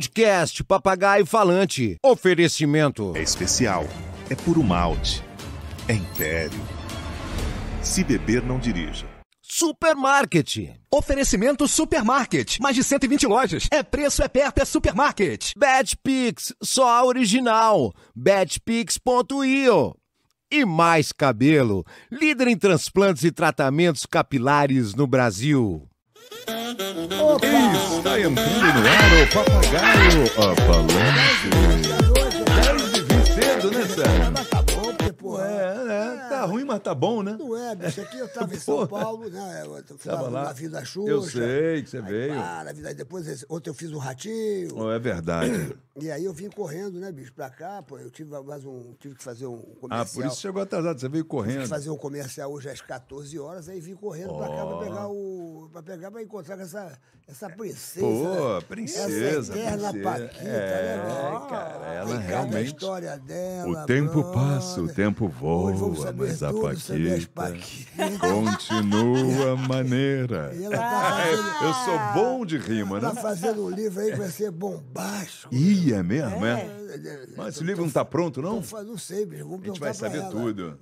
Podcast Papagaio Falante. Oferecimento. É especial, é puro malte, é império. Se beber, não dirija. Supermarket. Oferecimento Supermarket. Mais de 120 lojas. É preço, é perto, é supermarket. Betpix, só a original. Betpix.io. E mais cabelo, líder em transplantes e tratamentos capilares no Brasil. Está entrando no ar o papagaio Cedo, né, Sérgio? Mas tá bom, porque, pô, é. É, é, tá ruim, mas tá bom, né? Não é, bicho. Aqui eu tava em São Paulo, né? Eu fui Tava lá, lá. na Vila Xuxa. Eu sei que você Aí, veio. Maravilha. Aí Depois, esse- ontem eu fiz um ratinho. Oh, é verdade. E aí eu vim correndo, né, bicho, pra cá. Pô, eu tive mais um. Tive que fazer um Ah, comercial. por isso chegou atrasado, você veio Tive que correndo. fazer um comercial hoje às 14 horas, aí vim correndo pra cá pra pegar o. pra pegar pra encontrar com essa, essa princesa. Pô, né? princesa, Essa eterna princesa. Paquita, É, né? velho? cara, ela Tem cada realmente- história dela. O tempo brother. passa, o tempo Hoje vamos voa, saber mas a tudo sobre as Paquita Paquitas. continua maneira. E ela tá É, fazendo, Eu sou bom de rima, tá né? fazendo um livro aí que vai ser bombástico. Ih, é mesmo, é? Mas esse livro não tá pronto, não? Não, Então, fa- não sei, bicho. Vamos A gente vai saber tudo.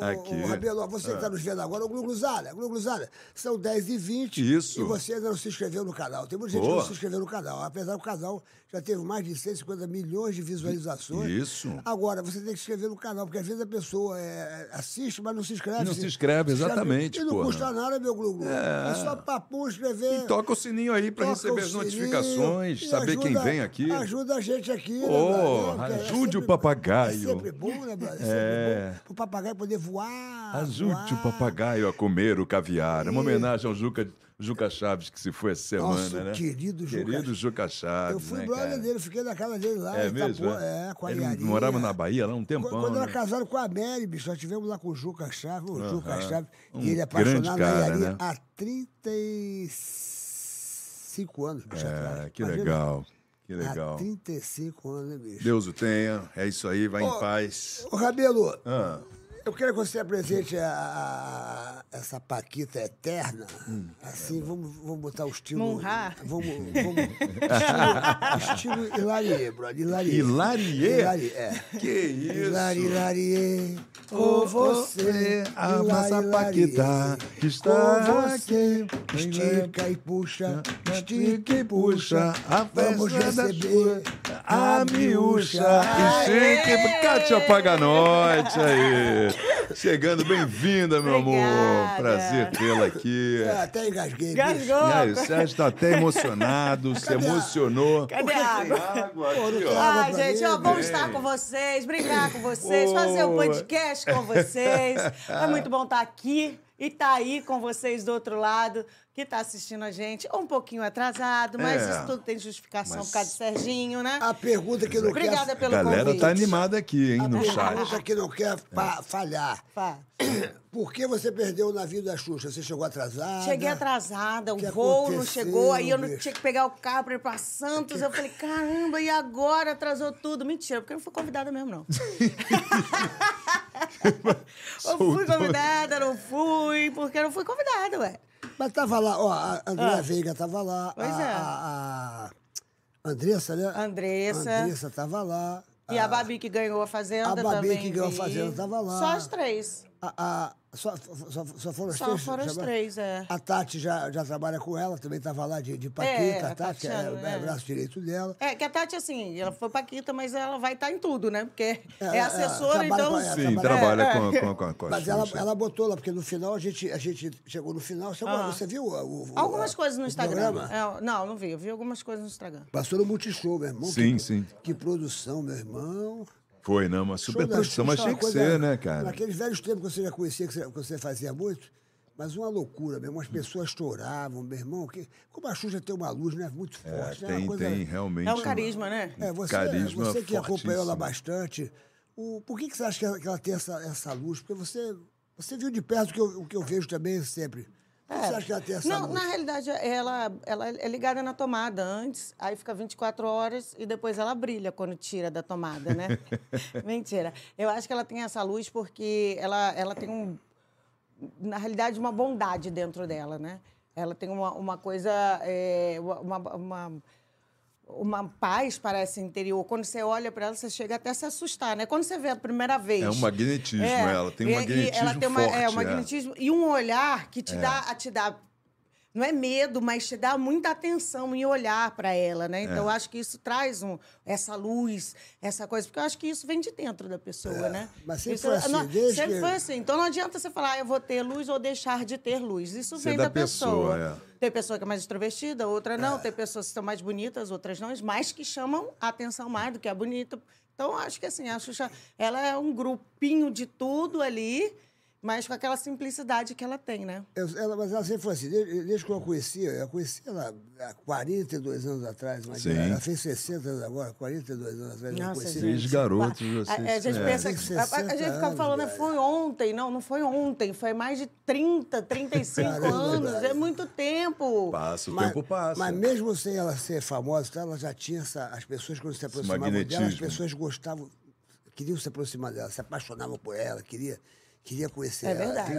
Aqui. Aqui. Ah. Ô, Rabelo, você que tá nos vendo agora, ô Gluglusada, Gluglusada, são 10h20. Isso. E você ainda não se inscreveu no canal. Tem muita gente que Boa. não se inscreveu no canal. Apesar do canal já teve mais de 150 milhões de visualizações. Isso. Agora, você tem que se inscrever no canal, porque às vezes a pessoa é, assiste, mas não se inscreve. Não se inscreve, exatamente, E não porra. Então, custa nada, meu Gluglu. É, só papo inscrever. E toca o sininho aí pra Toca receber o as sininho notificações, e saber quem ajuda- vem aqui. Ajuda a gente aqui. né, Ô, brother? É ajude o sempre- papagaio. É sempre bom, né, brother? É sempre É. bom. Pro papagaio poder voar. Ajude o voar. papagaio a comer o caviar. É uma homenagem ao Juca, Juca Chaves, que se foi essa semana, Nosso né? querido Juca- Querido Juca Chaves. Eu fui né, brother cara? dele, fiquei na casa dele lá. É em mesmo? Itapuã, É, com a Ele Iarinha. morava na Bahia lá um tempão. Quando era né? casado com a Mary, bicho, nós tivemos lá com o Juca Chaves, o Juca Chaves, Um e ele é grande apaixonado cara, na Iarinha né? há 35 anos, bicho, É, atrás. que Imagina, Ah, legal. Que Há legal. 35 anos, né, bicho? Deus o tenha. É isso aí, vai em paz. Ô, Rabelo, Ah, Eu quero que você apresente a, a- essa Paquita eterna. Hum. assim, vamos, vamos botar o estilo. Monrar. Vamos. vamos estilo, estilo Hilarie, brother. Hilarie. Hilarie? Hilarie, é. que isso. Hilarie, Hilarie. Ô Ô, você, você, a nossa Hilarie, Paquita Hilarie. que está Ô, você, aqui. Ah, Estica e puxa, Estica estica e puxa a Vamos festa é da receber A miúcha. Chique, Kátia Paganoite aí. Chegando, bem-vinda, meu amor. Obrigada. Prazer tê-la aqui. É. Ah, Até engasguei. bicho. Gasgou! Ah, o Sérgio está até emocionado, se emocionou. Cadê a água? Água aqui, ó. Ah, Água pra gente, mim, ó, bom bem. estar com vocês, brincar com vocês, Ô. fazer o podcast com vocês. É muito bom estar aqui e estar aí com vocês do outro lado, que está assistindo a gente, um pouquinho atrasado, mas É. isso tudo tem justificação Mas- por causa de Serginho, né? A pergunta que eu não Obrigada quero. pelo A galera convite. tá animada aqui, hein, no A chat. pergunta que não quer fa- falhar. Fá. Por que você perdeu o navio da Xuxa? Você chegou atrasada? Cheguei atrasada, o que voo não aconteceu, chegou, aí eu não bicho? tinha que pegar o carro pra ir pra Santos. Eu falei, caramba, e agora? Atrasou tudo. Mentira, porque eu não fui convidada mesmo, não. eu fui convidada, não fui, porque eu não fui convidada, ué. Mas tava lá, ó, a Andréa Veiga tava lá. Ah. Pois a, é. a- a Andressa, né? Andressa. Andressa tava lá. E a Babi que ganhou a Fazenda a Babi também. que ganhou a vi. Fazenda tava lá. Só as três. a- a- só, só, só foram as Só três? foram as já- três, é. A Tati já, já trabalha com ela, também tava lá de, de Paquita. É, a Tati é, Tatiana, o é. braço direito dela. É, que a Tati, assim, ela foi Paquita, mas ela vai estar em tudo, né? Porque ela- é, ela assessora, trabalha então. com ela, Sim, É, trabalha é. com, com, com, com a Mas ela, Xuxa. ela botou lá, porque no final a gente, a gente chegou no final. Você, você viu o, o- Ah. Algumas o- coisas no o Instagram. programa? É, não, não vi. Eu vi algumas coisas no Instagram. Passou no Multishow, meu irmão. Sim, que, sim. Que produção, meu irmão. Foi, não, uma Show super da produção, Xuxa mas é uma tinha que coisa- ser, né, cara? Naqueles velhos tempos que você já conhecia, que você, que você fazia muito, mas uma loucura mesmo. As Hum. pessoas choravam, meu irmão. Que, como a Xuxa tem uma luz, né? Muito É, forte. né? Uma tem, coisa- tem, realmente. É um carisma, né? É, você, Carisma você que acompanhou fortíssimo. ela bastante, o, por que, que você acha que ela, que ela tem essa, essa luz? Porque você, você viu de perto o que eu, o que eu vejo também sempre. Por que É. você acha que ela tem essa Não, luz? na realidade, ela, ela é ligada na tomada antes, aí fica 24 horas e depois ela brilha quando tira da tomada, né? Mentira. Eu acho que ela tem essa luz porque ela, ela tem um. Na realidade, uma bondade dentro dela, né? Ela tem uma, uma coisa. é, uma, uma- uma- uma paz, parece, interior. Quando você olha para ela, você chega até a se assustar, né? Quando você vê a primeira vez. É um magnetismo, ela tem um e- e magnetismo ela tem uma- forte. É, um é. magnetismo e um olhar que te dá, a te dá não é medo, mas te dá muita atenção e olhar para ela, né? É. Então eu acho que isso traz um, essa luz, essa coisa, porque eu acho que isso vem de dentro da pessoa, né? É, mas sempre Isso- foi assim, não, desde sempre que- foi assim. Então não adianta você falar, "Ah, eu vou ter luz ou deixar de ter luz. Isso Isso é vem da da, pessoa. pessoa, É. Tem pessoa que é mais extrovertida, outra não. Tem pessoas que são mais bonitas, outras não, mas que chamam a atenção mais do que a bonita. Então, acho que assim, a Xuxa, ela é um grupinho de tudo ali, mas com aquela simplicidade que ela tem, né? Eu- ela, É, mas ela sempre foi assim, desde, desde que eu a conhecia, eu a conheci ela há 42 anos atrás, mas Sim. ela fez 60 anos agora, 42 anos atrás, eu a Nossa, conheci. gente. Desde É, garotos, A, vocês... a gente é. pensa Tem que- a, a- a 60 gente ficava anos, falando, "É, velho. foi ontem. Não, não foi ontem, foi mais de 30, 35 Caramba, anos. velho. É muito tempo. Passa, o tempo passa. mas mesmo sem ela ser famosa, e tal, ela já tinha essa. As pessoas, quando se aproximavam dela, as magnetismo. pessoas gostavam, queriam se aproximar dela, se apaixonavam por ela, queria, queria conhecer É ela. verdade. Ela-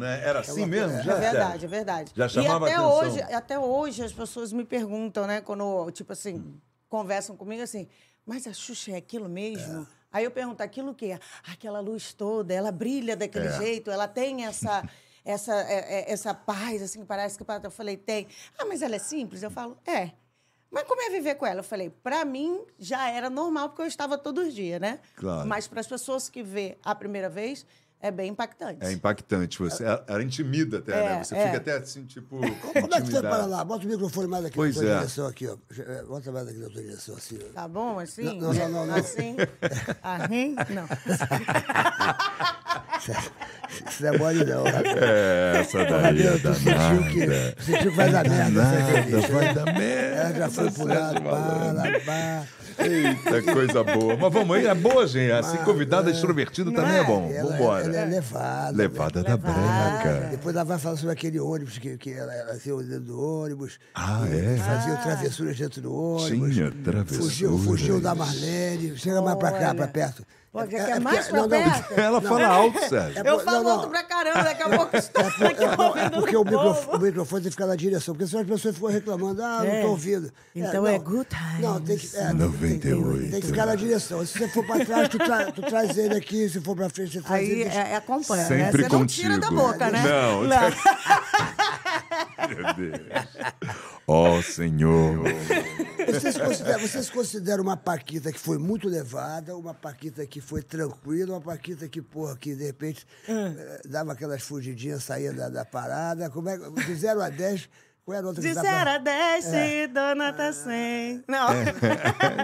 né? Era assim uma- mesmo? é já, É verdade, Sérgio? é verdade. Já chamava e até atenção. hoje, até hoje as pessoas me perguntam, né, quando tipo assim, conversam comigo assim: "Mas a Xuxa é aquilo mesmo?" Aí eu pergunto: "Aquilo o quê?" "Aquela luz toda, ela brilha daquele É. jeito, ela tem essa essa é- é- essa paz assim, que parece que eu falei: "Tem". "Ah, mas ela é simples?" Eu falo: "É". Mas como é viver com ela? Eu falei, pra mim já era normal, porque eu estava todo dia, né? Claro. Mas para as pessoas que vê a primeira vez, é bem impactante. É impactante. Você, ela intimida até, É, né? Você é. fica até assim, tipo. Como é que foi intimidado. para lá? Bota o microfone mais aqui Pois na tua é. direção, aqui, ó. É, Bota mais aqui na tua direção, assim. ó. Tá bom assim? Não, não, não, não. Assim? Ahim? Não. Isso não é mole, não. Rabelo. É, essa daí é Rabelo, tu sentiu danada. que, sentiu que vai dar merda. essa Nada, entrevista. vai dar merda. Ela já foi pro Sérgio lado, pá, Malandro. lá, pá. Eita, coisa boa. Mas vamos aí, é boa, gente. Assim, convidada extrovertida também é bom. Ela, Vambora. ela é levada. Levada da Levada. breca. Depois ela vai falar sobre aquele ônibus, que, que ela, ela saiu dentro do ônibus. Ah, e é? Fazia travessuras dentro do ônibus. Tinha Fugiu, fugiu da travessura. Marlene. Chega mais pra cá, Olha. pra perto. Pô, já É- quer é mais porque- pra não, não, perto? Ela fala alto, É Sérgio. por- Eu não, falo não. alto pra caramba, daqui a pouco estou aqui É ouvindo porque o povo. microfone, o microfone tem que ficar na direção, porque senão as pessoas ficam reclamando, ah, não É. estou ouvindo. Então não. é good times. Não, tem que, é, tem que- tem que- 98. Tem que ficar na direção. Se você for para trás, tu, tra- tu traz ele aqui, se for assim, para frente, você traz Aí ele. é, é acompanha, né? Sempre Você não contigo. tira da boca, né? Não. Meu Deus. Ó, Senhor. Você, se considera, você se considera uma Paquita que foi muito levada, uma Paquita que foi tranquila, uma Paquita que, porra, que de repente Hum. eh, dava aquelas fugidinhas, saía da, da parada. Como é, que- de 0 a 10, qual era a outra que De dava- 0 a 10, se dona tá sem. Não. É.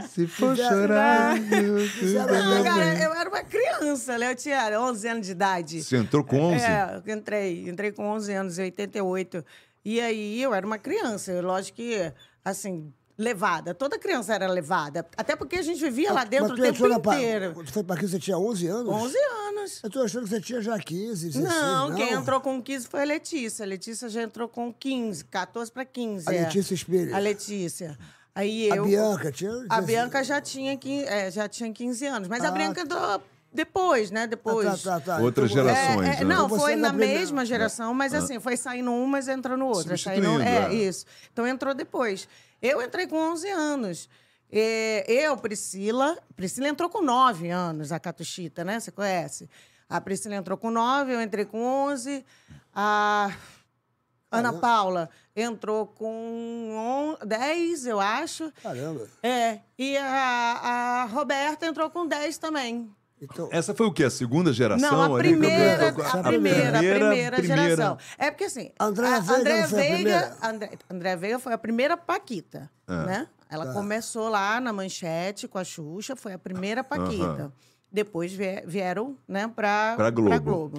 Se for chorar, Zero a Não, dez, cara, eu era uma criança, né? Eu tinha 11 anos de idade. Você entrou com 11? É, eu entrei, entrei com 11 anos, em 88. E aí eu era uma criança, eu, lógico que, assim, levada. Toda criança era levada. Até porque a gente vivia lá dentro Mas o tu entrou tempo na pa- inteiro. Tu foi Paquita, você tinha 11 anos? 11 anos. Eu tô achando que você tinha já 15, 16. Não, quem entrou com 15 foi a Letícia. A Letícia já entrou com 15, 14 para 15. A é. Letícia Espírito. A Letícia. Aí A eu. Bianca tinha. A 16. Bianca já tinha, quin- é, já tinha 15 anos. Mas Ah, a Bianca entrou depois, né? Ah, Depois. tá, tá, tá. Outras Então, É, gerações, é, né? Ah. não, Então você foi é da na primeira- mesma geração, mas assim, foi saindo uma, mas entrando outra. Saindo, Substituindo, é, é. isso. Então entrou depois. Eu entrei com 11 anos. É, eu, Priscila. Priscila entrou com 9 anos, a Catuchita, né? Você conhece? A Priscila entrou com 9, eu entrei com 11. A Ah, é? Ana Paula entrou com on- 10, eu acho. Caramba. É. E a, a Roberta entrou com 10 também. Então, É. Essa foi o quê? A segunda geração? Não, a ali? primeira, eu- eu- a eu- primeira, a primeira, primeira. geração. É porque assim, Andréa a- Veiga Andréa não foi a primeira? André, Andréa Veiga foi a primeira Paquita, né? Ela começou lá na Manchete com a Xuxa, foi a primeira Paquita. Depois vie- vieram, né, pra, Pra Globo.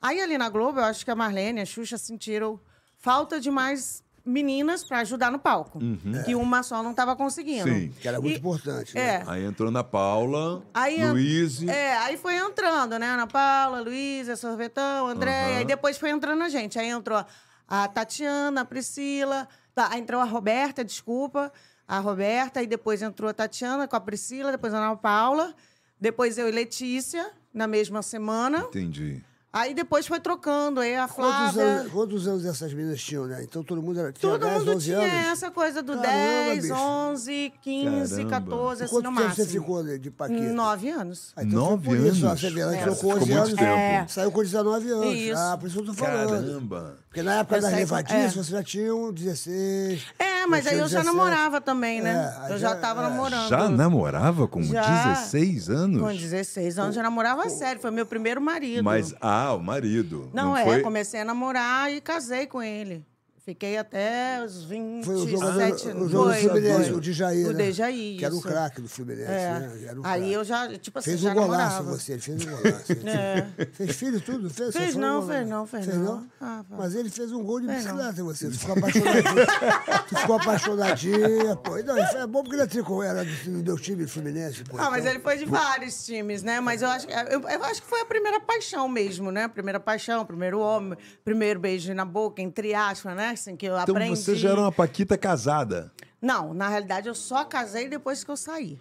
Aí ali na Globo, eu acho que a Marlene e a Xuxa sentiram falta de mais meninas para ajudar no palco. Que uma só não estava conseguindo. Sim. que era muito E- importante. É. Né? Aí entrou Ana Paula, Aí an- Luiz. É, aí foi entrando, né? Ana Paula, Luísa, Sorvetão, Andréia. Aí depois foi entrando a gente. Aí entrou a Tatiana, a Priscila. Tá, aí entrou a Roberta, desculpa. A Roberta. Aí depois entrou a Tatiana com a Priscila, depois a Ana Paula. Depois eu e Letícia, na mesma semana. Entendi. Aí depois foi trocando, aí a Quantos Flávia... anos, quantos anos essas meninas tinham, né? Então todo mundo era. Tinha Todo 10, mundo 11 tinha anos. essa coisa do Caramba, 10, bicho. 11, 15, Caramba. 14, assim, Quanto no tempo máximo. você ficou né, de, de Paquita? Nove anos. Ah, então foi Nove por isso, ó, anos? Você vê, ela É, entrou com ficou 11 muito anos, É. tempo. saiu com 19 anos. Isso. Ah, por isso que eu tô falando. Caramba. Porque na época Eu da saí com- Levadias, é. você já tinha um 16. É, mas aí eu já 17. namorava também, né? É, aí eu já já- tava é. namorando. Já namorava com Já. 16 anos? Com 16 anos já namorava a sério, foi meu primeiro marido. Mas, ah, o marido. não, é, foi... comecei a namorar e casei com ele. Fiquei até os 27 Foi o jogador o anos. jogo do Foi, Fluminense, foi. o Djaí, O né? Djaí, Que era o isso. craque do Fluminense, É. né? Era um Aí craque. eu já, tipo assim, Fez já um golaço namorava. você, ele fez um golaço. ele É. Fez filho tudo? Fez, Fez Você foi não, um- fez não, fez não. Ah, pá. Mas ele fez um gol de Fez bicicleta em você. Tu ficou apaixonadinho. tu ficou apaixonadinha, pô. E Não, isso é bom porque ele é tricô, era do, do meu time do Fluminense, pô. Ah, mas Então, ele foi de vários times, né? Mas eu acho, eu, eu acho que foi a primeira paixão mesmo, né? Primeira paixão, primeiro homem, primeiro beijo na boca, entre aspas, né? Assim, que eu Então aprendi. você já era uma paquita casada. Não, na realidade eu só casei depois que eu saí.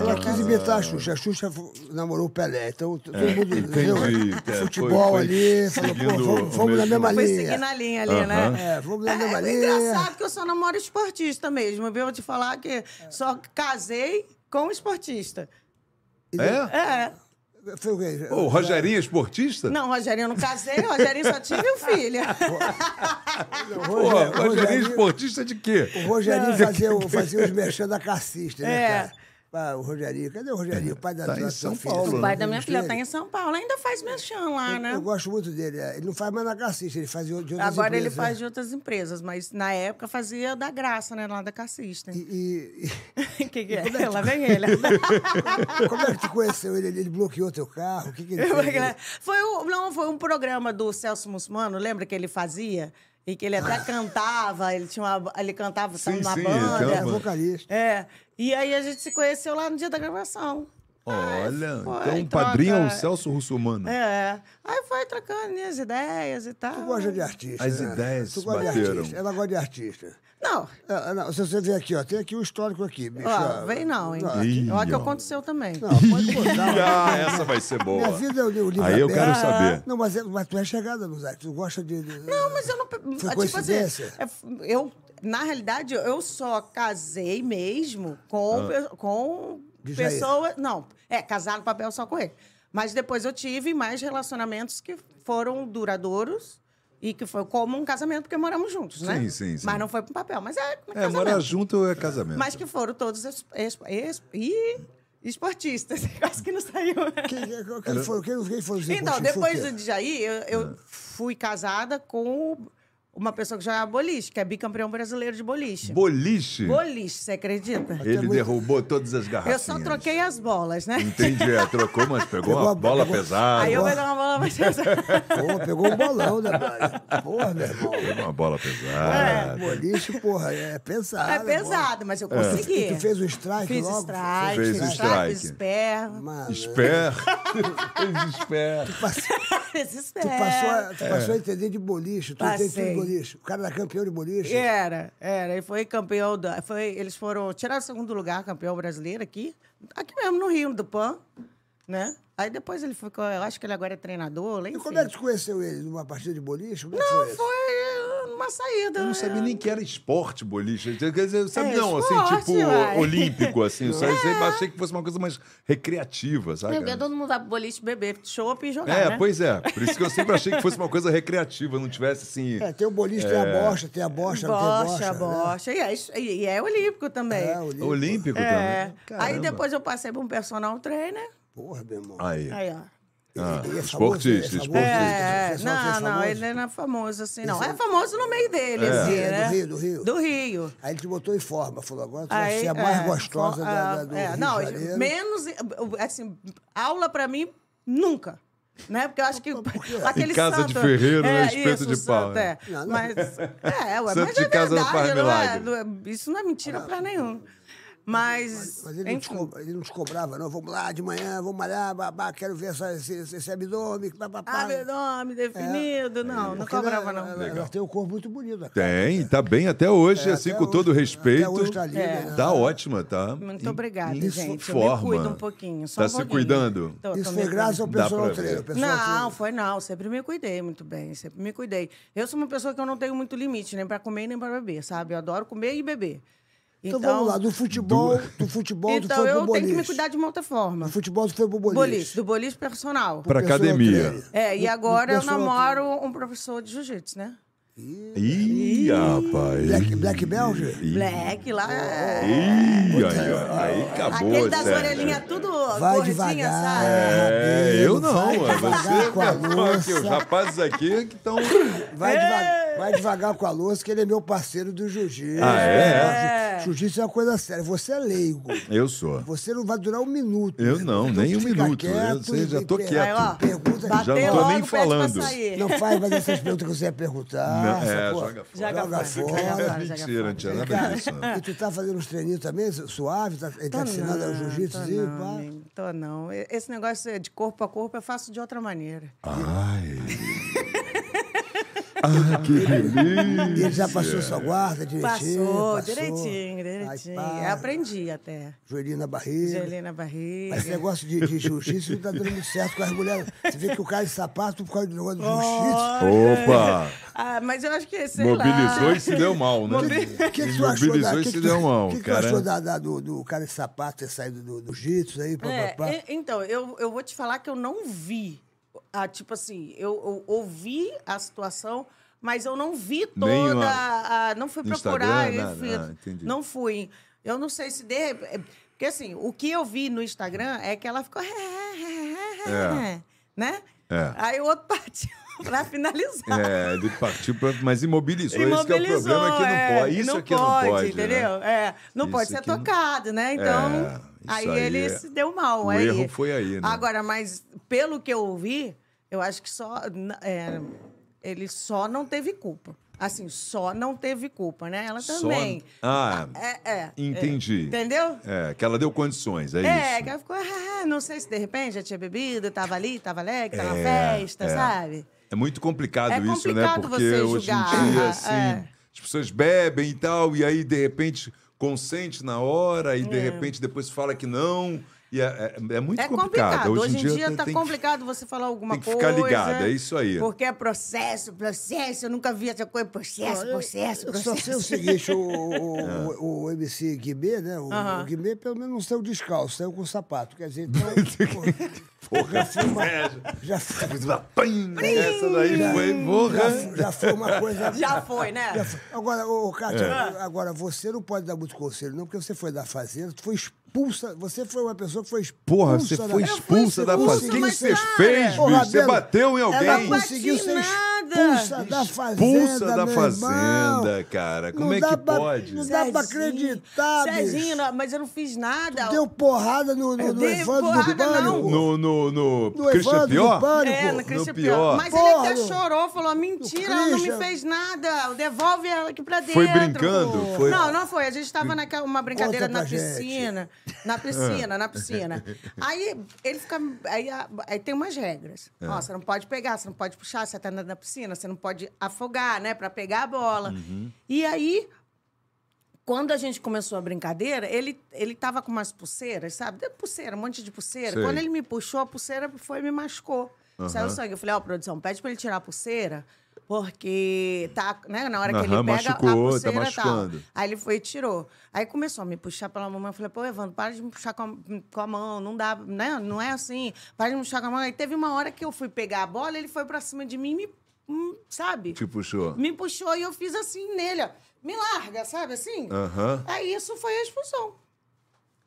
Ela quis imitar a Xuxa. A Xuxa fu- namorou o Pelé. Então, t- todo mundo. É, entendi. entendeu? É, foi- Futebol foi ali. Falou, pô, seguindo vamos, o vamos na mesmo- mesma Foi linha. seguindo a linha ali, Aham. né? É, vamos na É, mesma é linha. engraçado que eu só namoro esportista mesmo, viu? Eu te falar que só casei com esportista. É? É. Foi o quê? Ô, O Rogerinho é esportista? Não, Rogerinho, eu não casei, Rogerinho só tive um filho. Pô, Roger- Rogerinho, é esportista de quê? O Rogerinho fazia, o- fazia os merchan da cassista, né, Ah. É. cara? Ah, o Rogerinho, cadê o Rogerinho? O pai da Tá em da São sua filha? Paulo, O né? pai da minha filha Ele- tá em São Paulo, ainda faz merchan lá, né? Eu gosto muito dele. é. Ele não faz mais na cassista, ele faz de outras Agora ele empresas, faz né? de outras empresas, mas na época fazia da graça, né? Lá da Cassista. E, e- que, que é? Lá vem ele. e como é que tu conheceu ele? Ele bloqueou teu carro? O que, que ele fez? né, foi, o, não, foi um programa do Celso Mussumano, lembra que ele fazia? E que ele até cantava, ele, tinha uma, ele cantava Sim, numa sim, ele banda. Ele canta. era vocalista. É. E aí a gente se conheceu lá no dia da gravação. Olha, Ai, foi, então o padrinho é o troca. Celso Russomano. É. Aí foi trocando minhas ideias e tal. Tu gosta de artista. As né? ideias Tu gosta de bateram. artista. Ela gosta de artista. Não, Ah, não, se você ver aqui, ó, tem aqui o histórico aqui, bicho. ó, ó. vem não, hein? aqui- Olha que ó. aconteceu também. Não, pode botar. Ah, essa vai ser boa. Minha vida é um livro Aí eu aberto. quero saber. Não, mas, é- mas tu é chegada, Luzar. Tu gosta de. de- Não, mas eu não. Foi tipo assim, coincidência? é, f- eu, na realidade, eu só casei mesmo Ah. com, pe- com De Jair. pessoas. Não, é, casar no papel só com ele. Mas depois eu tive mais relacionamentos que foram duradouros e que foi como um casamento, porque moramos juntos, né? Sim, sim, sim. Mas não foi pro papel, mas é. É, casamento. morar junto é casamento. Mas que foram todos es, es- es- e esportistas. Quase que não saiu. Quem, quem, quem, foram, quem, quem foram os Então, impostos? Foi depois o quê? do Djaí, eu, eu fui casada com uma pessoa que jogava boliche, que é bicampeão brasileiro de boliche. Boliche. Boliche, você acredita? Ele derrubou todas as Eu garrafinhas. só troquei as bolas, né? ah, Entendi, é, trocou, mas pegou, Pegou uma a- bola pegou- pesada. Aí eu bola. peguei uma bola mais Pô, pegou um bolão, né, mano? Porra, meu irmão. É, Pegou um uma bola pesada. Boliche, porra, é pesado. É né, pesado, mas eu porra. consegui. E tu fez o strike Fiz logo? strike, Fez fiz strike. strike, fiz esperma. Mano, Esper. Esper. Fiz Tu esperma. passou, a- tu passou a entender de boliche, tu É. Passei. É. entende tudo de boliche. O cara era campeão de boliche. Era, era. E foi campeão da. Foi, eles foram tirar o segundo lugar, campeão brasileiro aqui. Aqui mesmo, no Rio, do PAN, né? Aí depois ele ficou. Eu acho que ele agora é treinador, lá E enfim. como é que tu conheceu ele? Numa partida de boliche? Como é que Não, foi? isso? foi numa saída. Eu não sabia nem que era esporte boliche. Quer dizer, eu sabia, É, não, assim, esporte, É. tipo uai. olímpico, assim. Eu só- eu sempre achei que fosse uma coisa mais recreativa, sabe? É, porque todo mundo vai pro boliche beber chopp e jogar. É, né? pois é. Por isso que eu sempre achei que fosse uma coisa recreativa, não tivesse assim. É, tem o boliche, tem a bocha, tem a bocha, não tem bocha. Bocha, né? bocha. E, é, isso- e- e é tipo, olímpico também. É, o livro. Olímpico É. também. Aí Caramba. depois eu passei pra um personal trainer. Porra, meu irmão. Aí. Aí, ó. Ah, Ele é famoso, ele é esportista, famoso. esportista. É, Você sabe não, quem é não, famoso? ele não é famoso assim, não. É famoso no meio dele, assim, É, do né? Rio, do Rio. Do Rio. Aí ele te botou em forma, falou, agora tu vai Aí, ser a mais é, gostosa fo- da, ah, da, do é, Rio Não, de Janeiro. menos, assim, aula pra mim, nunca. Né? Porque eu acho que aquele Em casa santo, de ferreiro, né? é, Espeto isso, de santo, pau, né? É. Não, não. Mas, é, ué, Santo mas de é casa não verdade, faz não é- milagre. não é- isso não é mentira pra nenhum. Mas, Mas ele não, te enfim. co- ele não te cobrava, não. Vamos lá de manhã, vamos malhar, babá, quero ver essa, esse, esse abdômen. Babá, Abdômen definido, não, Ah, não É, Porque ela- cobrava não. Ela, ela tem um corpo muito bonito. a cara. É, Tem, tá bem até hoje, assim, até com hoje- todo até respeito. hoje tá linda, É. né? Tá ótima, tá? Muito Em- obrigada, em gente. Eu me forma. cuido um pouquinho. Só tá um se pouquinho. cuidando? Tô- tô Isso me foi cuidando. graças ao Dá personal pra ver. trainer. o personal Não, trainer. foi não. Sempre me cuidei muito bem, sempre me cuidei. Eu sou uma pessoa que eu não tenho muito limite, nem pra comer nem pra beber, sabe? Eu adoro comer e beber. Então, vamos lá, do futebol, do futebol tu então foi pro eu boliche. tenho que me cuidar de uma outra forma. Do futebol tu foi pro boliche. Boliche, do boliche personal. Pra Personal academia. trainer. É, e Do- do agora eu personal namoro um professor de jiu-jitsu, né? Ih, rapaz. Black- Black Belger? Ih, Black lá. é- Ih, aí, ó, aí acabou, Aquele das Sérgio. orelhinhas tudo Vai gordinha, devagar. sabe? É, eu não, Vai é devagar você com a que os louça. rapazes aqui é que estão. Vai, deva- vai devagar com a louça, que ele é meu parceiro do jiu-jitsu. Ah, é? Ju- Jiu-jitsu é uma coisa séria. Você é leigo. Eu sou. Você não vai durar um minuto. Então Eu não, nem um fica minuto. Eu quieto sei, já e tô per- Aí, ó, quieto. Pergunta- bateu Já não tô logo, nem pede falando. Pra sair. Não faz mais essas perguntas que você ia perguntar. Não, é, sacou? joga fora. Joga Joga fora, fora. joga fora. É Mentira, não tinha nada Cara, disso. né? e tu tá fazendo uns treininhos também, su- suave? Tá, ele tá ensinando o jiu-jitsu? tô sim, não, pá? nem- Tô não. E- Esse negócio de corpo a corpo eu faço de outra maneira. Ai. Ai, que delícia. E ele já passou sua guarda direitinho? Passou, direitinho, direitinho. Aí, pá, Eu aprendi até. Joelhinho na barriga. Gelei na barriga. Mas Esse negócio de, de jiu-jitsu não tá dando muito certo com as mulheres. Você vê que o cara de sapato por causa do negócio do jiu-jitsu. Opa! Ah, mas eu acho que, sei Mobilizou lá. É, e se deu mal, Oh, né? O que, que tu achou, da, Mobilizou que e que se tu- deu mal, que que tu cara. achou da- da- do, do cara de sapato ter saído do, do jiu-jitsu aí? Pá, É, pá, pá? e- então, eu, eu vou te falar que eu não vi. Ah, tipo assim, eu, eu ouvi a situação, mas eu não vi Nem toda. a- a- não fui no procurar, Instagram, enfim, nada. Ah, entendi. não fui. Eu não sei se de repente- Porque assim, o que eu vi no Instagram é que ela ficou. É. Né? É. Aí o outro partiu pra finalizar. É, ele partiu pra... Mas imobilizou, esse que é o Imobilizou, problema que não é, pode. Isso aqui não pode, entendeu? Né? É, não Isso pode ser aqui não- tocado, né? Então, É, isso aí, aí ele é- se deu mal. o aí. erro foi aí, né? Agora, mas pelo que eu ouvi, eu acho que só... n- é, ele só não teve culpa. Assim, só não teve culpa, né? Ela Só- também. Ah, É, é. entendi. Entendeu? É, que ela deu condições, é, É, isso. que ela ficou... "Ah, não sei se de repente já tinha bebido, tava ali, tava alegre, tava na É, festa, é. sabe? É muito complicado, É isso, né? complicado Porque você hoje julgar, em dia, ah, assim, é. as pessoas bebem e tal, e aí, de repente, consente na hora, e de repente depois fala que não. E é, é- é muito É complicado. complicado. Hoje, em dia, tem- tá tem que- complicado você falar alguma tem que coisa. ficar ligado, é isso aí. Porque é processo, processo. Eu nunca vi essa coisa. Processo, processo, Eu processo. só sei o seguinte, o, o, o- o MC Guimê, né? O, Aham. o Guimê pelo menos não saiu descalço, saiu com sapato. Quer dizer, então... porra, já foi uma, já foi, Pim, essa daí foi já porra. foi- já foi uma coisa... Já foi, né? Já foi. Agora, ô, Kátia, É. agora você não pode dar muito conselho, não, porque você foi da fazenda, tu foi expulsa, você foi uma pessoa que foi expulsa Porra, você da- foi Eu fui expulsa da expulsa, fazenda. O que mas, você cara, fez, bicho? Ô, Você Rabelo, bateu em Ela alguém. conseguiu ser nada. expulsa da fazenda. Expulsa da meu fazenda, irmão. cara. Não Como é dá que pra- pode? não dá pra acreditar, bicho. Serginho, não, mas eu não fiz nada. Deu porrada no, no, no Deu Evandro do porrada, não. Pânico. No, no, no, No Christian Evandro Pior? do Pânico. É, no no pior. Cristo pior. Mas Porra, ele até no- chorou, falou: mentira, ela não me Christian. fez nada. Devolve ela aqui pra dentro. Foi brincando, foi- Não, não foi. A gente tava naquela uma brincadeira Conta na pra gente. piscina. Na piscina, na piscina. Aí ele fica. Aí, a- aí tem umas regras. É. Ó, você não pode pegar, você não pode puxar, você tá na, na piscina, você não pode afogar, né? Pra pegar a bola. Uhum. E aí quando a gente começou a brincadeira, ele, ele tava com umas pulseiras, sabe? Deu Pulseira, um monte de pulseira. Sei. Quando ele me puxou, a pulseira foi e me machucou. Saiu sangue. Eu falei, ó, produção, pede pra ele tirar a pulseira, porque tá, né, na hora que ele Aham, pega a machucou, tá pulseira e tal. machucando. Aí ele foi e tirou. Aí começou a me puxar pela mão. Eu falei, pô, Evandro, para de me puxar com a, com a mão. Não dá, né? Não é assim. Para de me puxar com a mão. Aí teve uma hora que eu fui pegar a bola, ele foi pra cima de mim e me, hum, sabe? Te puxou. Me puxou e eu fiz assim nele, ó. Me larga, sabe assim? Aham. Aí isso foi a expulsão.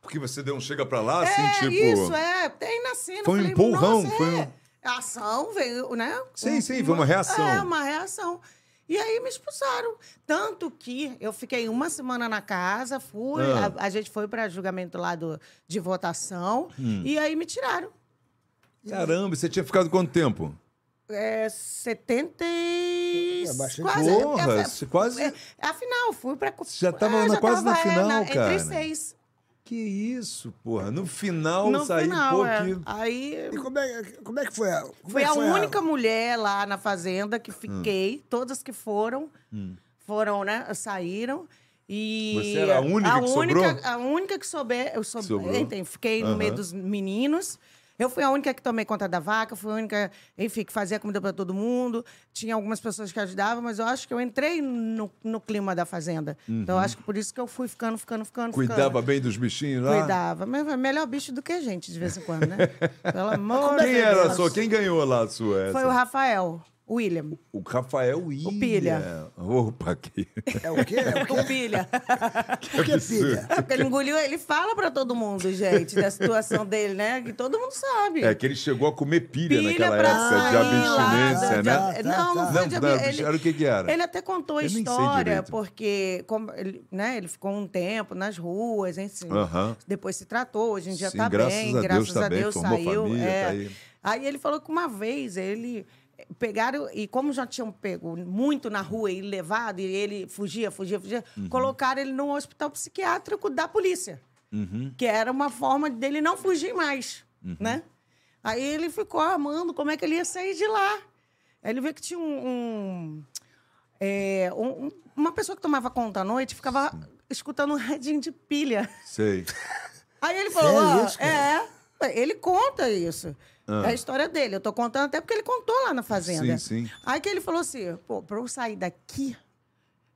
Porque você deu um chega pra lá, assim, é, tipo. isso, é. Tem na cena. eu Foi um falei, empurrão, "Nossa, foi um- é." A ação veio, né? Sim, sim, foi uma reação. É, uma reação. E aí me expulsaram. Tanto que eu fiquei uma semana na casa, fui, Ah. a, a gente foi para julgamento lá do, de votação, Hum. e aí me tiraram. Caramba, você tinha ficado quanto tempo? É, 70 e... É, bastante quase. Porra, é, é, você quase- É, é a final, fui pra... Você já tava na- quase na é, final, Entre cara. seis. que isso, porra? No final um No saiu final, pô, é. que- Aí E como é, como é que foi a. como Foi é a que única mulher lá na fazenda Hum. que fiquei. Todas que foram, foram, né? Saíram. E Você era a única que única- sobrou? A única que souber, eu soube, Sobrou. Enfim, fiquei no Aham. meio dos meninos. Eu fui a única que tomei conta da vaca, fui a única, enfim, que fazia comida para todo mundo. Tinha algumas pessoas que ajudavam, mas eu acho que eu entrei no, no clima da fazenda. Então eu acho que por isso que eu fui ficando, ficando, ficando, Uhum. Cuidava ficando. bem dos bichinhos lá? Cuidava. Mas é melhor bicho do que a gente, de vez em quando, né? Pelo amor de Quem é era Deus. a sua? Quem ganhou lá a sua? essa? Foi o Rafael, o William. O Rafael William. Pilha. Opa, que... É o quê? É o Com quê? pilha. Por que pilha? É porque ele engoliu, ele fala pra todo mundo, gente, da situação dele, né? Que todo mundo sabe. É que ele chegou a comer pilha, naquela época pra de sair lá abstinência, da- Tá, né? Não, não tá, foi tá. de Não, abstinência. era o que que era? Ele até contou a Eu nem sei história, direito. porque como ele, né, ele ficou um tempo nas ruas, enfim. Aham. Depois se tratou, hoje em dia Sim, tá graças bem, a Deus graças tá a bem, Deus formou saiu. família, é. tá aí. Aí ele falou que uma vez ele eh, pegaram e como já tinham pego muito na rua e levado e ele fugia, fugia, fugia, Uhum. colocaram ele num hospital psiquiátrico da polícia, Uhum. que era uma forma dele não fugir mais, né? Aí ele ficou armando como é que ele ia sair de lá. Aí ele viu que tinha um, um, eh, um- um- uma pessoa que tomava conta à noite ficava escutando um radinho de pilha. Sei. Aí ele falou, Sério ó, isso, Ah. é, ele conta isso. É a história dele. Eu tô contando até porque ele contou lá na fazenda. Sim, sim. Aí que ele falou assim, pô, pra eu sair daqui,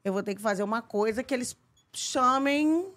eu vou ter que fazer uma coisa que eles chamem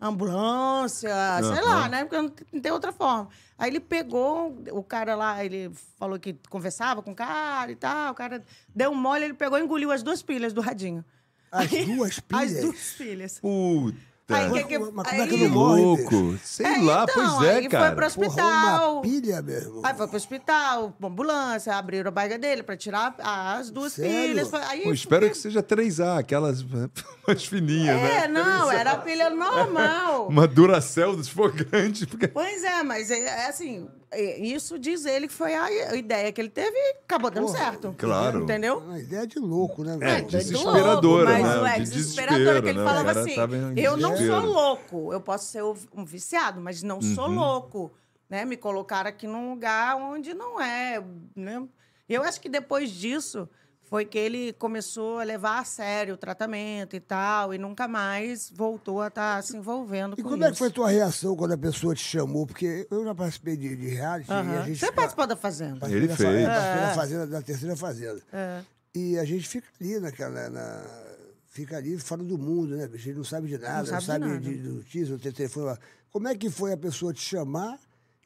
ambulância, sei lá, né? Porque não t- não tem outra forma. Aí ele pegou o cara lá, ele falou que conversava com o cara e tal, o cara deu um mole, ele pegou e engoliu as duas pilhas do radinho. As duas pilhas? As duas pilhas. Puta. Aí, Mas que- como- mas como é que aí- não morre? Louco. Sei É, lá, então, pois é, aí cara. foi pro Porra, hospital. uma pilha, meu irmão. Aí foi pro hospital, pra ambulância, abriram a barriga dele pra tirar a- as duas Sério? pilhas. Foi- Aí, Pô, espero que seja 3A, aquelas mais fininhas, né? É, não, era a pilha normal. Uma Duracell desfogante, porque Pois é, mas é, é assim, é, isso diz ele que foi a i- a ideia que ele teve e acabou dando certo. claro. É Entendeu? Uma ideia de louco, né? meu É, irmão? Doido desesperadora, louco, né? Mas é De desesperadora, que ele desespero, né? O falava cara assim, tava em eu não sou desespero." Uhum. louco, eu posso ser um viciado, mas não sou louco, né? Me colocaram aqui num lugar onde não é, né? Eu acho que depois disso foi que ele começou a levar a sério o tratamento e tal, e nunca mais voltou a estar se envolvendo E com como isso. é que foi a tua reação quando a pessoa te chamou? Porque eu já participei de, de reality e a Aham. gente... Você fica- participou da Fazenda? Ele da- fez. Da, terceira É. fazenda, da terceira fazenda. É. E a gente fica ali naquela... na- Fica ali fora do mundo, né? A gente não sabe de nada, não sabe, sabe de de, de notícias, não tem telefone. lá. Como é que foi a pessoa te chamar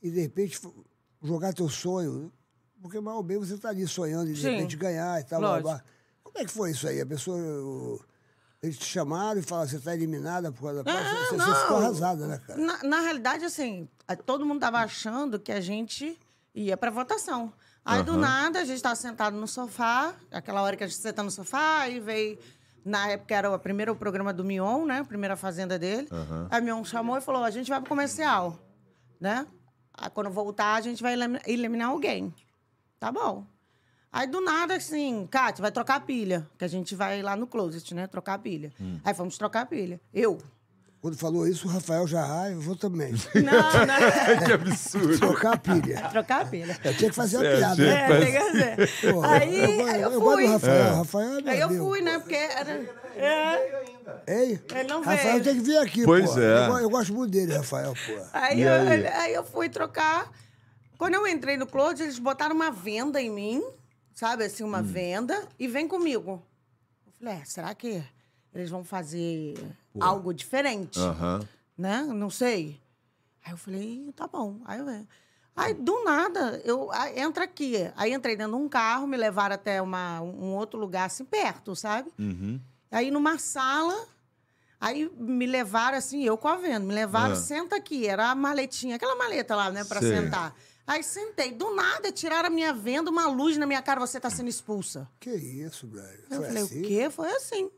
e, de repente, fo- jogar teu sonho? Porque, mal ou bem, você está ali sonhando e, de Sim. repente, ganhar e tal. blá, blá, blá. Lógico. Como é que foi isso aí? A pessoa... o- Eles te chamaram e falaram, você está eliminada por causa da... Ah, você, você não. ficou arrasada, né, cara? Na, na realidade, assim, a- todo mundo tava achando que a gente ia pra votação. Aí, do nada, a gente tava sentado no sofá, aquela hora que a gente senta no sofá, aí veio. Na época era o primeiro programa do Mion, né? A primeira fazenda dele. Aí o Mion chamou e falou: a gente vai pro comercial, né? Aí, quando voltar, a gente vai elim- eliminar alguém. Tá bom. Aí do nada, assim, Kátia, vai trocar a pilha. Que a gente vai lá no closet, né? Trocar a pilha. Aí fomos trocar a pilha. Eu. Quando falou isso, o Rafael já, ah, eu vou também. Não, não. que absurdo. Trocar a pilha. Trocar a pilha. Eu tinha que fazer uma É, piada. tinha né? É, tem que ser. Pô, Aí, eu, aí eu eu gosto fui. do Rafael. Rafael é meu Aí eu amigo. fui, né? Porque era. É. Ei, Ele não Rafael veio. tem que vir aqui, Pois pô. é. Eu, go- eu gosto muito dele, Rafael, pô. Aí, E eu, aí? aí eu fui trocar. Quando eu entrei no closet, eles botaram uma venda em mim, sabe? Assim, uma venda, e vem comigo. Eu falei, é, será que eles vão fazer algo diferente? Aham. né? Não sei. Aí eu falei, tá bom. Aí, eu, aí do nada, eu ah, entra aqui. Aí entrei dentro de um carro, me levaram até uma, um outro lugar assim perto, sabe? uhum. Aí numa sala, aí me levaram assim, eu com a venda, me levaram, Ah. senta aqui. Era a maletinha, aquela maleta lá, né, pra Sei. sentar. Aí sentei, do nada, tiraram a minha venda, uma luz na minha cara, você tá sendo expulsa. Que isso, brother. Eu Foi falei, assim? o quê? Foi assim.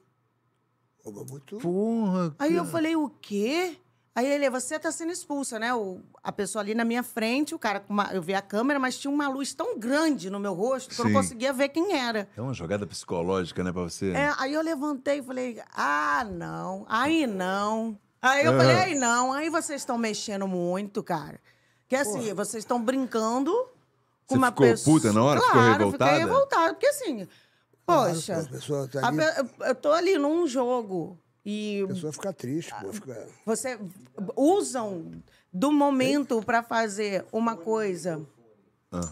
Pô, mas muito... Porra. Aí eu falei, o quê? Aí ele, você tá sendo expulsa, né? O, a pessoa ali na minha frente, o cara, com uma, eu vi a câmera, mas tinha uma luz tão grande no meu rosto que eu Sim. não conseguia ver quem era. É uma jogada psicológica, né, pra você? É, aí eu levantei e falei, ah, não, aí não. Aí eu falei, aí não, aí vocês estão mexendo muito, cara. Que assim, vocês estão brincando com Você uma ficou pessoa. puta na hora? Ficou Claro, revoltada? Fiquei revoltada, porque assim, Claro, poxa, pô, a pessoa tá a ali. pe- eu tô ali num jogo e A pessoa fica triste, pô. Fica... você usam do momento para fazer uma coisa,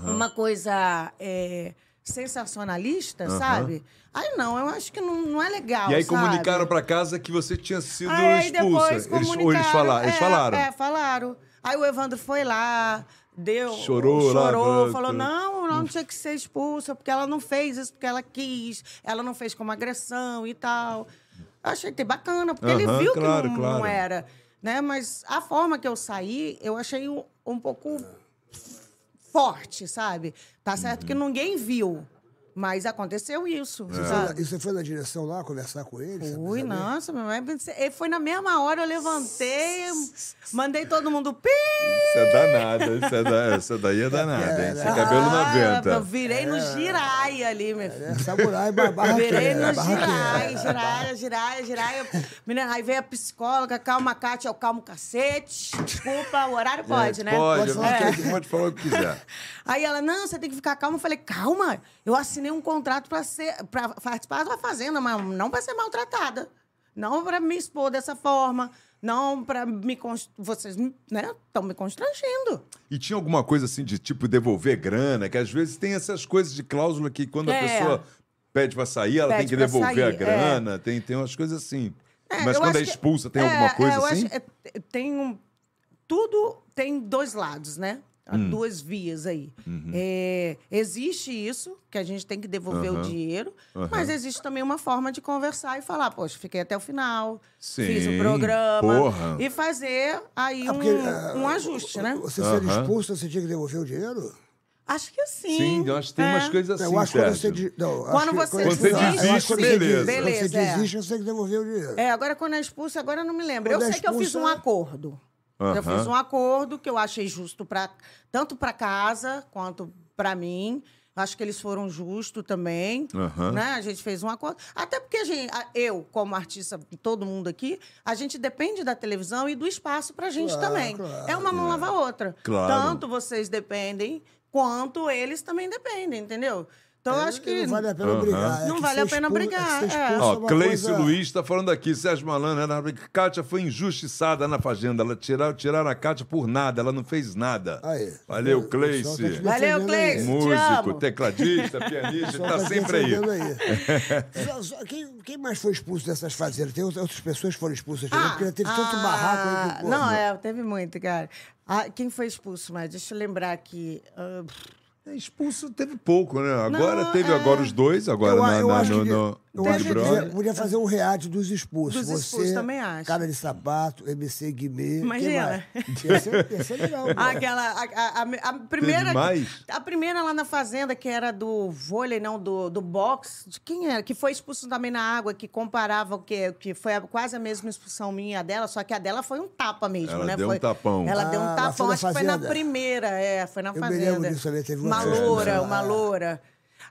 uma coisa é, sensacionalista, sabe? Aí não, eu acho que não, não é legal. E aí sabe? comunicaram pra casa que você tinha sido Aí, aí expulsa. depois Eles, comunicaram. ou eles falaram. Eles é, falaram. É, falaram. Aí o Evandro foi lá, deu. Chorou lá, Chorou, pra- falou: não, ela não tinha que ser expulsa, porque ela não fez isso, porque ela quis, ela não fez como agressão e tal. Eu achei até bacana, porque ele Aham, viu claro, que não, claro. não era. Né? Mas a forma que eu saí, eu achei um, um pouco forte, sabe? Tá certo Uhum. que ninguém viu. Mas aconteceu isso. É. sabe? E você foi na direção lá conversar com ele? sabe? Ah. Fui, Sabe? nossa, meu mãe. Ele foi na mesma hora, eu levantei, mandei todo mundo pi! Isso é danada. Isso, é da- essa daí é danada, hein? Esse cabelo não Ah, aguenta. eu virei no girai ali, meu filho. É, samurai, bar- barraqueiro. Virei né? no Barraqueiro. girai, giraia, giraia, giraia. Menina, aí veio a psicóloga, calma, Kátia, eu calmo cacete. Desculpa, o horário pode, né? É, Pode, falar É. pode, pode falar o que quiser. Aí ela, não, você tem que ficar calma. Eu falei, calma, eu assinei um contrato para ser, para participar da fazenda, mas não para ser maltratada, não para me expor dessa forma, não para me const... vocês, né, estão me constrangindo. E tinha alguma coisa assim de tipo devolver grana, que às vezes tem essas coisas de cláusula que quando a É. pessoa pede pra sair, ela tem Pede que pra devolver sair, a é. grana, tem, tem umas coisas assim. É, Mas eu quando acho é que- expulsa, tem é, alguma coisa é, eu assim? acho- é, tem um, tudo tem dois lados, né? Há Hum. Duas vias aí. Uhum. É, existe isso, que a gente tem que devolver Aham. o dinheiro, Aham. mas existe também uma forma de conversar e falar, poxa, fiquei até o final, fiz Sim, o programa. porra. E fazer aí Ah, um, porque, ah, um ajuste, né? Você sendo Aham. expulso, você tinha que devolver o dinheiro? Acho que sim. Sim, eu acho que tem É. umas coisas assim. eu acho que quando Sérgio. você. de- Não, acho Quando que- você é Quando você expulso- eu acho que desiste, quando você beleza. Quando você Beleza, é. desiste, você tem que devolver o dinheiro. É, agora quando é expulso, agora eu não me lembro. Quando eu é sei que eu fiz um expulso, é- acordo. Eu Aham. fiz um acordo que eu achei justo pra, tanto para casa quanto para mim. Acho que eles foram justos também. Aham. Né? A gente fez um acordo. Até porque a gente, a- eu, como artista, todo mundo aqui, a gente depende da televisão e do espaço para a gente Claro, também. claro. É uma mão lava a outra. Claro. Tanto vocês dependem, quanto eles também dependem, entendeu? Então, eu acho que... É, Não vale a pena Aham. brigar. é Não que vale ser a pena expulso- brigar, É que ser é. expulso é Ó, uma Cleice coisa- Luiz está falando aqui, Sérgio Malandro, é Ana, Kátia foi injustiçada na fazenda. Ela tiraram, tiraram a Kátia por nada, ela não fez nada. Aí. Valeu, O pessoal tá te Cleice. defendendo Valeu, aí. Cleice. te Músico, amo. tecladista, pianista, pessoal tá tá sempre aí. defendendo Só- só- quem, quem mais foi expulso dessas fazendas? Tem outras pessoas que foram expulsas também, porque já teve tanto ah, barraco aí que, pô, Não, é, teve muito, cara. Ah, quem foi expulso, mas deixa eu lembrar aqui. ah, É, Expulso teve pouco, né? Agora Não, teve é- agora os dois, agora eu, na- eu na- acho no, que, no eu Big acho que Brother. podia, podia fazer um react dos expulsos. Dos Você, expulsos, também acho. Cara de sapato, MC Guimê. Imagina. Ah, quem mais? Ia ser, ia ser legal. pô. aquela. A, a- a- a primeira. Teve mais? A primeira lá na fazenda, que era do vôlei, não, do, do boxe. De quem era? Que foi expulso também na água, que comparava o que, que foi a- quase a mesma expulsão minha a dela, só que a dela foi um tapa mesmo, Ela né? deu um Foi- tapão. Ela deu Ah, um lá foi tapão, na acho que foi na fazenda. primeira. É, foi na Eu me fazenda. lembro disso também, teve uma uma fazenda. loura, Ah. uma loura.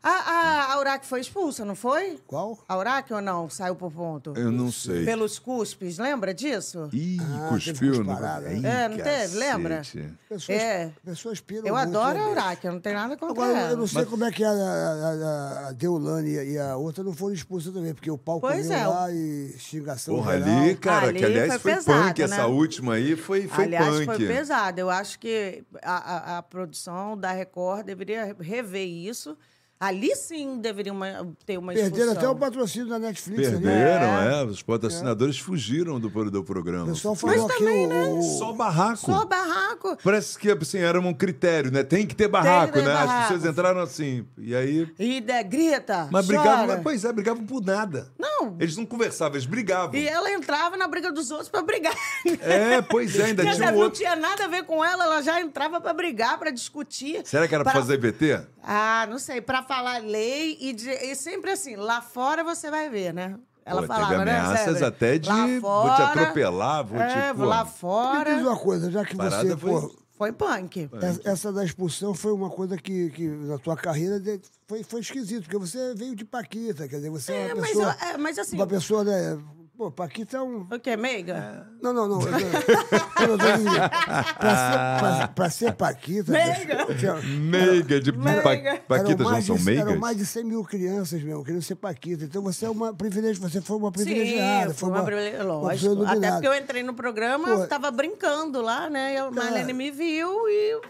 A, a, a Uraque foi expulsa, não foi? Qual? A Uraque ou não? Saiu por ponto. Eu não sei. Pelos cuspes, lembra disso? Ih, Ah, cuspiu teve no. cusparada, Ih, É, não teve? Lembra? cacete. Pessoas, É. pessoas piram Eu muito, adoro né, a bicho? Uraque, eu não tenho nada contra Agora, eu ela. não sei como é que a, a, a- a Deolane e a outra não foram expulsas também, porque o pau Pois comeu é, o- lá e xingação Porra, geral. ali, cara, que Ali aliás foi foi, pesado, punk, essa né? última aí foi, foi Aliás, punk. foi pesado. Eu acho que a, a- a produção da Record deveria rever isso. Ali sim deveria uma- ter uma expulsão. Perderam até o patrocínio da Netflix né? ali. Perderam, é. Os patrocinadores fugiram do, pro- do O programa. pessoal falou aqui o, o- Só barraco. né? Só barraco. Parece que assim, era um critério, né? Tem que ter barraco, ter né? As barraco. pessoas entraram assim. E aí. E de- grita. Mas brigavam, chora. mas, pois é, brigavam por nada. Não. Eles não conversavam, eles brigavam. E ela entrava na briga dos outros pra brigar. É, pois é, ainda Quer tinha dizer, um não outro. tinha nada a ver com ela, ela já entrava pra brigar, pra discutir. Será que era pra pra fazer VT? Ah, não sei, pra falar lei e, de- e sempre assim, lá fora você vai ver, né? Ela Pô, falava, teve né? ameaças Sandra? até de Lá vou te fora, atropelar, vou tipo, é, te. Pô, lá Me diz fora uma coisa, já que Parada você, foi- pô, foi É. punk. essa, essa da expulsão foi uma coisa que, que na tua carreira de- foi, foi esquisito, porque você veio de Paquita, quer dizer, você é uma mas pessoa. eu- é, mas assim- Uma pessoa, né? Pô, Paquita é um. O que, meiga? É. Não, não, não. Eu, eu, eu, não tô entendendo. pra, ser, pra, pra ser Paquita. Meiga. bicho, tinha- Meiga de Meiga. Pa- Eram Paquitas eram não mais são de, Eram meigas? mais de 100 mil crianças, meu, queriam ser Paquita. Então você é uma privilegi... você foi uma privilegiada. Sim, foi uma, privilegi- uma um pessoa lógico. Até iluminada. porque eu entrei no programa, Pô. tava brincando lá, né? E a Marlene me viu e.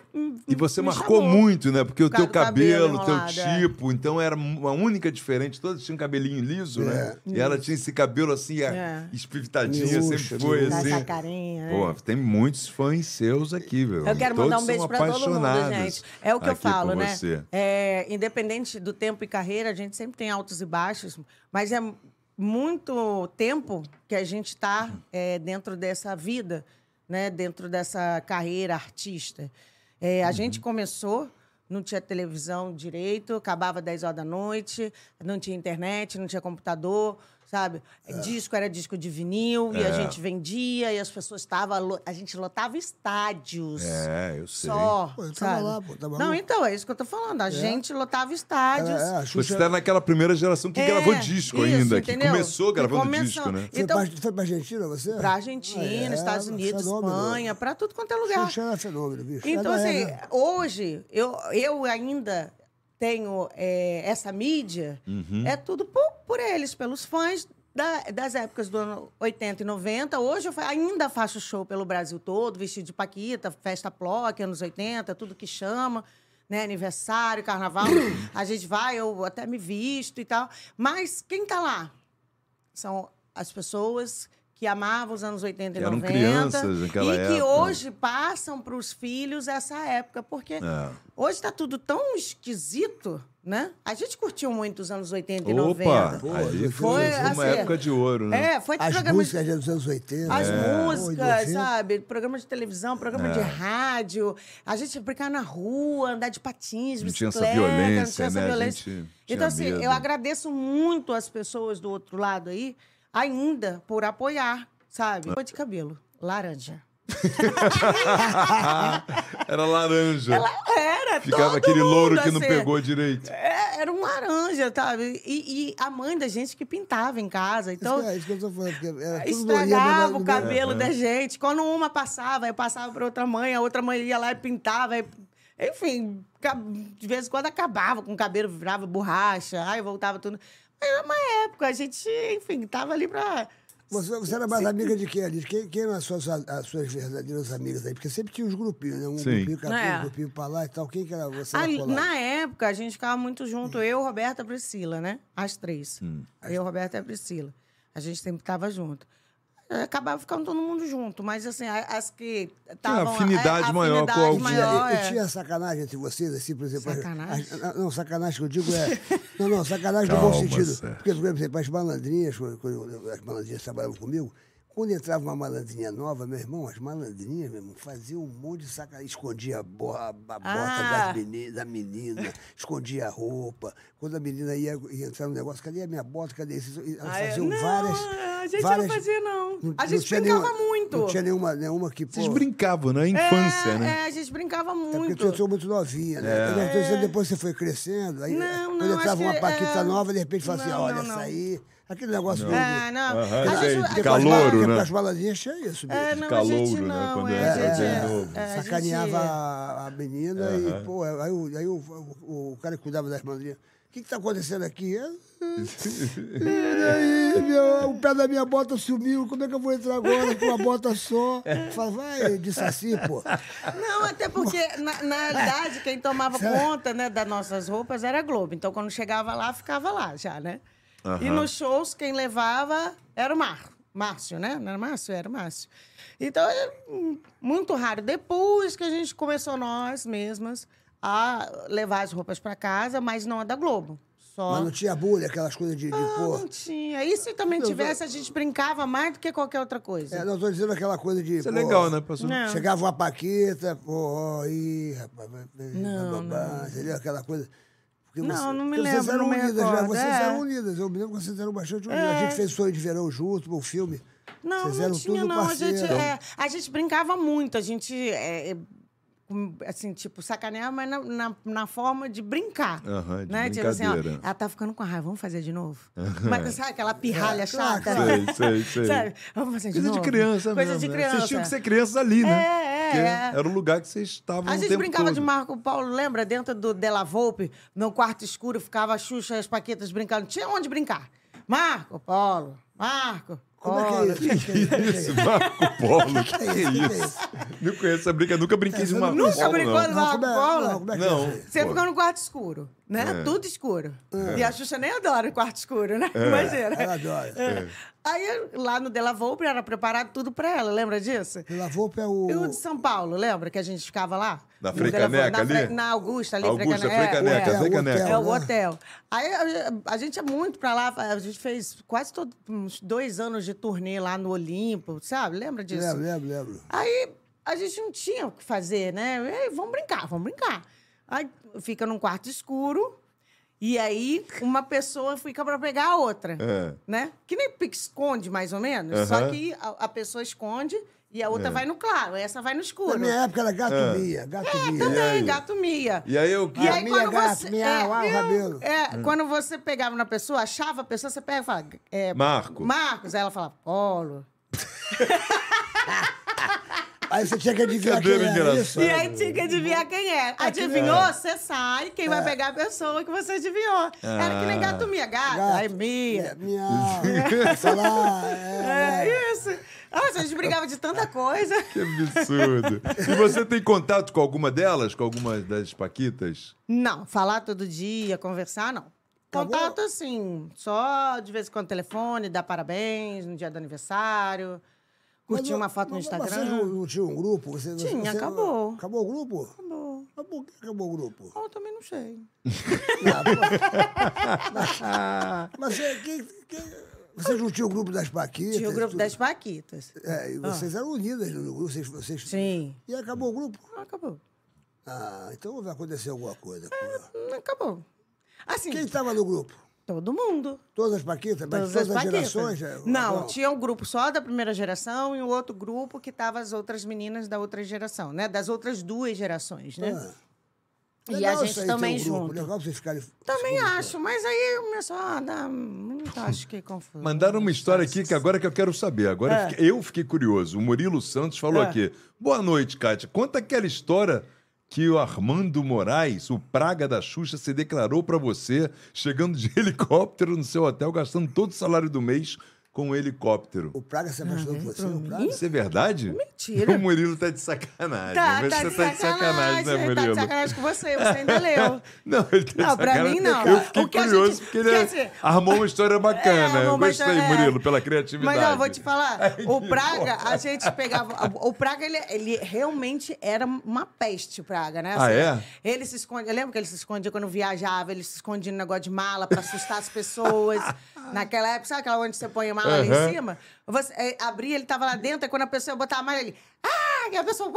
E você me marcou chamou. muito, né? Porque o Por causa teu do cabelo cabelo, o teu enrolado, é. tipo, então era uma única diferente. Todas tinham um cabelinho liso, né? E ela tinha esse cabelo assim, é. É. espivitadinho, Murcho, sempre foi murcho. assim. Essa carinha, né? Pô, tem muitos fãs seus aqui, velho. Eu quero mandar Todos um beijo são pra todo mundo, apaixonados gente. É o que eu aqui por falo, né? você. É, independente do tempo e carreira, a gente sempre tem altos e baixos, mas é muito tempo que a gente está dentro dessa vida, né? dentro dessa carreira artista. É, a gente começou, não tinha televisão direito, acabava 10 horas da noite, não tinha internet, não tinha computador, sabe? Disco era disco de vinil, e a gente vendia, e as pessoas estavam... A gente lotava estádios. É, eu sei. Só, Pô, eu tava sabe? lá, pô, tava não, lá. então, é isso que eu tô falando. A gente lotava Ela- é, estádios. a Você tá- Xuxa está naquela primeira geração que É, gravou disco isso, ainda, que entendeu? começou Que gravando começou. disco, né? Foi, Então- pra, foi pra Argentina você? Pra Argentina, Ah, é, Estados é um Unidos, fenômeno. Espanha, pra tudo quanto é lugar. Xuxa é né? era um fenômeno, bicho. Então, Ela assim, era- hoje, eu, eu ainda tenho é, essa mídia, Uhum. é tudo por, por eles, pelos fãs da- das épocas do ano 80 e 90. Hoje eu fa- ainda faço show pelo Brasil todo, vestido de paquita, festa ploc, anos 80, tudo que chama. Né, aniversário, carnaval, a gente vai, eu até me visto e tal. Mas quem tá lá? São as pessoas que amavam os anos 80 e Que eram 90 crianças naquela e que época. hoje passam para os filhos essa época, porque É. hoje está tudo tão esquisito, né? A gente curtiu muito os anos 80 e Opa, 90. ali foi, Foi, uma assim, época de ouro, né? É, foi As programa de músicas dos anos 80. as É. né? Pô, músicas, 90. sabe? Programa de televisão, programa de rádio. A gente ia brincar na rua, andar de patins, Não tinha bicicleta. essa violência, tinha essa né? A violência. gente tinha então, assim, medo. eu agradeço muito as pessoas do outro lado aí, ainda por apoiar, sabe? Cor de cabelo, laranja. Era laranja. Era, Ficava todo aquele louro mundo, que não assim, pegou direito. é, era um laranja, sabe? E, e a mãe da gente que pintava em casa. Então, Isso que- é isso que eu tô falando. porque era tudo né, estragava morria o no- no- cabelo da gente. Quando uma passava, aí passava para outra mãe, a outra mãe ia lá e pintava. aí- Enfim, ca- de vez em quando acabava com o cabelo, virava borracha, aí voltava tudo. Mas era uma época, a gente, enfim, tava ali pra. Você, você era mais amiga de quem ali? Quem, quem eram as suas, as suas verdadeiras amigas aí? Porque sempre tinha uns grupinhos, né? Um Sim. grupinho cá, É. um grupinho pra lá e tal. Quem que era você? Ah, era colada? na época, a gente ficava muito junto, eu, Roberta e Priscila, né? As três. Eu, Roberta e a Priscila. A gente sempre estava junto. Eh, Acabava ficando todo mundo junto, mas assim, a- as que estavam... afinidade a- maior com afinidade alguém. maior, E é. tinha sacanagem entre vocês, assim, por exemplo. as- Sacanagem? as- ah, não, sacanagem que eu digo é. Não, não, sacanagem no Calma, bom sentido. Sérgio. Porque, por exemplo, as malandrinhas, quando, quando as malandrinhas trabalhavam comigo, quando entrava uma malandrinha nova, meu irmão, as malandrinhas, meu irmão, faziam um monte de sacanagem. Escondia a, bo- a- a bota Ah. das meni- da menina, escondia a roupa. Quando a menina ia, ia entrar no negócio, cadê a minha bota? Cadê isso? E Elas Ah, é. faziam Não, várias. a gente não várias- fazia, não. A gente tinha brincava nenhuma- muito. Não tinha nenhuma, nenhuma que. Vocês pô, brincavam, né? Infância, é, né? é, a gente brincava é porque muito. eu sou muito novinha, É. né? Eu não tô dizendo, depois você foi crescendo, aí Não, quando não, entrava acho uma que, paquita é, nova, de repente fala assim, não, olha não, essa não. aí, aquele negócio do... É, não. Aham, sei, a de gente, a Porque gente- pras calouro, baladas- né? porque As baladinhas tinha isso, bicho. É, não, a calouro, gente né, não. quando é, era a gente, bem é, novo. é, a gente- Sacaneava a, a menina e, pô, aí, o, aí o, o, o cara que cuidava das malandrinhas, o que que tá acontecendo aqui? É, E aí, meu, o pé da minha bota sumiu, como é que eu vou entrar agora com uma bota só? Fala, vai, de saci, pô. Não, até porque, na, na É. realidade, quem tomava Será? conta né, das nossas roupas era a Globo. Então, quando chegava lá, ficava lá já, né? E nos shows, quem levava era o Mar. Márcio, né? Não era Márcio? Era o Márcio. Então, é hum, muito raro. Depois que a gente começou nós mesmas a levar as roupas para casa, mas não a da Globo. Só... Mas não tinha bolha, aquelas coisas de, de Ah, pô... não tinha. E se também tivesse, a gente brincava mais do que qualquer outra coisa. É, não, eu tô dizendo aquela coisa de. Isso é pô, legal, né, pessoal? Não. Chegava uma paqueta, pô, ih, rapaz, vai- vai- Não, bababá, entendeu? Aquela coisa. Porque Não, não me porque vocês lembro, eram não me unidas, né? recordo, Vocês é. eram unidas. Eu me lembro que vocês eram bastante unidas. A É. gente fez sonho de verão junto, um filme. Não, vocês não eram tinha, tudo não. A parceiro. gente, é, a gente brincava muito. A gente. é, é, com- assim, tipo, sacanear, mas na, na, na forma de brincar. Aham, de né? Tipo assim, ó, brincadeira. ela tá ficando com raiva, vamos fazer de novo? Mas sabe aquela pirralha É, claro, chata? claro. Sei, sei, sei. Sabe? Vamos fazer de Coisa de novo? criança Coisa mesmo. de né? criança. Vocês tinham que ser crianças ali, né? É, é, Porque é. Era o lugar que vocês estavam A o gente tempo brincava todo. de Marco Paulo, lembra? Dentro do Della Volpe, no quarto escuro, ficava a Xuxa e as Paquetas brincando. Tinha onde brincar. Marco Paulo, Marco Como é que é Polo. isso? Como é que é isso? Como é que é Esse isso? Marco Polo, que é isso? Que é isso? Não conheço essa brinca, nunca brinquei de Marco Nunca Polo, brincou não. de Não, Marco como é, Polo? não, como é que é Não. isso? Você Pô. É. ficou no quarto escuro, né? Tudo escuro. E a Xuxa nem adora o quarto escuro, né? É. Imagina. Ela adora. É. Aí lá no Della Volpe era preparado tudo pra ela, lembra disso? Pela Volpe é o... E o de São Paulo, lembra que a gente ficava lá? Na No Frei Della Volpe, Caneca na Frei- ali? Na Augusta ali. Augusta, Frei é, Caneca, é. Frei o hotel. Caneca. É o né? hotel. Aí a- a gente é muito pra lá, a gente fez quase todo, uns dois anos de turnê lá no Olimpo, sabe? Lembra disso? Lembro, lembro, lembro. Aí a gente não tinha o que fazer, né? Ei, vamos brincar, vamos brincar. Aí fica num quarto escuro e aí uma pessoa fica pra pegar a outra, É. né? Que nem pique esconde mais ou menos, só Aham. que a, a pessoa esconde e a outra vai no claro, essa vai no Na escuro. minha época era Ah. gato Mia, gato Mia. Também, gato Mia. E aí eu E aí, Mia, quando gato, você. miau, au, é, miau, rabelo. é, quando você pegava na pessoa, achava a pessoa, você pega e fala. é, Marco. Marcos. Aí ela fala, Polo. Aí você é tinha que adivinhar quem Brincadeira era é engraçada. isso. E aí tinha que adivinhar quem é. era. Adivinhou, você sai, quem vai pegar a pessoa que você adivinhou. Era que nem gato Mia, gata. Ah. Gato. Aí Mia. Minha... pra Falar... é, é. É isso. Nossa, a gente brigava de tanta coisa. Que absurdo. E você tem contato com alguma delas? Com alguma das Paquitas? Não, falar todo dia, conversar, não. Acabou? Contato, assim, só de vez em quando telefone, dar parabéns no dia do aniversário, curtir Mas, uma foto no mas Você Instagram. não, não tinha um grupo? Você, você- Tinha, você- acabou. Acabou o grupo? Acabou. Mas por que acabou o grupo? Ah, Eu também não sei. Não, mas- mas é, você, quem, quem- você não tinha o grupo das Paquitas? Tinha o grupo tudo? das Paquitas. É, e vocês eram unidas no grupo. Vocês, vocês... Sim. E acabou o grupo? Ah, Acabou. Ah, então vai acontecer alguma coisa. pô. Hum, Acabou. Assim, Quem estava no grupo? todo mundo. Todas as Paquitas? Mas Todas todas as as, Paquitas. gerações? é, Não, tinha um grupo só da primeira geração e um outro grupo que tava as outras meninas da outra geração, né? Das outras duas gerações, né? Ah. E a Legal isso gente aí, ter um também grupo. junto. Legal pra vocês ficarem... Também acho, mas aí começou a dar ah, muito, acho que confuso. Mandaram uma história aqui que agora que eu quero saber. Agora eu fiquei- eu fiquei curioso. O Murilo Santos falou É. aqui. Boa noite, Kátia. Conta aquela história que o Armando Moraes, o Praga da Xuxa, se declarou pra você, chegando de helicóptero no seu hotel, gastando todo o salário do mês com o helicóptero. O Praga se apaixonou Uhum, por você, o Praga? Isso é verdade? Mentira. O Murilo tá de sacanagem. Tá, Mas tá você de tá de sacanagem, né, ele tá de Murilo? sacanagem com você, você ainda leu. Não, ele tá de Não, pra sacanagem. mim, não. Eu fiquei O que a curioso gente- porque ele quer dizer- armou uma história bacana. É, Eu arrumou uma Gostei, história- é. Murilo, pela criatividade. Mas não, vou te falar, Ai, o que Praga, porra. a gente pegava. O Praga, ele, ele realmente era uma peste, Praga, né? Ah, é? Ele se esconde. Eu lembro que ele se escondia quando viajava, ele se escondia no negócio de mala pra assustar as pessoas. Naquela época, sabe aquela onde você põe a mala ali Aham. em cima? Você, é, abria, ele tava lá dentro, e quando a pessoa botava a mala, ele. Ah! E a pessoa.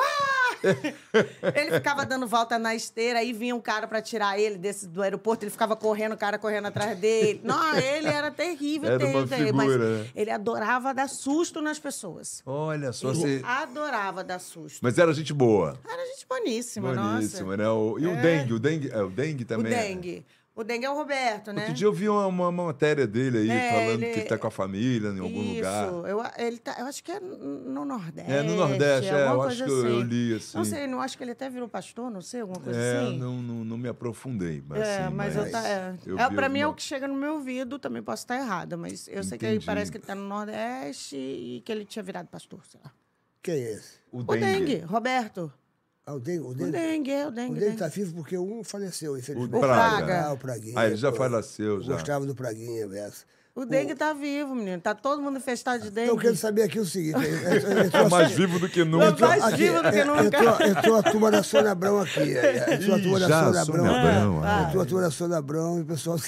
Ah! ele ficava dando volta na esteira, aí vinha um cara pra tirar ele desse, do aeroporto, ele ficava correndo, o cara correndo atrás dele. Não, ele era terrível, Era terrível, uma terrível. mas figura, né? ele adorava dar susto nas pessoas. Olha só, Ele você... adorava dar susto. Então, assim, Mas era gente boa. Era gente boníssima, Boníssima, Ah, nossa. né? O- E o dengue, o dengue, é, o dengue O também. é. dengue. O dengue é o Roberto, né? Outro dia eu vi uma, uma matéria dele aí, É, falando ele- que ele tá com a família em algum Isso. lugar. Eu, a- ele tá, eu acho que é no Nordeste. É, no Nordeste, é, alguma eu acho coisa que eu- eu assim. li, assim. Não sei, não acho que ele até virou pastor, não sei, alguma coisa É, assim. não, não, não me aprofundei, mas É, assim, mas eu tá. É. eu É, vi pra mim é o alguma- que chega no meu ouvido, também posso estar errada, mas eu sei que ele Entendi. parece que ele tá no Nordeste e que ele tinha virado pastor, sei lá. Quem é esse? O O dengue, dengue. Roberto. Ah, o Dengue. O O Dengue, dengue, é o dengue. o dengue tá vivo porque um faleceu, infelizmente. O Praga. Ah, o Praguinha. Ah, ele já pô. faleceu, já. Gostava do Praguinha, verso. O dengue tá vivo, menino. Tá todo mundo infestado de dengue. Ah, Eu quero saber aqui o seguinte. Tá mais vivo do que nunca. Tá mais vivo do que nunca. assim, é, Entrou, entrou a turma da Sônia Abrão aqui. é, Entrou a turma Ih, já, da Sônia Abrão. Sônia Abrão, é, ah. Entrou a turma da Sônia Abrão e o pessoal...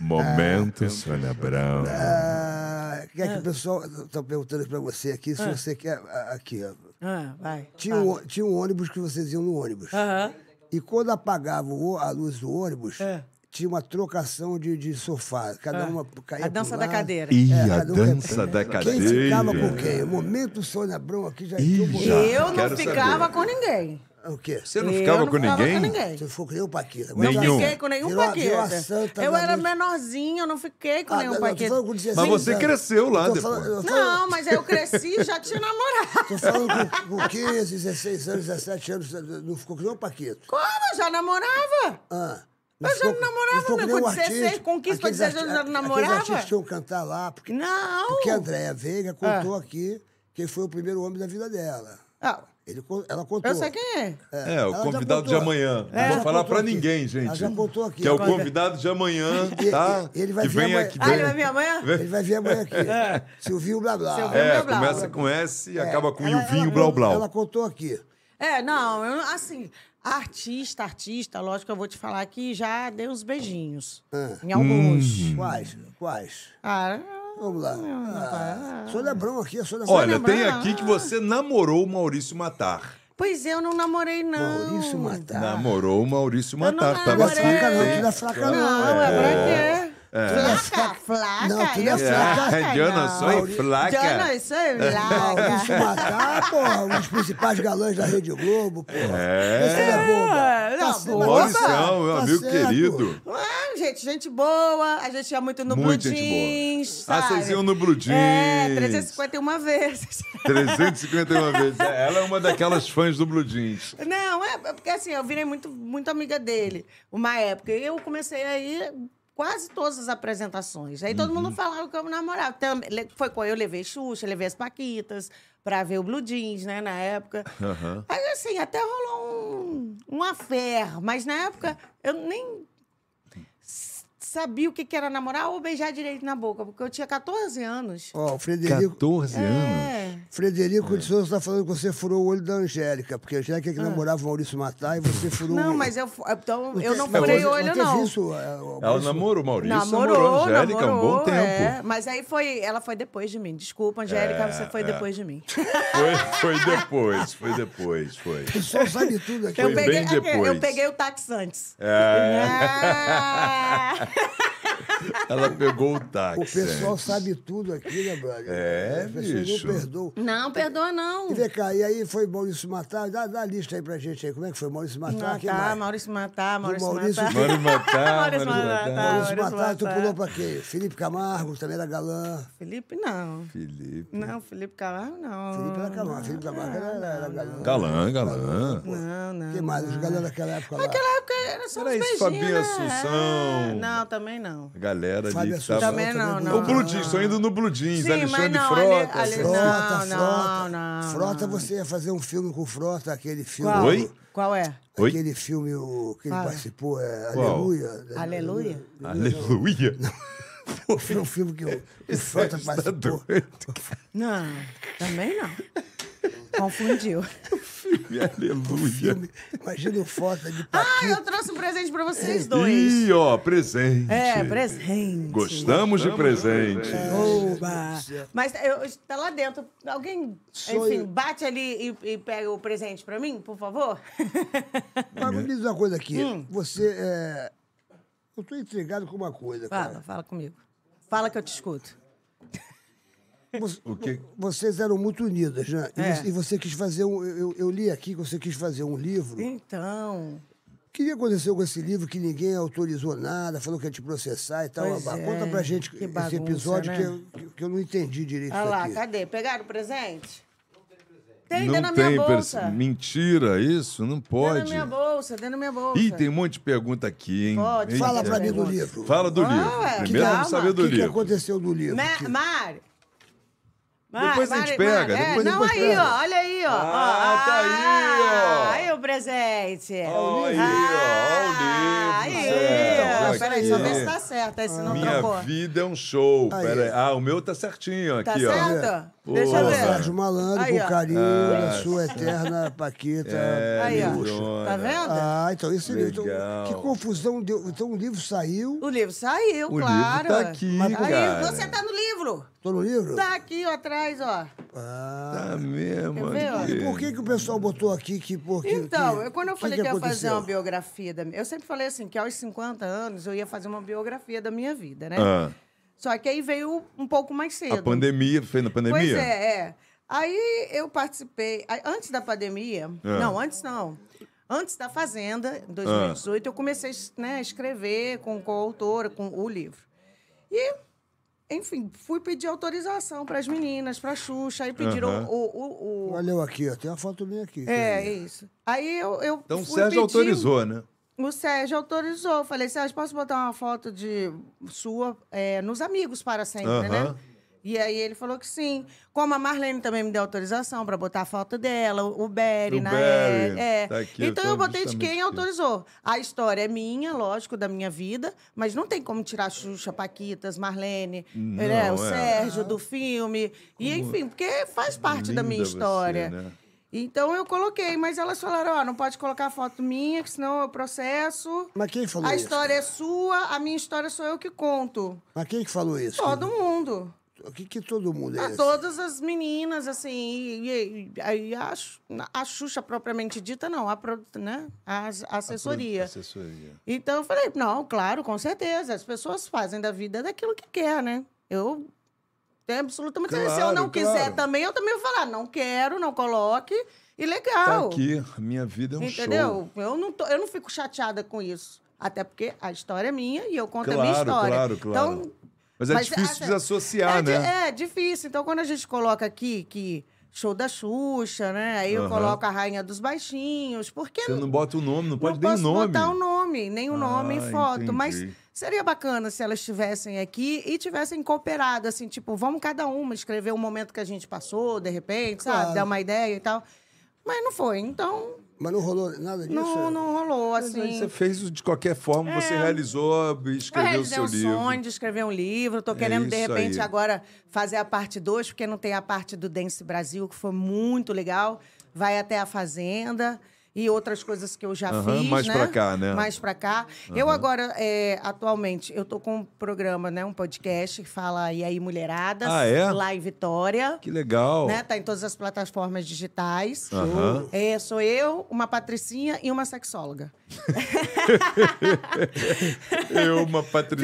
Momento, Sônia Abrão. Ah, quer que o pessoal... Estão perguntando para você aqui, se você quer... ah, Aqui, ó. Ah, vai. Tinha um, tinha um ônibus que vocês iam no ônibus. Aham. E quando apagava o ô- a luz do ônibus, É. tinha uma trocação de, de sofá. Cada uma caía A dança pro da lado. cadeira. Ih, É, a cada um quer- dança da Quem cadeira. ficava com quem? O momento Sônia Abrão aqui já entrou. já. botando- Eu não Quero ficava saber. com ninguém. O quê? Você não Eu ficava não com ficava ninguém? com ninguém. Você ficou um com nenhum Paquita? Não Nenhum. fiquei com nenhum Virou a- virou a paqueta. santa eu da era noite. menorzinha, eu não fiquei com Ah, nenhum não, não, tô paqueta. falando com 16 Mas você anos. cresceu lá Eu tô depois. falando- eu tô falando- Não, mas eu cresci e já tinha namorado. Tô falando com, com 15, 16 anos, 17 anos, não ficou um com nenhum Paquito. Como? Eu já namorava? Ah, Mas eu não namorava, ficou meu, nenhum com 16, artista. com 15 pra Aqueles 16 anos eu arti- não aqueles namorava? artistas que iam cantar lá, porque, Não. porque a Andréa Veiga contou aqui quem foi o primeiro homem da vida dela. Ah, Ele, con- ela contou. eu sei quem é. É, o Ela já convidado de contou. amanhã. Ela Não já vou falar contou pra aqui. ninguém, Ela gente. já contou aqui. Que é o Olha. convidado de amanhã, tá? e- ele vai que vir vem amanhã. aqui. Ah, ele vai vir amanhã? Ele vai vir amanhã aqui. Silvinho Blá Blá. É. É, Silvinho É, Blá, blá, É. começa blá. com S e acaba com Ela- o vinho ela- blau Ela blau. contou aqui. É, não, eu, assim, artista, artista, lógico, eu vou te falar que já dei uns beijinhos. Em alguns. Quais? Quais? Ah, Vamos lá. Ah, Sônia Abrão aqui, Sônia Abrão. Olha, tem lembrar. aqui que você namorou o Maurício Matar. pois eu não namorei, não. Maurício Matar. Namorou o Maurício Eu não Matar. Tava Ah. assim, Não é namorei. aqui. fraca, não. Sim. Tu não é fraca, Não, é pra quê? fraca. é. Flaca, flaca. Não, tu não é eu fraca. flaca, Diana, não. sou flaca. Diana, eu sou Maurício flaca. Matar, porra, um dos principais galãs da Rede Globo, porra. É. Esse é É, boba. Tá não, certo. boba. Mauricião, meu Tá amigo certo. querido. Ah, gente, gente boa. A gente ia muito no Muito Blue gente boa. Jeans, Ah, sabe? vocês iam no Blue Jeans. É, 351 vezes. 351 vezes. É, Ela é uma daquelas fãs do Blue Jeans. Não, é é porque assim, eu virei muito, muito amiga dele, uma época. E eu comecei aí quase todas as apresentações. Aí todo mundo falava que eu namorava. Também, le- foi quando eu levei Xuxa, levei as Paquitas pra ver o Blue Jeans, né, na época. Aí assim, até rolou um, um affair, mas na época eu nem s- sabia o que que era namorar ou beijar direito na boca, porque eu tinha 14 anos. Ó, o Frederico, 14 anos. É. Frederico de Souza tá falando que você furou o olho da Angélica, porque a Angélica é que namorava o Maurício Matar e você furou o Não, olho. mas eu, fu- então, eu te- não furei teve- olho, teve não. Isso, é, o- Ela isso- namorou o Maurício, namorou, Namorou, a Angélica há um namorou, bom tempo. é. Mas aí foi, ela foi depois de mim. Desculpa, Angélica, você foi depois de mim. Foi, foi depois, foi depois, foi. O pessoal sabe tudo aqui. né? Foi eu peguei, bem depois. eu peguei o táxi antes. Ah. Ela pegou o táxi. O pessoal sabe tudo aqui, né, brother? É, As pessoas bicho. não perdoam. Não, perdoa não. E vem cá, e aí foi Maurício Matar? Dá, dá a lista aí pra gente aí. Como é que foi Maurício Matar? Quem Matar, mais? tá, Maurício matar, Maurício Maurício matar. Mano matar, Maurício mano matar. Matar. Maurício Maurício Matar, tu Matar. pulou pra quem? Felipe Camargo, também era galã. Felipe não. Felipe. Não, Felipe Camargo não. Felipe era Ah, galã, Felipe Camargo era, era galã. Galã, galã. Não, não. Quem mais? Os galã daquela época lá. Naquela época era só Era uns isso, Fabinho beijinhos, né? Assunção. É, Não, também não. A galera ali Fábio que tava... Também não, também não. O Blue Jeans, tô indo no Blue Jeans, Sim, Alexandre mas não, Frota. ali- ali- Frota. Frota, Não, Frota. não, não, Frota, não. você ia fazer um filme com o Frota, aquele filme. Qual? Oi? Qual é? Oi? Aquele filme o, que ele Fala. participou, é Qual? Aleluia. Aleluia? Aleluia. Pô, Foi um filme que o, que o Frota Tá participou. doido. Não, também não. Confundiu. Aleluia. Filme. Imagina o Frota de Ah, Paquito. eu trouxe um presente pra vocês dois. Ih, ó, presente. É, presente. Gostamos de presente. Oba. Mas eu, eu- tá lá dentro. Alguém, Sou enfim, eu. bate ali e, e pega o presente pra mim, por favor? Mas me diz uma coisa aqui. Hum. Você é. Eu tô intrigado com uma coisa, Fala, cara. fala comigo. Fala que eu te escuto. Você- O que- Vocês eram muito unidas, né? E, É. você, e você quis fazer um. Eu, eu li aqui que você quis fazer um livro. O Então, que que aconteceu com esse livro que ninguém autorizou nada, falou que ia te processar e tal? Pois babá? é, Conta pra gente que esse bagunça, episódio né? que, eu, que- que eu não entendi direito olha isso lá, aqui. cadê? Pegaram o presente? Tem, Não dentro da minha tem bolsa. pers- Mentira, isso? Não Dentro da pode. minha bolsa, dentro da minha bolsa. Ih, tem um monte de pergunta aqui, hein? Pode, Eita. Fala pra mim do Pergunta. livro. Fala do Ah, livro. ué, Primeiro calma. vamos saber O do que, que livro. aconteceu do livro? Ma- que- Mari. Depois a gente pega, É, depois- não, depois aí, pega. ó, olha aí, ó. Ah, Ó, tá aí, ó. ah, Aí o presente. Olha aí, ó, Ah, olha o livro, Aí, Zé. ó, peraí, só Aqui, ver se ó. tá certo, aí se não Minha trocou. vida é um show. Aí. Pera aí. Ah, o meu tá certinho Tá aqui, ó. certo? Pô, Deixa eu Ô, ver. Sérgio Malandro, Aí, com ó. carinho, sua eterna Paquita. Ah, É, Aí, ó. lindona. Tá vendo? Ah, então esse livro. então, Legal. que confusão deu. Então o livro saiu. O livro saiu, O claro. livro tá aqui, Aí, cara. você tá no livro. Tô no livro? Tá aqui, ó, atrás, ó. Ah, Tá mesmo Quer ver, ó? Tá aqui. por que, que o pessoal botou aqui que. Porque, Então, que, eu, quando eu que falei que, ia fazer aconteceu? uma biografia da minha... Eu sempre falei assim, que aos 50 anos eu ia fazer uma biografia da minha vida, né? Ah, Só que aí veio um pouco mais cedo. a pandemia, fez na pandemia? Pois é, é. Aí eu participei, aí, antes da pandemia, não, antes não. Antes da Fazenda, em 2018, eu comecei né, a escrever com, com a autora, com o livro. E, enfim, fui pedir autorização para as meninas, para a Xuxa, aí pediram Aham. o, o, o- Olha eu aqui, ó. Tem uma foto minha aqui. É, isso. Aí eu. eu Então o fui Sérgio pedir- autorizou, né? O Sérgio autorizou. Eu Falei, Sérgio, posso botar uma foto de sua é, nos amigos para sempre, Aham. né? E aí ele falou que sim. Como a Marlene também me deu autorização para botar a foto dela, o o Berry, O na Barry, época. É. tá aqui, eu então tô eu botei de justamente quem aqui. autorizou. A história é minha, lógico, da minha vida, mas não tem como tirar Xuxa, Paquitas, Marlene, né, Não, o é. Sérgio do filme. E enfim, porque faz parte da minha Linda você, história. né? Então eu coloquei, mas elas falaram: ó, não pode colocar foto minha, que senão eu processo. Mas quem falou a isso? história né? é sua, a minha história sou eu que conto. Mas quem que falou isso? Todo mundo. Ah, O que, que todo mundo é A esse? todas as meninas, assim, e, e- e- aí a, Xu- a Xuxa propriamente dita, não, a, produ- né? a, as- a assessoria. Assessoria. Então eu falei, não, claro, com certeza. As pessoas fazem da vida daquilo que quer, né? Eu tenho absolutamente certeza. Se eu Claro, não quiser claro. também, eu também vou falar, não quero, não coloque. E Tá legal. aqui, a minha vida é um show. Entendeu? Eu não, tô- eu não fico chateada com isso. Até porque a história é minha e eu conto a minha Claro, história. claro, claro. Então, Mas é mas difícil essa- desassociar, é, di- né? é difícil. Então, quando a gente coloca aqui que show da Xuxa, né? Aí eu Aham. coloco a Rainha dos Baixinhos. Porque Você não bota o nome, não pode é não nem o posso nome. botar o nome, nem o nome Ah, e foto. Mas entendi. seria bacana se elas estivessem aqui e tivessem cooperado, assim, tipo, vamos cada uma escrever um momento que a gente passou, de repente, Claro. sabe? Dar uma ideia e tal. Mas não foi. Então, Mas não rolou nada disso? não, não rolou, Mas aí assim. Você fez de qualquer forma, você realizou, Eu escreveu o realizei seu um livro. É sonho de escrever um livro. Tô querendo, de isso repente, aí. agora fazer a parte 2, porque não tem a parte do Dance Brasil, que foi muito legal. Vai até a Fazenda e outras coisas que eu já Aham, fiz, mais né? pra cá, né? Mais pra cá. Eu agora, é, atualmente, eu tô com um programa, né? Um podcast que fala E aí, Mulherada. Ah, é? Lá em Vitória. Que legal. Né? Tá em todas as plataformas digitais. Aham. É, sou eu, uma patricinha e uma sexóloga. Eu, É uma patricinha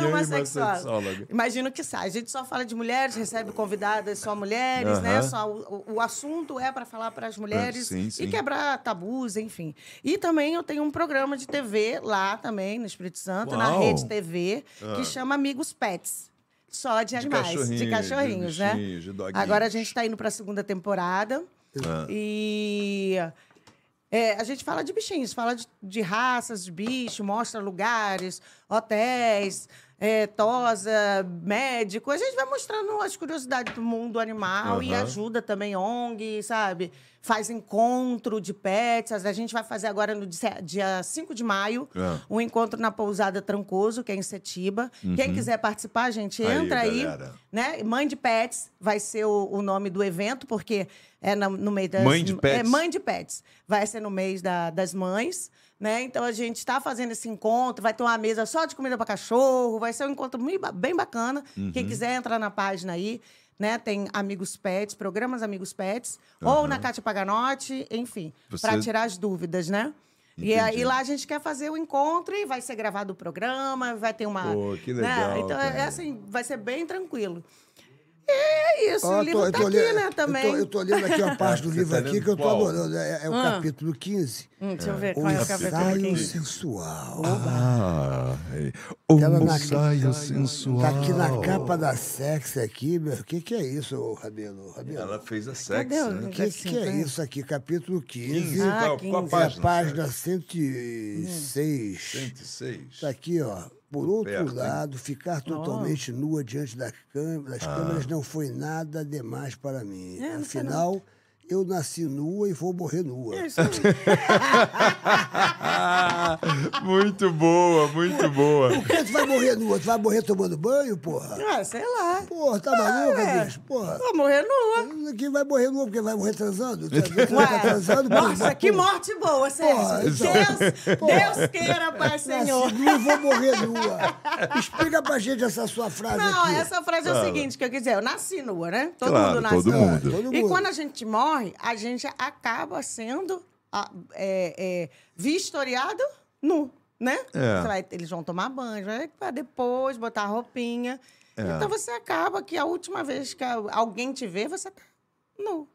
Patricinha, e uma uma sexóloga. sexóloga. é Imagino que sai. A gente só fala de mulheres, recebe convidadas só mulheres, né? Aham. Ah, Só o, o- o assunto é para falar para as mulheres sim, sim. e quebrar tabus, enfim. E também eu tenho um programa de TV lá também, no Espírito Santo, na Uau. Ah. Rede TV, que chama Amigos Pets. Só de De animais, de cachorrinhos, de cachorrinhos, né? bichinhos, de doguinhos. Agora a gente está indo para a segunda temporada. Ah. E é, a gente fala de bichinhos, fala de, de raças, de bicho, mostra lugares, hotéis, é, tosa, médico. A gente vai mostrando as curiosidades do mundo animal e Aham. ajuda também ONG, sabe? Faz encontro de pets. A gente vai fazer agora no dia- dia 5 de maio Ah. um encontro na Pousada Trancoso, que é em Setiba. Quem quiser participar, gente, Uhum. Aí, entra aí. galera. né? Mãe de Pets vai ser o, o nome do evento, porque é na- no meio das... Mãe de Pets. É, Mãe de Pets. Vai ser no mês da- das mães, né? Então, a gente está fazendo esse encontro, vai ter uma mesa só de comida para cachorro, vai ser um encontro mui- bem bacana. Uhum. Quem quiser entrar na página aí, né? Tem Amigos Pets, programas Amigos Pets, ou na Cátia Paganotti, enfim, para Você- tirar as dúvidas, né? E Entendi. aí lá a gente quer fazer o encontro e vai ser gravado o programa, vai ter uma... Pô, que né? legal, Então, é cara. assim, vai ser bem tranquilo. E é isso, Ó, o livro Ah, eu tá aqui, olhando- né, também. Eu tô, eu tô lendo aqui uma parte do Você livro tá aqui lendo que eu tô qual? adorando. É, é o capítulo 15. Hum, deixa eu ver O qual é o cabelo ensaio aqui. sensual. Ah, Ai, o Ela na- ensaio é. sensual. Tá aqui na capa da sexy aqui, meu. O que, que é isso, ô Rabelo? Rabelo, Ela fez a sexy, Cadê o- né? o que, que é Assim, isso aqui? Capítulo 15. 15, Ah, qual, qual a 15. É a página? página Hum. 106. 106. Tá aqui, ó. Por outro Perto, hein? lado, ficar totalmente nua diante da câmera, Ah. das câmeras não foi nada demais para mim. É, não foi Afinal, eu nasci nua e vou morrer nua. É isso aí. muito boa, muito boa. Por que tu vai morrer nua? Tu vai morrer tomando banho, porra? Ah, sei lá. Porra, tá maluca, é. bicho? Porra. Vou morrer nua. Quem vai morrer nua? Porque vai morrer transando? Tu tá transando, porra. Nossa, que morte boa, Sérgio. então. Deus, Porra. Deus queira, Pai Senhor. Nasci nua e vou morrer nua. Explica pra gente essa sua frase Não, aqui. essa frase é o seguinte, que eu quis dizer, eu nasci nua, né? Todo Claro, mundo nasce todo nua. mundo. Todo E mundo. quando a gente morre, a gente acaba sendo ah, é, é, vistoriado nu, né? É. Sei lá, Eles vão tomar banho, né? pra depois botar É. a roupinha. Então você acaba que a última vez que a- alguém te vê, você tá nu.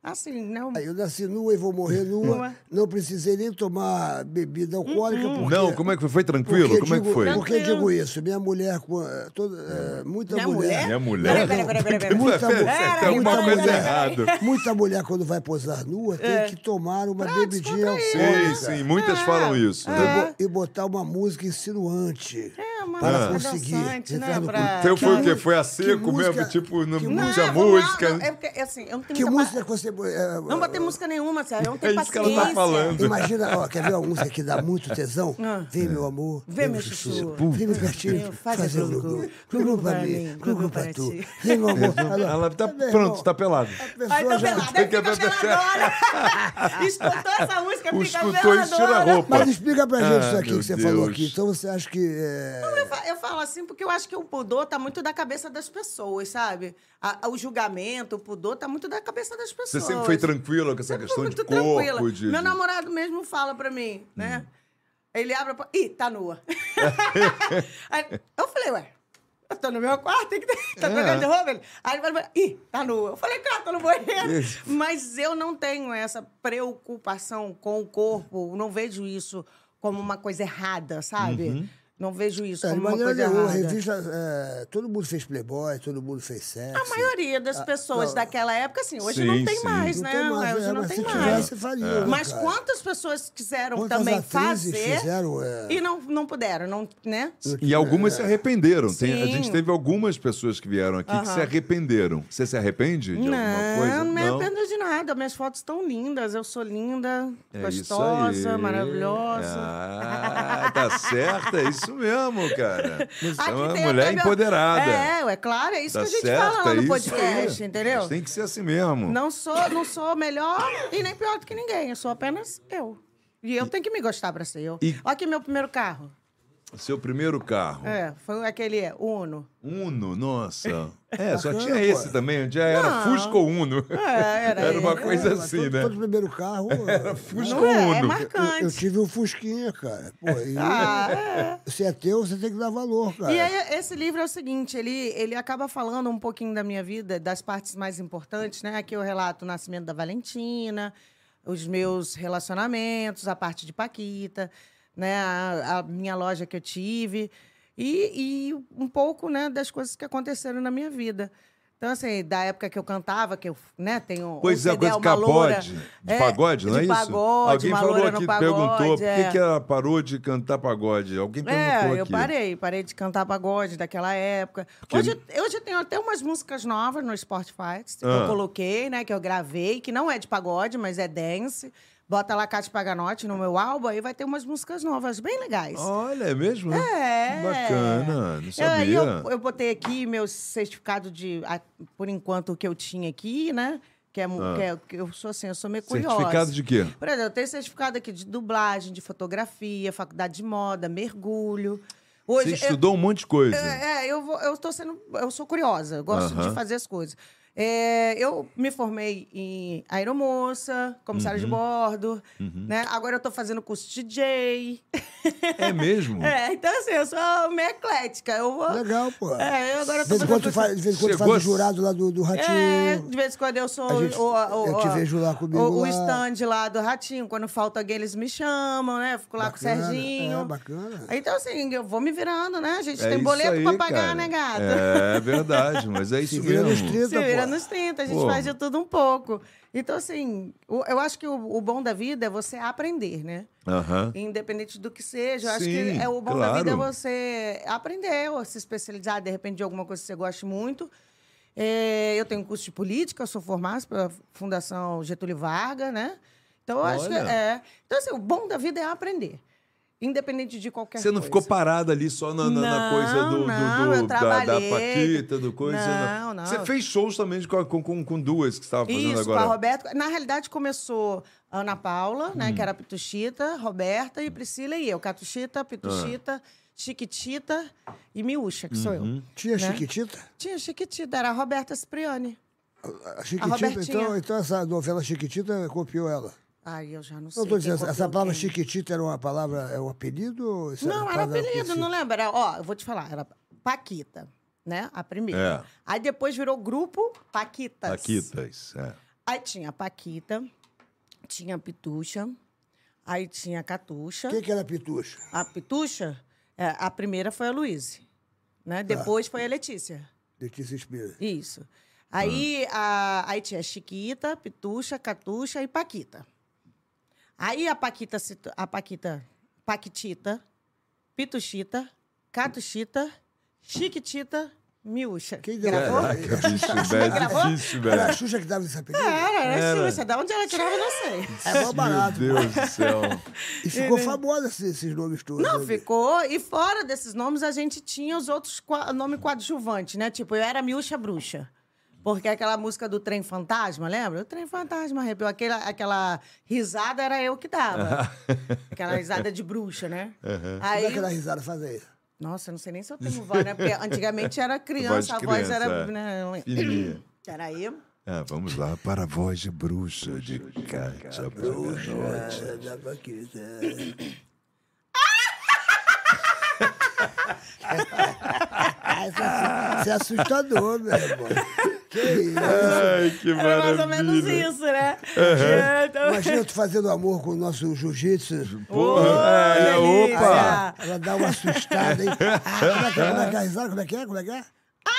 Assim, né? Um- Aí Eu nasci nua e vou morrer nua. Nua. Uhum. Não precisei nem tomar bebida alcoólica. Porque, Não, como é que foi? Foi tranquilo? porque como é que digo- foi? Por que digo isso? Minha mulher, com, eh, toda, eh, muita Minha Minha mulher? Peraí, mulher. é peraí, peraí, peraí, peraí. Muita Pera, mulher. Tem alguma Muita coisa mulher. errada. Muita mulher, quando vai posar nua, É. tem que tomar uma bebidinha Sim, alcoólica. sim, muitas falam isso. E, né? bo- e botar uma música insinuante. É, uma Para música conseguir dançante, entrar né? no Pra... O teu Então foi o quê? música- Foi a que seco mesmo? música- Tipo, não, que não Não, tinha vamos lá, música. não, é porque, assim, eu não tenho Que muita música que você. eh, Não botei música nenhuma, Sérgio. Eu não tenho É isso que ela tá paciência. falando. Imagina, ó, quer ver uma música que dá muito tesão? Ah. Vem, meu amor. Vem, meu chuchu. Vem, meu gatinho. Meu, faz Faz o o gugu. gugu. Gugu pra Gugu mim. pra mim, Gugu gugu pra pra tu. ti. Vem, meu amor. Ela tá Meu pronto, irmão, é tá pelada. A Ai, então pessoa tô já... pelada, fica Tem que ver- peladona. Escutou essa música, O fica escultor peladona. estira a roupa. Mas explica pra gente Ah, isso aqui meu que você falou Deus. aqui. Então você acha que. eh, Eu fa- Eu falo assim porque eu acho que o pudor tá muito da cabeça das pessoas, sabe? A- a- o julgamento, o pudor tá muito da cabeça das pessoas. Você sempre foi tranquila com essa Sempre questão fui de muito corpo, de... Hum. Meu de- namorado mesmo fala pra mim, né? Ele abre a porta. Ih, tá nua. Aí eu falei, ué, eu tô no meu quarto, tem que ter- tá É. trocando de roupa. Ele. Aí ele falou, ih, tá nua. Eu falei, cara, tô no banheiro. Mas eu não tenho essa preocupação com o corpo, não vejo isso como uma coisa errada, sabe? Uhum. Não vejo isso É, de como uma maneira coisa nenhuma, errada. revista. é, todo mundo fez Playboy, todo mundo fez sexo. A maioria das pessoas Ah, não. daquela época, assim, hoje Sim, não tem sim. mais, né? hoje é, não mas tem se mais. tivesse, faria. É. né, Mas cara? quantas pessoas quiseram Quantas também atrizes fazer fizeram, é. e não, não puderam, não, né? E algumas se arrependeram. Tem- a Sim. gente teve algumas pessoas que vieram aqui que se Aham. arrependeram. Você se arrepende de alguma coisa? não me arrependo de nada. Minhas fotos estão lindas. Eu sou linda, É isso gostosa, aí. maravilhosa. Ah, tá certo, é isso mesmo, cara. Você é Aqui uma tem mulher até meu- empoderada. É, é claro, é isso tá que a gente certo, fala lá é no isso podcast, aí. entendeu? Mas tem que ser assim mesmo. Não sou, não sou melhor e nem pior do que ninguém. Eu sou apenas eu. E eu tenho que me gostar pra ser eu. e- Olha aqui meu primeiro carro. Seu primeiro carro. É, foi aquele Uno. Uno, nossa. É, só Bacana, tinha pô. esse também. Já era Não. Fusca ou Uno. É, era uma ele. coisa É, mas assim, todo, né? Todo primeiro carro. eu- Fusca Não ou é, é Uno. marcante. eu tive um Fusquinha, cara. Pô, e Ah, é. Se é teu, você tem que dar valor, cara. E aí, esse livro é o seguinte, ele, ele acaba falando um pouquinho da minha vida, das partes mais importantes, né? Aqui eu relato o nascimento da Valentina, os meus relacionamentos, a parte de Paquita, né? A, a minha loja que eu tive e, e um pouco, né, das coisas que aconteceram na minha vida. Então, assim, da época que eu cantava, que eu, né, tenho um Pois é, CD, coisa de uma loura- pagode. De pagode, não é de isso? Pagode, Alguém uma falou loura no aqui, pagode, perguntou por é. que, que ela parou de cantar pagode. Alguém perguntou É, eu aqui. parei, parei de cantar pagode daquela época. Hoje, hoje eu tenho até umas músicas novas no Spotify que Ah. eu coloquei, né? Que eu gravei, que não é de pagode, mas é dance. Bota lá Cátia Paganotti no meu álbum, aí vai ter umas músicas novas bem legais. Olha, é mesmo? É. Bacana, não Eu- aí sabia. Eu, eu botei aqui meu certificado de, a- por enquanto, o que eu tinha aqui, né? Que é, mu- que é- que eu sou assim, eu sou meio curiosa. Ah. Certificado de quê? Por exemplo, eu tenho certificado aqui de dublagem, de fotografia, faculdade de moda, mergulho. Você Hoje eu- estudou um monte de coisa. é, eu, vou, eu tô sendo. Eu sou curiosa, eu gosto Aham. de fazer as coisas. É, eu me formei em aeromoça, comissária Uhum. de bordo, né? Agora eu tô fazendo curso de DJ. É mesmo? É, então assim, eu sou meio eclética. Eu vou. Uhum. Legal, pô. É, eu agora de vez em tô fazendo quando tu curso- faz, de vez em quando tu Chegou faz o a- jurado lá do, do Ratinho. É, de vez em quando eu sou A gente- o, o- eu te o- vejo lá comigo o, o lá. stand lá do Ratinho. Quando falta alguém, eles me chamam, né? Fico lá Bacana, com o Serginho. é, bacana. Então, assim, eu vou me virando, né? A gente É tem isso boleto aí, pra pagar, cara. né, gato? É verdade, mas é isso Se vira nos mesmo. 30, Se vira pô. nos 30, a gente Pô. faz de tudo um pouco. Então, assim, o- eu acho que o, o bom da vida é você aprender, né? Aham. Independente do que seja, eu acho Sim, que é, o bom da vida é claro. você aprender ou se especializar, de repente, de alguma coisa que você goste muito. É, eu tenho um curso de política, eu sou formada pela Fundação Getúlio Vargas, né? Então, eu acho que Olha. é. Então, assim, o bom da vida é aprender. Independente de qualquer Você não coisa. ficou parada ali só na, na- na Não, coisa do, do- não, do- eu da, da trabalhei. Paquita, do coisa. né? Não, não. Você fez shows também de- com, com- com duas que você estava Tá fazendo Isso, agora. com a Roberta. Na realidade, começou Ana Paula, Hum. né? Que era a Pituxita, Roberta e Priscila e eu. Catuxita, Pituxita, Ah. Chiquitita e Miúcha, que sou Uhum. eu. Tinha né? Chiquitita? Tinha Chiquitita, era a Roberta Cipriani. A Chiquitita, Robertinha. então, então essa novela Chiquitita copiou ela. Ai, eu já não sei. Não tô quem dizendo, essa- essa copiou palavra quem. chiquitita era uma palavra, é um apelido? ou isso Não, uma era palavra que apelido, se- não lembra? Era- Ó, eu vou te falar, era Paquita. né? A primeira. É. Aí depois virou grupo Paquitas. Paquitas. É. Aí tinha Paquita, tinha Pitucha, aí tinha Catuxa. O que, que era pitucha? A Pitucha, é, a primeira foi a Luíse, né? Depois foi a Letícia. Letícia Espírito. Isso. Aí, a, aí tinha Chiquita, Pitucha, Catuxa e Paquita. Aí a Paquita, se to- a Paquita, Paquitita, Pituchita, Catuchita, Chiquitita, Miúcha. Quem deu Gravou? a- Caraca, bicho, velho. Gravou? Difícil, Era a velho. Xuxa que dava esse apelido? Era, era Xuxa. Da onde ela tirava, eu não sei. É mó Meu barato. Deus do céu. E ficou famosa esses, esses nomes todos. Não, né? ficou. E fora desses nomes, a gente tinha os outros qua- nome coadjuvantes, né? Tipo, eu era Miúcha Bruxa. Porque aquela música do Trem Fantasma, lembra? O Trem Fantasma arrepiou. Aquela, aquela risada era eu que dava. aquela risada de bruxa, né? Como é Aí, que era a risada fazer isso? Nossa, eu não sei nem se eu tenho voz, né? Porque antigamente era Voz de criança, a voz criança, era... é. né? Fininha. Peraí. Ah, vamos lá para a voz de bruxa de Kátia Braganotti. Ah, da Paquita. Ah, Isso é assustador, meu irmão. Que isso? Ai, que Era mais maravilha. ou menos isso, né? É, então- Imagina tu fazendo amor com o nosso jiu-jitsu. Porra, é, delícia. opa. Ah. Ela dá uma assustada, hein? Como é que como é que é a risada? Como é que é? Como é que é? Ah!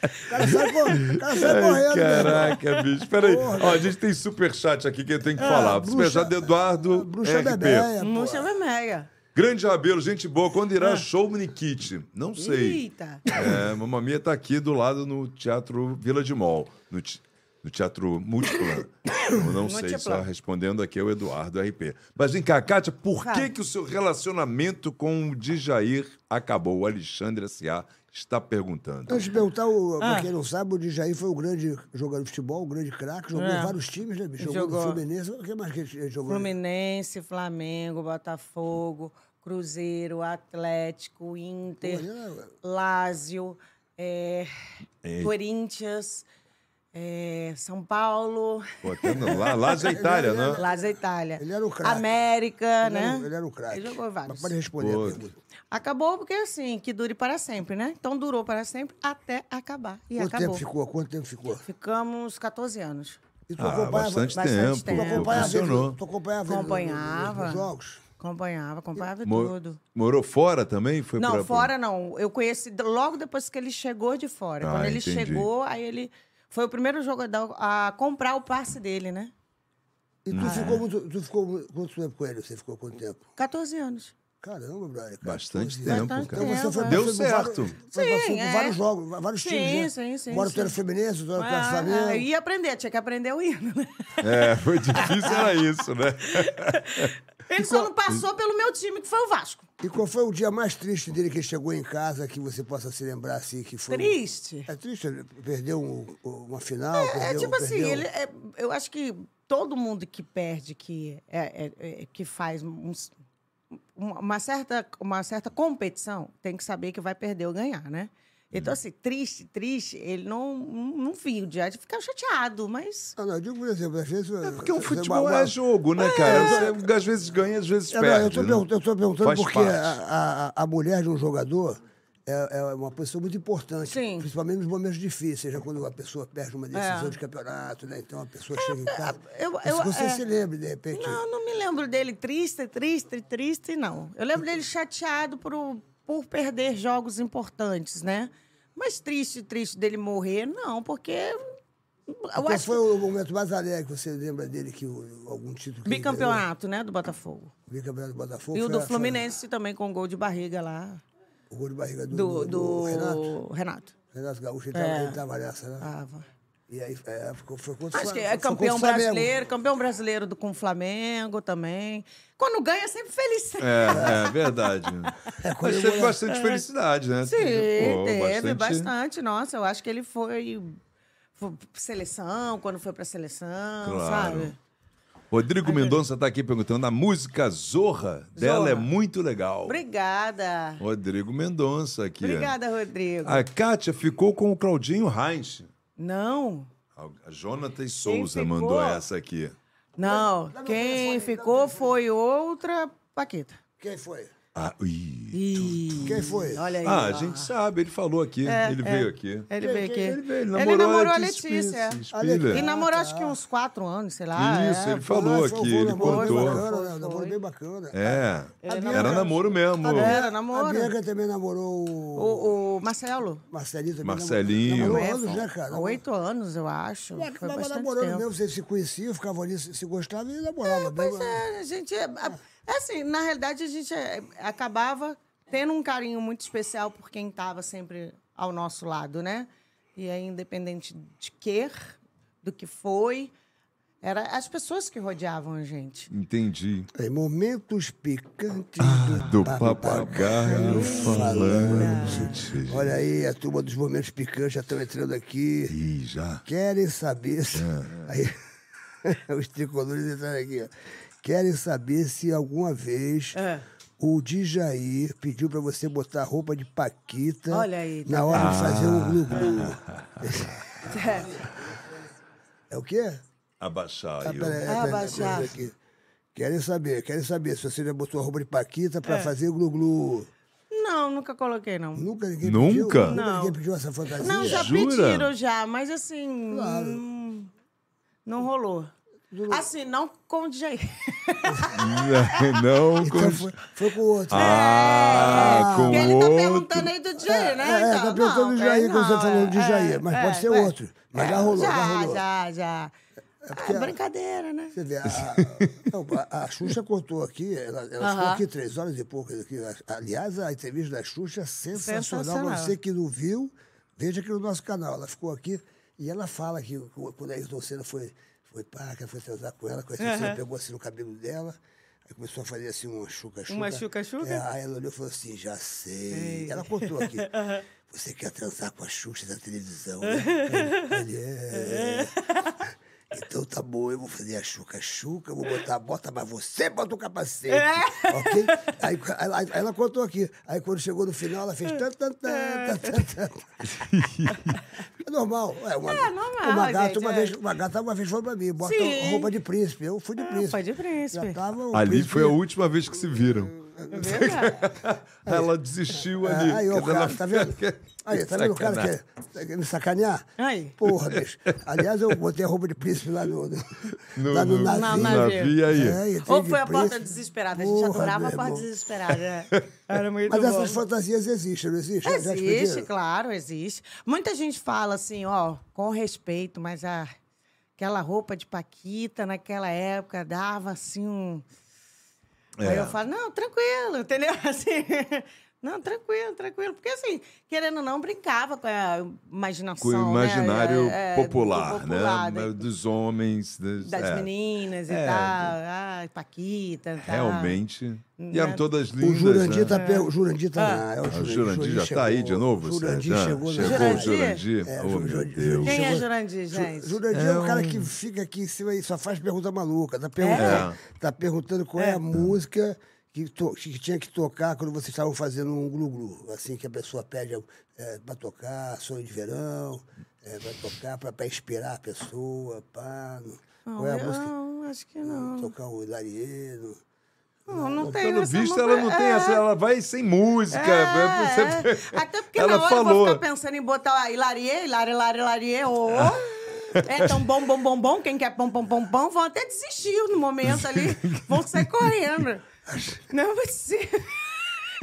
O cara sai correndo. O cara sai Ai, tá correndo, né? meu irmão. caraca, bicho. Peraí. Ó, a gente tem superchat aqui que eu tenho que falar. É, bruxa- é, Superchat de Eduardo Bruxa RP. Bebeia, pô. Murcha vermelha. Grande Rabelo, gente boa. Quando É. irá show Miniquit? Não sei. Eita. É, Mamma Mia tá aqui do lado no Teatro Vila de Mol. No, te- no Teatro Múltipla. Eu não sei, Múltipla. só respondendo aqui é o Eduardo RP. Mas vem cá, Kátia, por que, Fala. que o seu relacionamento com o Djair acabou? O Alexandre S.A. está perguntando. Antes de perguntar, o, Ah. pra quem não sabe, o Djaí foi um grande jogando futebol, um grande craque, jogou em É. vários times, né? bicho? Jogou, Jogou. no Fluminense, o que mais que ele jogou? Fluminense, Flamengo, Botafogo, Cruzeiro, Atlético, Inter, Olha, Lázio, é, Corinthians, é, São Paulo, Pô, até não, lá, lá da Itália, né? Lázio Itália. Ele era o craque. América, ele, né? era, ele era um craque. Ele jogou vários. Mas pode responder Pô. a pergunta. Acabou porque assim, que dure para sempre, né? Então durou para sempre até acabar. E Quanto acabou. tempo ficou? Quanto tempo ficou? Ficamos 14 anos. E tu Ah, acompanhava- bastante, bastante tempo. Tu tempo. acompanhava, ele, Funcionou. tu acompanhava ele Acompanhava. nos jogos? Acompanhava, acompanhava Mo- tudo. Morou fora também? Foi Não, pra- fora não. Eu conheci d- logo depois que ele chegou de fora. Ah, Quando ele entendi. chegou, aí ele. Foi o primeiro jogador a comprar o passe dele, né? E é? tu ficou muito. Tu ficou mu- quanto tempo com ele? Você ficou quanto tempo? 14 anos. Caramba, brother. cara. Bastante Então, tempo, Bastante cara. Então você foi Tempo, Deu foi por Vários, certo. foi, passou Sim, por é. vários jogos, va- vários Sim, times. Né? sim, sim, Agora tu sim. era Fluminense, tu era Ah, Flamengo. ah, e aprender, tinha que aprender o hino, né? É, foi difícil, era isso, né? Ele só não passou pelo meu time, que foi o Vasco. E qual foi o dia mais triste dele que ele chegou em casa, que você possa se lembrar assim que foi? Triste. É triste, ele perdeu um- uma final, É perdeu, tipo assim, perdeu- um- ele, é- eu acho que todo mundo que perde, que, é- é- é- que faz uns- uma, uma certa, uma certa competição, tem que saber que vai perder ou ganhar, né? Hum. Então, assim, triste, triste, ele não, não, não viu de de ficar chateado, mas. Ah, não, eu digo, por exemplo, às vezes... É Porque o futebol é jogo, né, cara? Você, às vezes ganha, às vezes Eu, perde. não, eu, tô né? perguntando, eu tô perguntando Faz porque parte. a, a, a mulher de um jogador é, é uma pessoa muito importante, Sim. principalmente nos momentos difíceis, já quando a pessoa perde uma decisão É. de campeonato, né? Então a pessoa chega em casa. eu- Mas eu- você é. se lembra, de repente. Não, não me lembro dele triste, triste, triste, não. Eu lembro dele chateado por, por perder jogos importantes, né? Mas triste, triste dele morrer, não, porque. Eu Qual acho que- foi o momento mais alegre que você lembra dele que o- algum título que ele ganhou? Bicampeonato, né, do Botafogo. Bicampeonato do Botafogo. E o foi do a- foi a- Fluminense também, com um gol de barriga lá. O gol de barriga do, Do, do, do Renato. do Renato. Renato Gaúcho, ele, É. tava, ele tava nessa, né? Tava. E aí é, ficou, foi contra o Acho que Fla- é foi contra o campeão Flamengo. brasileiro, campeão brasileiro do, com o Flamengo também. Quando ganha, é sempre feliz. É, é verdade. quando Mas eu teve vou- bastante felicidade, né? Sim, Pô, teve bastante. Nossa, eu acho que ele foi, foi pra seleção, quando foi pra seleção, Claro. sabe? Rodrigo Mendonça tá aqui perguntando: a música Zorra dela Zorra. é muito legal. Obrigada. Rodrigo Mendonça aqui. ó. Obrigada, Rodrigo. A Kátia ficou com o Claudinho Reis. Não, A Jonathan Souza ficou? mandou essa aqui. não. Quem ficou foi outra Paquita. Quem foi? Ah, ih, Ih, Quem foi? Olha aí. Ah, ó. a gente sabe, ele falou aqui, ele veio aqui. Ele veio aqui. Ele veio, ele Ele namorou, namorou a Letícia, Letícia. Spiller. E Ah, namorou acho que uns quatro anos, sei lá. Isso, é. ele falou tá. Foi- aqui, foi um ele namoro bem contou. bacana, Foi, né? Um namoro foi. Ah, bem bacana. É, Ele era namoro mesmo. Era, A namoro. Bianca também namorou o O, o Marcelo. Marcelinho também. Marcelinho. Namorou É, anos, são né, cara? Oito anos, eu acho. É, Foi tava bastante namorando tempo. mesmo, vocês se conheciam, ficavam ali, se se gostavam e namoravam. né? Pois bem- é, a gente. É, é assim, na realidade, a gente é, acabava tendo um carinho muito especial por quem estava sempre ao nosso lado, né? E aí, independente de quê, do que foi, era as pessoas que rodeavam a gente. Entendi. é. Tem momentos picantes Ah, Do tá, papagaio falante. Olha aí, a turma dos momentos picantes já estão entrando aqui. Ih, já. Querem saber se... É, Aí, os tricolores entraram aqui. ó. Querem saber se alguma vez É. o Djair pediu pra você botar roupa de paquita Olha aí, tá na hora de fazer um Ah. o glu-glu. É o quê? Abaixar Ah, peraí, aí. ó. peraí, peraí, baixar. peraí, aqui. Querem saber, querem saber se você já botou a roupa de paquita É. pra fazer o glu-glu. Não, nunca coloquei, não. Nunca ninguém pediu? Nunca? Não. Ninguém pediu essa fantasia? Não, já Jura? pediram já, mas assim. hum, Não rolou. Assim, não com o DJ. Não, Então com- foi, foi com o outro. Ah, com Porque ele tá outro. perguntando aí do DJ, né? É, Então, tá perguntando não, o Jair, é, quando você não, falou é, de Jair, mas é, pode ser é. outro. Mas já rolou, já, já rolou. É já, já. porque Ah, a- brincadeira, né? Você vê, a, a, não, a- a Xuxa contou aqui, ela, ela ficou Aham. aqui três horas e poucas. Aqui. Aliás, a entrevista da Xuxa é sensacional. Sensacional. Você que não viu, veja aqui no nosso canal. Ela ficou aqui e ela fala que o- quando a Ayrton Senna foi, foi pá, que ela foi transar com ela, com a Ayrton Senna pegou assim no cabelo dela. Aí começou a fazer assim uma chuca-chuca. Uma chuca-chuca? É, aí ela olhou e falou assim, já sei. Ela contou aqui. Você quer transar com a Xuxa da televisão, né? Ele, é. Então tá bom, eu vou fazer a chuca-chuca, eu vou botar a bota, mas você bota o capacete, É. ok? Aí, aí- aí- aí ela contou aqui. Aí quando chegou no final, ela fez... Tan, tan, tan, tan, tan, tan. É normal. É, uma, É normal, uma gata, gente, uma, é. vez, uma gata uma vez falou pra mim, bota Sim. Ah, roupa de príncipe. Eu fui de príncipe. foi de príncipe. Já tava o Ali príncipe- foi a última vez que se viram. É verdade. Ela desistiu É, ali. Aí, ó, o Ela cara, tá vendo? fica- Aí, tá vendo o cara Sacanagem. que quer, quer me sacanear? Aí. Porra, bicho. Aliás, eu botei a roupa de príncipe lá no, no, No, lá no, no- navio. Na- no navio. navio aí. É, entrei Ou de foi a porta príncipe. desesperada. A gente Porra, adorava meu a porta irmão. desesperada. é. Era muito Mas bom. essas fantasias existem, não existem? Já te Existe, pediram? claro, existe. Muita gente fala assim, ó, com respeito, mas a, aquela roupa de Paquita naquela época dava assim um. É. Aí eu falo, não, tranquilo, entendeu? Assim. Não, tranquilo, tranquilo. Porque, assim, querendo ou não, brincava com a imaginação. Com o imaginário né? É, é, do popular, popular, né? da- Dos homens. Das, das é, meninas e É. tal. Ai, Paquita e tal. Realmente. E eram Tá. Né? todas lindas. O Jurandir né? tá... per- O Jurandir tá... lá, é Ah, O Jurandir já chegou. tá aí de novo? O Jurandir Sérgio? chegou. na- Chegou o Jurandir? Jurandir? É, Oh, Ju- meu Ju- Deus. Quem é Chegou- Jurandir, gente? Ju- Jurandir é, o cara um que fica aqui em cima e só faz pergunta maluca. Tá É? perguntando, tá perguntando qual é, a música que, to- que tinha que tocar quando vocês estavam fazendo um glu-glu. Assim, que a pessoa pede é, pra tocar, sonho de verão, é, pra tocar, pra, pra inspirar a pessoa, pá. Não, Não, qual é a eu- música? não, acho que não. Tocar o Lariedo. Não, não tem Pelo essa visto, mão- ela não tem é, essa. Ela vai sem música. né? é, vai- é. Até porque ela na hora eu falou. vou ficar pensando em botar a hilarie, hilarie, hilarie, hilarie, ô. É tão bom, bom, bom, bom, quem quer pão, pão, pão, pão, vão até desistir no momento ali, vão sair correndo. Não é vai ser.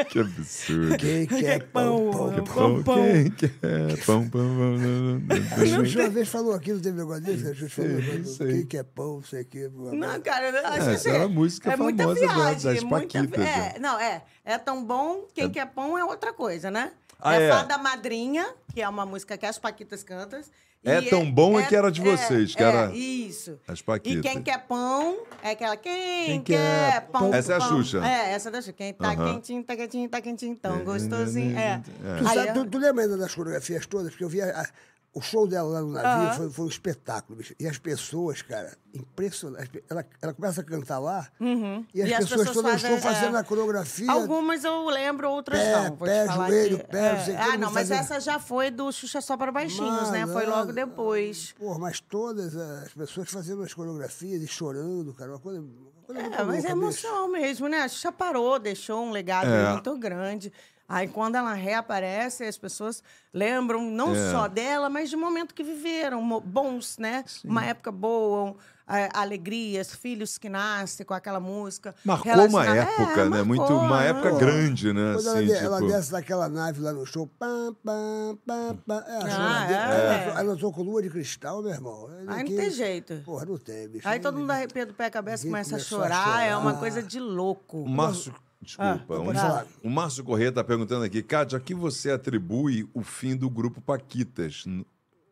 Que absurdo. Quem é? quer pão, pão, é pão, Pão, pão, quem é? quer? Pão, pão, pão, não, não, não. A Xuxa uma vez falou aqui, não teve negócio desse? A Xuxa falou, isso aí. quem quer é pão, sei o quê. blá, blá, blá. Não, cara, eu acho É, que essa assim, era a música é muita famosa da- viagem, das é muita vi- Paquitas, né? É, não, é. É tão bom, quem quer pão é outra coisa, né? Ah, é, é. Fada Madrinha, que é uma música que as Paquitas cantam. e é, É Tão Bom é que era de vocês, que era isso. as Paquitas. E quem quer pão é aquela. Quem, Quem quer, quer pão? pão. Essa é a pão. Xuxa. É, essa é da Xuxa. Quem tá Aham. quentinho, tá quentinho, tá quentinho, tão gostosinho. É. É. Tu, Aí sabe, é- tu, tu lembra ainda das coreografias todas? Porque eu vi a- a- o show dela lá no navio, foi, foi um espetáculo. bicho. E as pessoas, cara, impressionantes. Ela, ela começa a cantar lá Uhum. e as pessoas, todas estão fazendo é, a coreografia. Algumas eu lembro, outras Pé, não. Vou pé, te falar joelho, que, pé, não sei o que, Ah, todo não, mundo mas fazendo. essa já foi do Xuxa Só para Baixinhos, né? Foi logo Malandro. depois. Pô, mas todas as pessoas fazendo as coreografias e chorando, cara. Uma coisa. uma coisa muito É, mas louca, é bicho. emoção mesmo, né? A Xuxa parou, deixou um legado É. muito grande. Aí quando ela reaparece, as pessoas lembram não É. só dela, mas de momento que viveram, mo- bons, né? Uma época boa, um, é, alegrias, filhos que nascem com aquela música. Marcou uma relaciona- É, época, né? marcou, Muito, uma época né? grande, né? Quando Assim, ela, de- ela tipo- desce daquela nave lá no show, pam, pam, pam, pam. É, a Ah, choradeira. é? Ela, É. entrou- ela entrou com lua de cristal, meu irmão. Aí não Aqui- tem jeito. Porra, não tem, bicho. Aí todo mundo arrepia do pé à cabeça, Ninguém começa a começou a chorar, é uma chorar. coisa de louco. Ah. O Márcio, desculpa, não, um- Ah, pode falar. o Márcio Corrêa está perguntando aqui, Cátia, a que você atribui o fim do grupo Paquitas? N-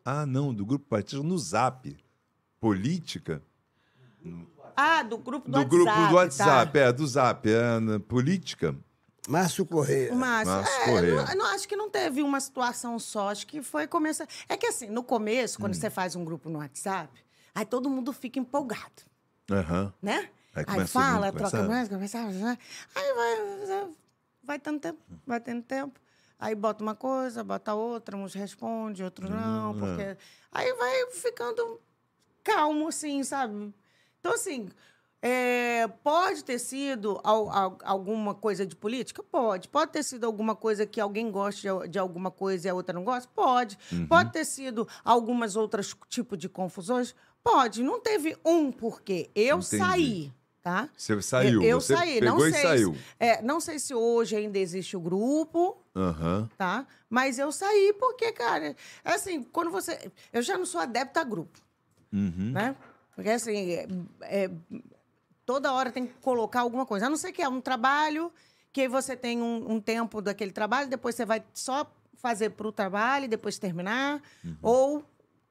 Ah, não, do grupo Paquitas no Zap. Política? Ah, do grupo do, do WhatsApp. grupo do tá? WhatsApp, é, do Zap. É, na política? Márcio Correia. O Márcio. Márcio É, Corrêa. não- não, acho que não teve uma situação só. Acho que foi começar. É que assim, no começo, Hum. quando você faz um grupo no WhatsApp, aí todo mundo fica empolgado, Aham. né? Aí Aí, começa fala, todo mundo troca conversar. mais, conversa, conversa, aí vai, vai tendo tempo, vai tendo tempo. Aí bota uma coisa, bota outra, uns responde, outros Uhum, não, é. porque aí vai ficando calmo, assim, sabe? Então, assim, é, pode ter sido al- al- alguma coisa de política? Pode. Pode ter sido alguma coisa que alguém goste de, al- de alguma coisa e a outra não gosta? Pode. Uhum. Pode ter sido algumas outras tipo de confusões? Pode. Não teve um porquê. Eu Entendi. saí, tá? Você saiu. eu você saí, não pegou e sei saiu. É, não sei se hoje ainda existe o grupo, Aham. tá? Mas eu saí porque, cara, assim, quando você. Eu já não sou adepta a grupo, Uhum. né? Porque, assim, é- é- toda hora tem que colocar alguma coisa. A não ser que é um trabalho, que aí você tem um, um tempo daquele trabalho, depois você vai só fazer pro trabalho, e depois terminar. Uhum. Ou.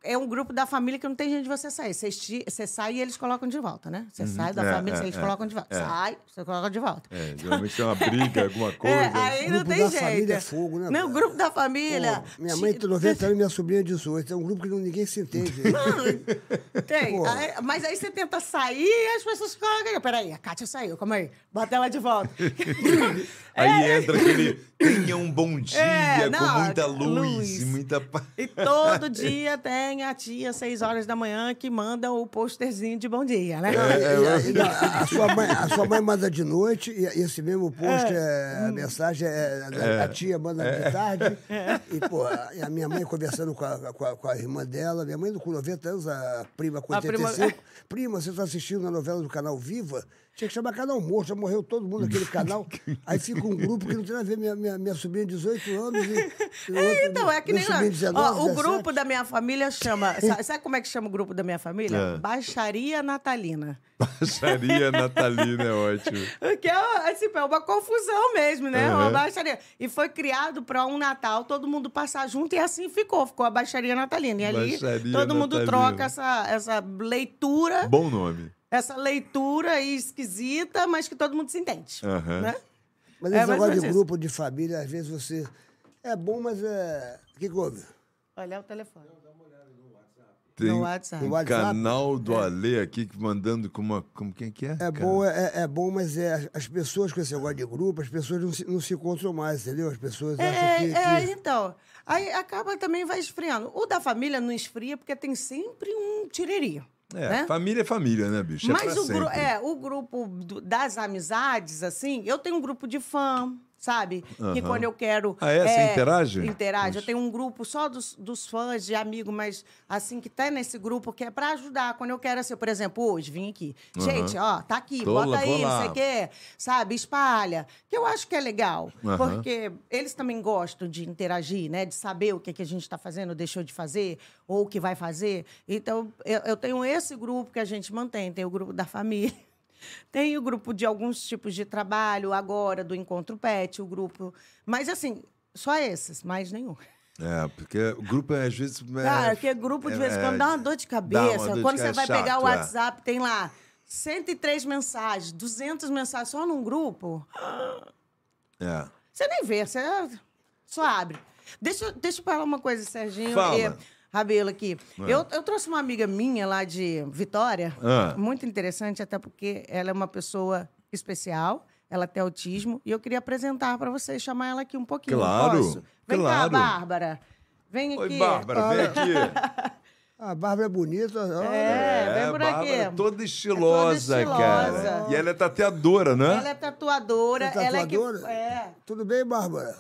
É um grupo da família que não tem jeito de você sair. Você, esti- você sai e eles colocam de volta, né? Você sai da É, família, é, eles é, colocam de volta. é. Sai, você coloca de volta. É, geralmente tem uma briga, alguma coisa. É, aí não Grupo tem da jeito. família é fogo, né, Não, velho? grupo da família. Pô, minha mãe tem 90 anos e tá minha sobrinha 18. É um grupo que não- ninguém se entende. Tem. Pô. Aí- mas aí você tenta sair e as pessoas colocam. Peraí, a Kátia saiu, calma aí. Bota ela de volta. Aí entra aquele tenha um bom dia É, com não, muita luz, luz. e muita paz. e todo dia tem a tia, 6 horas da manhã, que manda o posterzinho de bom dia, É, né? E- e- não, a, a sua mãe, a sua mãe manda de noite, e esse mesmo post, é, a mensagem é, da- a tia manda de tarde. É. E, pô, a, e a minha mãe conversando com a, com, a, com a irmã dela, minha mãe é com 90 anos, a prima com A prima- 85. Prima, você está assistindo na novela do canal Viva? Tinha que chamar canal morto, já morreu todo mundo naquele canal. Aí fica um grupo que não tem nada a ver, minha, minha, minha sobrinha de 18 anos. E, e outra- Então, é que meu nem lá. sobrinho de 19, Ó, o 17. grupo da minha família chama. sa- Sabe como é que chama o grupo da minha É. família? Baixaria Natalina. Baixaria natalina é ótimo. O que é, assim, é uma confusão mesmo, né? Uma baixaria. E foi criado para um Natal, todo mundo passar junto e assim ficou. Ficou a baixaria natalina. E ali Baixaria todo mundo natalina. troca essa, essa leitura, Bom nome. essa leitura aí esquisita, mas que todo mundo se entende. Aham. Né? Mas É, esse mais ou negócio menos de isso. grupo, de família, às vezes você. É bom, mas é. O que que houve? Olha o telefone. Tem No WhatsApp. É. um No WhatsApp. canal do Ale aqui que mandando com uma. Como quem que é? É bom, é, é bom, mas é, as pessoas com esse negócio de grupo, as pessoas não se, não se encontram mais, entendeu? As pessoas acham que. É, é, que- então. Aí acaba também vai esfriando. O da família não esfria porque tem sempre um tiriri. É, né? família é família, né, bicho? É Mas pra o, gru- sempre. é, o grupo do- das amizades, assim, eu tenho um grupo de fã, sabe? Que Aham. quando eu quero. Ah, é? Você interage? Interage. Eu tenho um grupo só dos, dos fãs, de amigo, mas assim, que tá nesse grupo, que é pra ajudar. Quando eu quero, assim, por exemplo, hoje, vim aqui. Aham. Gente, ó, tá aqui, Tô bota lá, vou aí, lá. não sei o quê, sabe? Espalha. Que eu acho que é legal. Aham. Porque eles também gostam de interagir, né? De saber o que, que a gente tá fazendo, deixou de fazer, ou o que vai fazer. Então, eu, eu tenho esse grupo que a gente mantém, tem o grupo da família. Tem o grupo de alguns tipos de trabalho, agora, do Encontro Pet, o grupo. Mas, assim, só esses, mais nenhum. É, porque o grupo é, às vezes. É, Cara, porque grupo de vez em é, quando dá uma dor de dá cabeça. uma dor de quando você cabeça, vai pegar o chato, é. WhatsApp, tem lá 103 mensagens, 200 mensagens só num grupo. É. Você nem vê, você só abre. Deixa, eu- deixa eu falar uma coisa, Serginho Fala. É. e Rabelo aqui. Eu, eu trouxe uma amiga minha lá de Vitória, Ah. muito interessante, até porque ela é uma pessoa especial, ela tem autismo, e eu queria apresentar para vocês, chamar ela aqui um pouquinho. Claro, posso? Vem claro. cá, Bárbara. Vem aqui. Oi, Bárbara, vem aqui. A Bárbara é bonita. olha. É, vem por aqui. Bárbara, toda estilosa, É toda estilosa. cara. E ela é tateadora, né? Ela é tatuadora. Você é Ela é que. tatuadora? É. Tudo bem, Bárbara?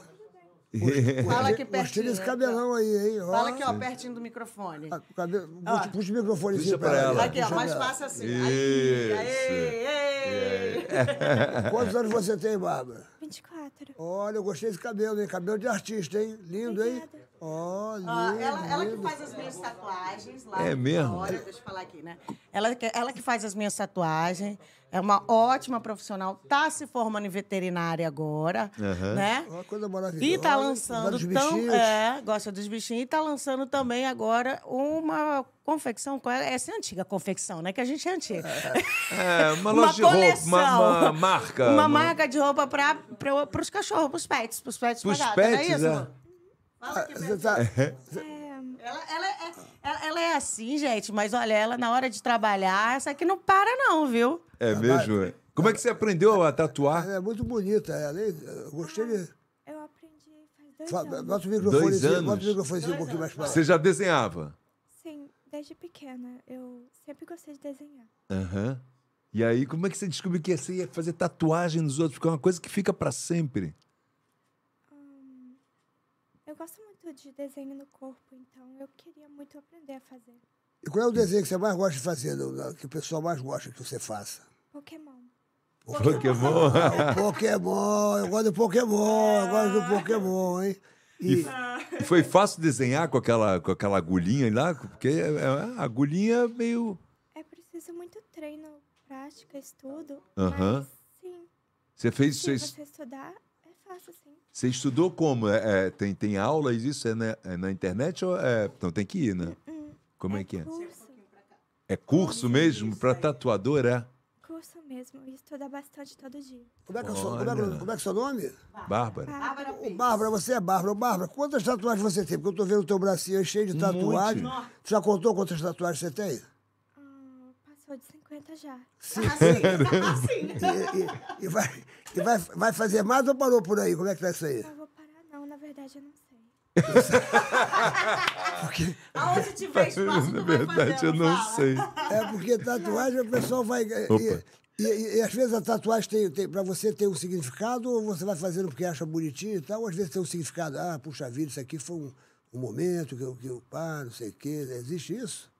Fala aqui Gostei pertinho. né? desse cabelão aí, hein? Ó. Fala aqui, ó, pertinho do microfone. Ah, cabelo- Puxa, puxa o microfonezinho Puxa pra ela. Aqui, ó, Puxa mas pra ela. faça assim. Isso. Aí, aí, É Quantos anos você tem, Bárbara? 24. Olha, eu gostei desse cabelo, hein? Cabelo de artista, hein? Lindo, hein? Obrigada. Ó, lindo. Ó, ela, ela que lindo. faz as minhas tatuagens lá. É na mesmo? Hora, deixa eu falar aqui, né? Ela, que- ela que faz as minhas tatuagens. É uma ótima profissional. Tá se formando em veterinária agora, né? É Uma coisa maravilhosa. E tá Vários lançando bichinhos. tão, é, gosta dos bichinhos e tá lançando também agora uma confecção, qual é? essa é antiga confecção, né? Que a gente é antiga. É, uma loja de roupa, uma, uma marca. Uma marca de roupa para para os cachorros, para os pets, para os pets Pros pagar, pets, não é isso? é. amor? Fala aqui, Você tá... ela, ela é, ela- ela é assim, gente, mas olha, ela na hora de trabalhar, essa aqui não para, não, viu? É mesmo? Como é que você aprendeu a tatuar? Ela é muito bonita, ela, hein? Eu gostei de... Eu aprendi faz dois Fa- anos. Bota o microfonezinho, anos. bota o microfonezinho um pouquinho mais para Você já desenhava? Sim, desde pequena. Eu sempre gostei de desenhar. Aham. E aí, como é que você descobriu que você ia fazer tatuagem nos outros? Porque é uma coisa que fica pra sempre. Eu gosto muito de desenho no corpo, então eu queria muito aprender a fazer. E qual é o desenho que você mais gosta de fazer, do- do- que o pessoal mais gosta que você faça? Pokémon. Pokémon. Pokémon, eu gosto do Pokémon, eu gosto do Pokémon, hein? E f- foi fácil desenhar com aquela, com aquela agulhinha lá? Porque é- é- a agulhinha é meio. É preciso muito treino, prática, estudo. Aham. Mas, sim, Você fez. se Você, você estudar, é fácil, sim. você estudou como? É- é, tem, tem aulas, isso é na, é na internet ou é. Então tem que ir, né? Como é que é? Curso, É curso mesmo? Pra tatuador, é? curso mesmo. E estudar bastante todo dia. Como é que é o seu, como é, que- como é que é o seu nome? Bárbara. Bárbara, Ô, Bárbara, você é Bárbara. Ô, Bárbara, quantas tatuagens você tem? Porque eu tô vendo o teu bracinho aí cheio de tatuagem. Tu já contou quantas tatuagens você tem? ah, passou de 50 já. Tá Assim, assim. E, e- e vai, e vai, vai fazer mais ou parou por aí? Como é que tá isso aí? Não vou parar, não. Na verdade, eu não sei. Aonde tiver espaço, Na tu vai verdade, fazer, eu ela não fala. sei. É porque tatuagem o pessoal vai. e- Opa. E, e- e às vezes a tatuagem tem, tem para você tem um significado, ou você vai fazendo porque acha bonitinho e tal, ou às vezes tem um significado, ah, puxa vida, isso aqui foi um, um momento que eu, que eu pá, não sei o quê. Existe isso?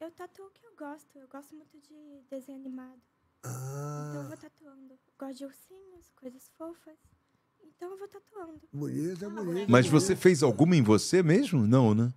Eu tatuo o que eu gosto. Eu gosto muito de desenho animado. Então eu Ah. vou tatuando. Gosto de ursinhos, coisas fofas. Então eu vou tatuando. Bonito, é bonito. Mas você fez alguma em você mesmo? Não, né?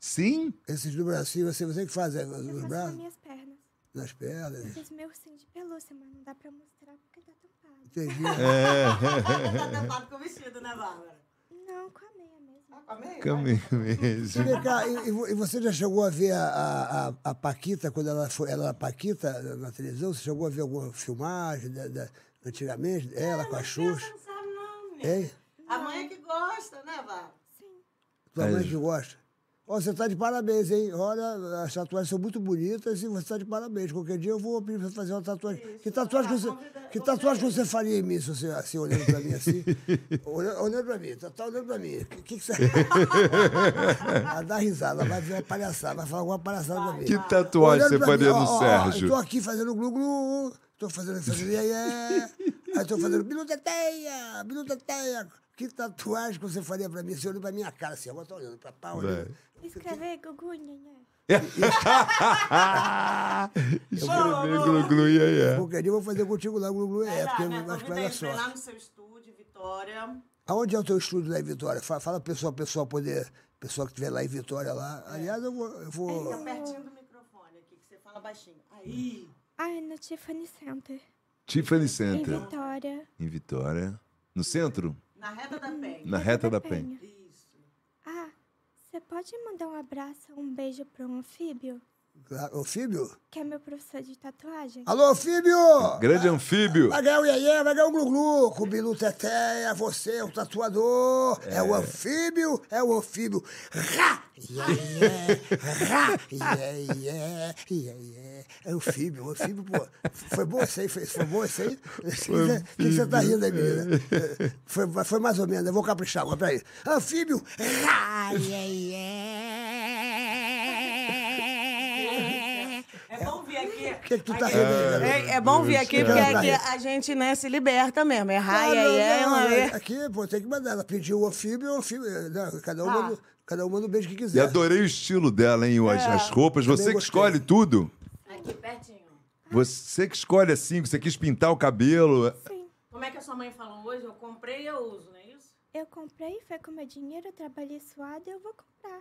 Sim? Esses do bracinho, você, você que faz é, Tá Eu nos faço nas braços, minhas pernas. nas pernas. Fiz meu ursinho de pelúcia, mas não dá pra mostrar porque tá tampado. Entendi. É. Tá tampado com o vestido, né, Bárbara? Tá Não, com a meia mesmo. Caminho é mesmo. Vem cá, e, e vo- e você já chegou a ver a, a, a- a Paquita, quando ela foi ela era Paquita na- na televisão? Você chegou a ver alguma filmagem da, da- antigamente? Ela com a Xuxa? Não sabe, não, menina. Hein? A mãe é que gosta, né, Bárbara? Sim. Tua mãe que gosta. Ó, você tá de parabéns, hein? Olha, as tatuagens são muito bonitas e você tá de parabéns. Qualquer dia eu vou pedir pra você fazer uma tatuagem. que tatuagem, que você, que tatuagem que você faria em mim, se você assim, olhando pra mim assim? olhando, olhando pra mim, tá, tá olhando pra mim. O que, que você. Ela Ah, dá risada, ela vai ver uma palhaçada, vai falar alguma palhaçada pra mim. Que tatuagem Olhando você pra faria mim, ó, ó, no ó, Sérgio? Eu tô aqui fazendo glu-glu, tô fazendo fazendo iê, iê, é. aí tô fazendo biluteteia, biluteteia. Que tatuagem que você faria pra mim? Você olhou pra minha cara assim, agora tá olhando pra pau, olhando. Escrever Gugu Nhenhé. Ah! É Escrever glu-glu, ia, ia. Qualquer dia eu vou fazer contigo lá, glu-glu, é, porque eu acho que né? Convida vai dar eles pra ir lá sorte. no seu estúdio, Vitória. Aonde é o teu estúdio lá em Vitória? Fa- Fala pro pessoal, pessoal poder, pessoal que estiver lá em Vitória lá. É. Aliás, eu vou... Eu vou... Fica pertinho do microfone aqui, que você fala baixinho. Aí. Ah, é no Tiffany Center. Tiffany Em Center, Vitória. em Vitória. No centro? Na reta da pele. Na reta da Penha. Isso. Ah, você pode mandar um abraço, um beijo pro anfíbio? então. Claro. Ô, Fíbio? Que é meu professor de tatuagem. Ah. Alô, Fíbio! Grande anfíbio. Vai ganhar o Iê, vai ganhar o Glu-Glu, com o Bilu Teté, é você, o tatuador, é, o anfíbio, é o anfíbio. Rá, iê, iê, rá, iê, iê, iê, iê. É o anfíbio, o anfíbio, pô. Foi bom esse aí, foi, foi bom esse aí? O que você tá rindo aí, menina? Foi, foi mais ou menos, eu vou caprichar agora, peraí. Anfíbio, rá, iê, iê. É. É que que tu tá rindo? É, é bom vir aqui, porque aqui a gente né, se liberta mesmo. Tá É raia, é, não, é, Aqui, pô, tem que mandar. Ela pediu o anfíbio, o anfíbio. não, Cada um, Ah. manda, cada um manda o beijo que E quiser. adorei o estilo dela, hein? As, as roupas. Você que gostei. escolhe tudo. Aqui pertinho. Você que escolhe assim, você quis pintar o cabelo. Como é que a sua mãe falou hoje? Eu comprei e eu uso, não é isso? Eu comprei, foi com meu dinheiro, eu trabalhei suado, eu vou comprar.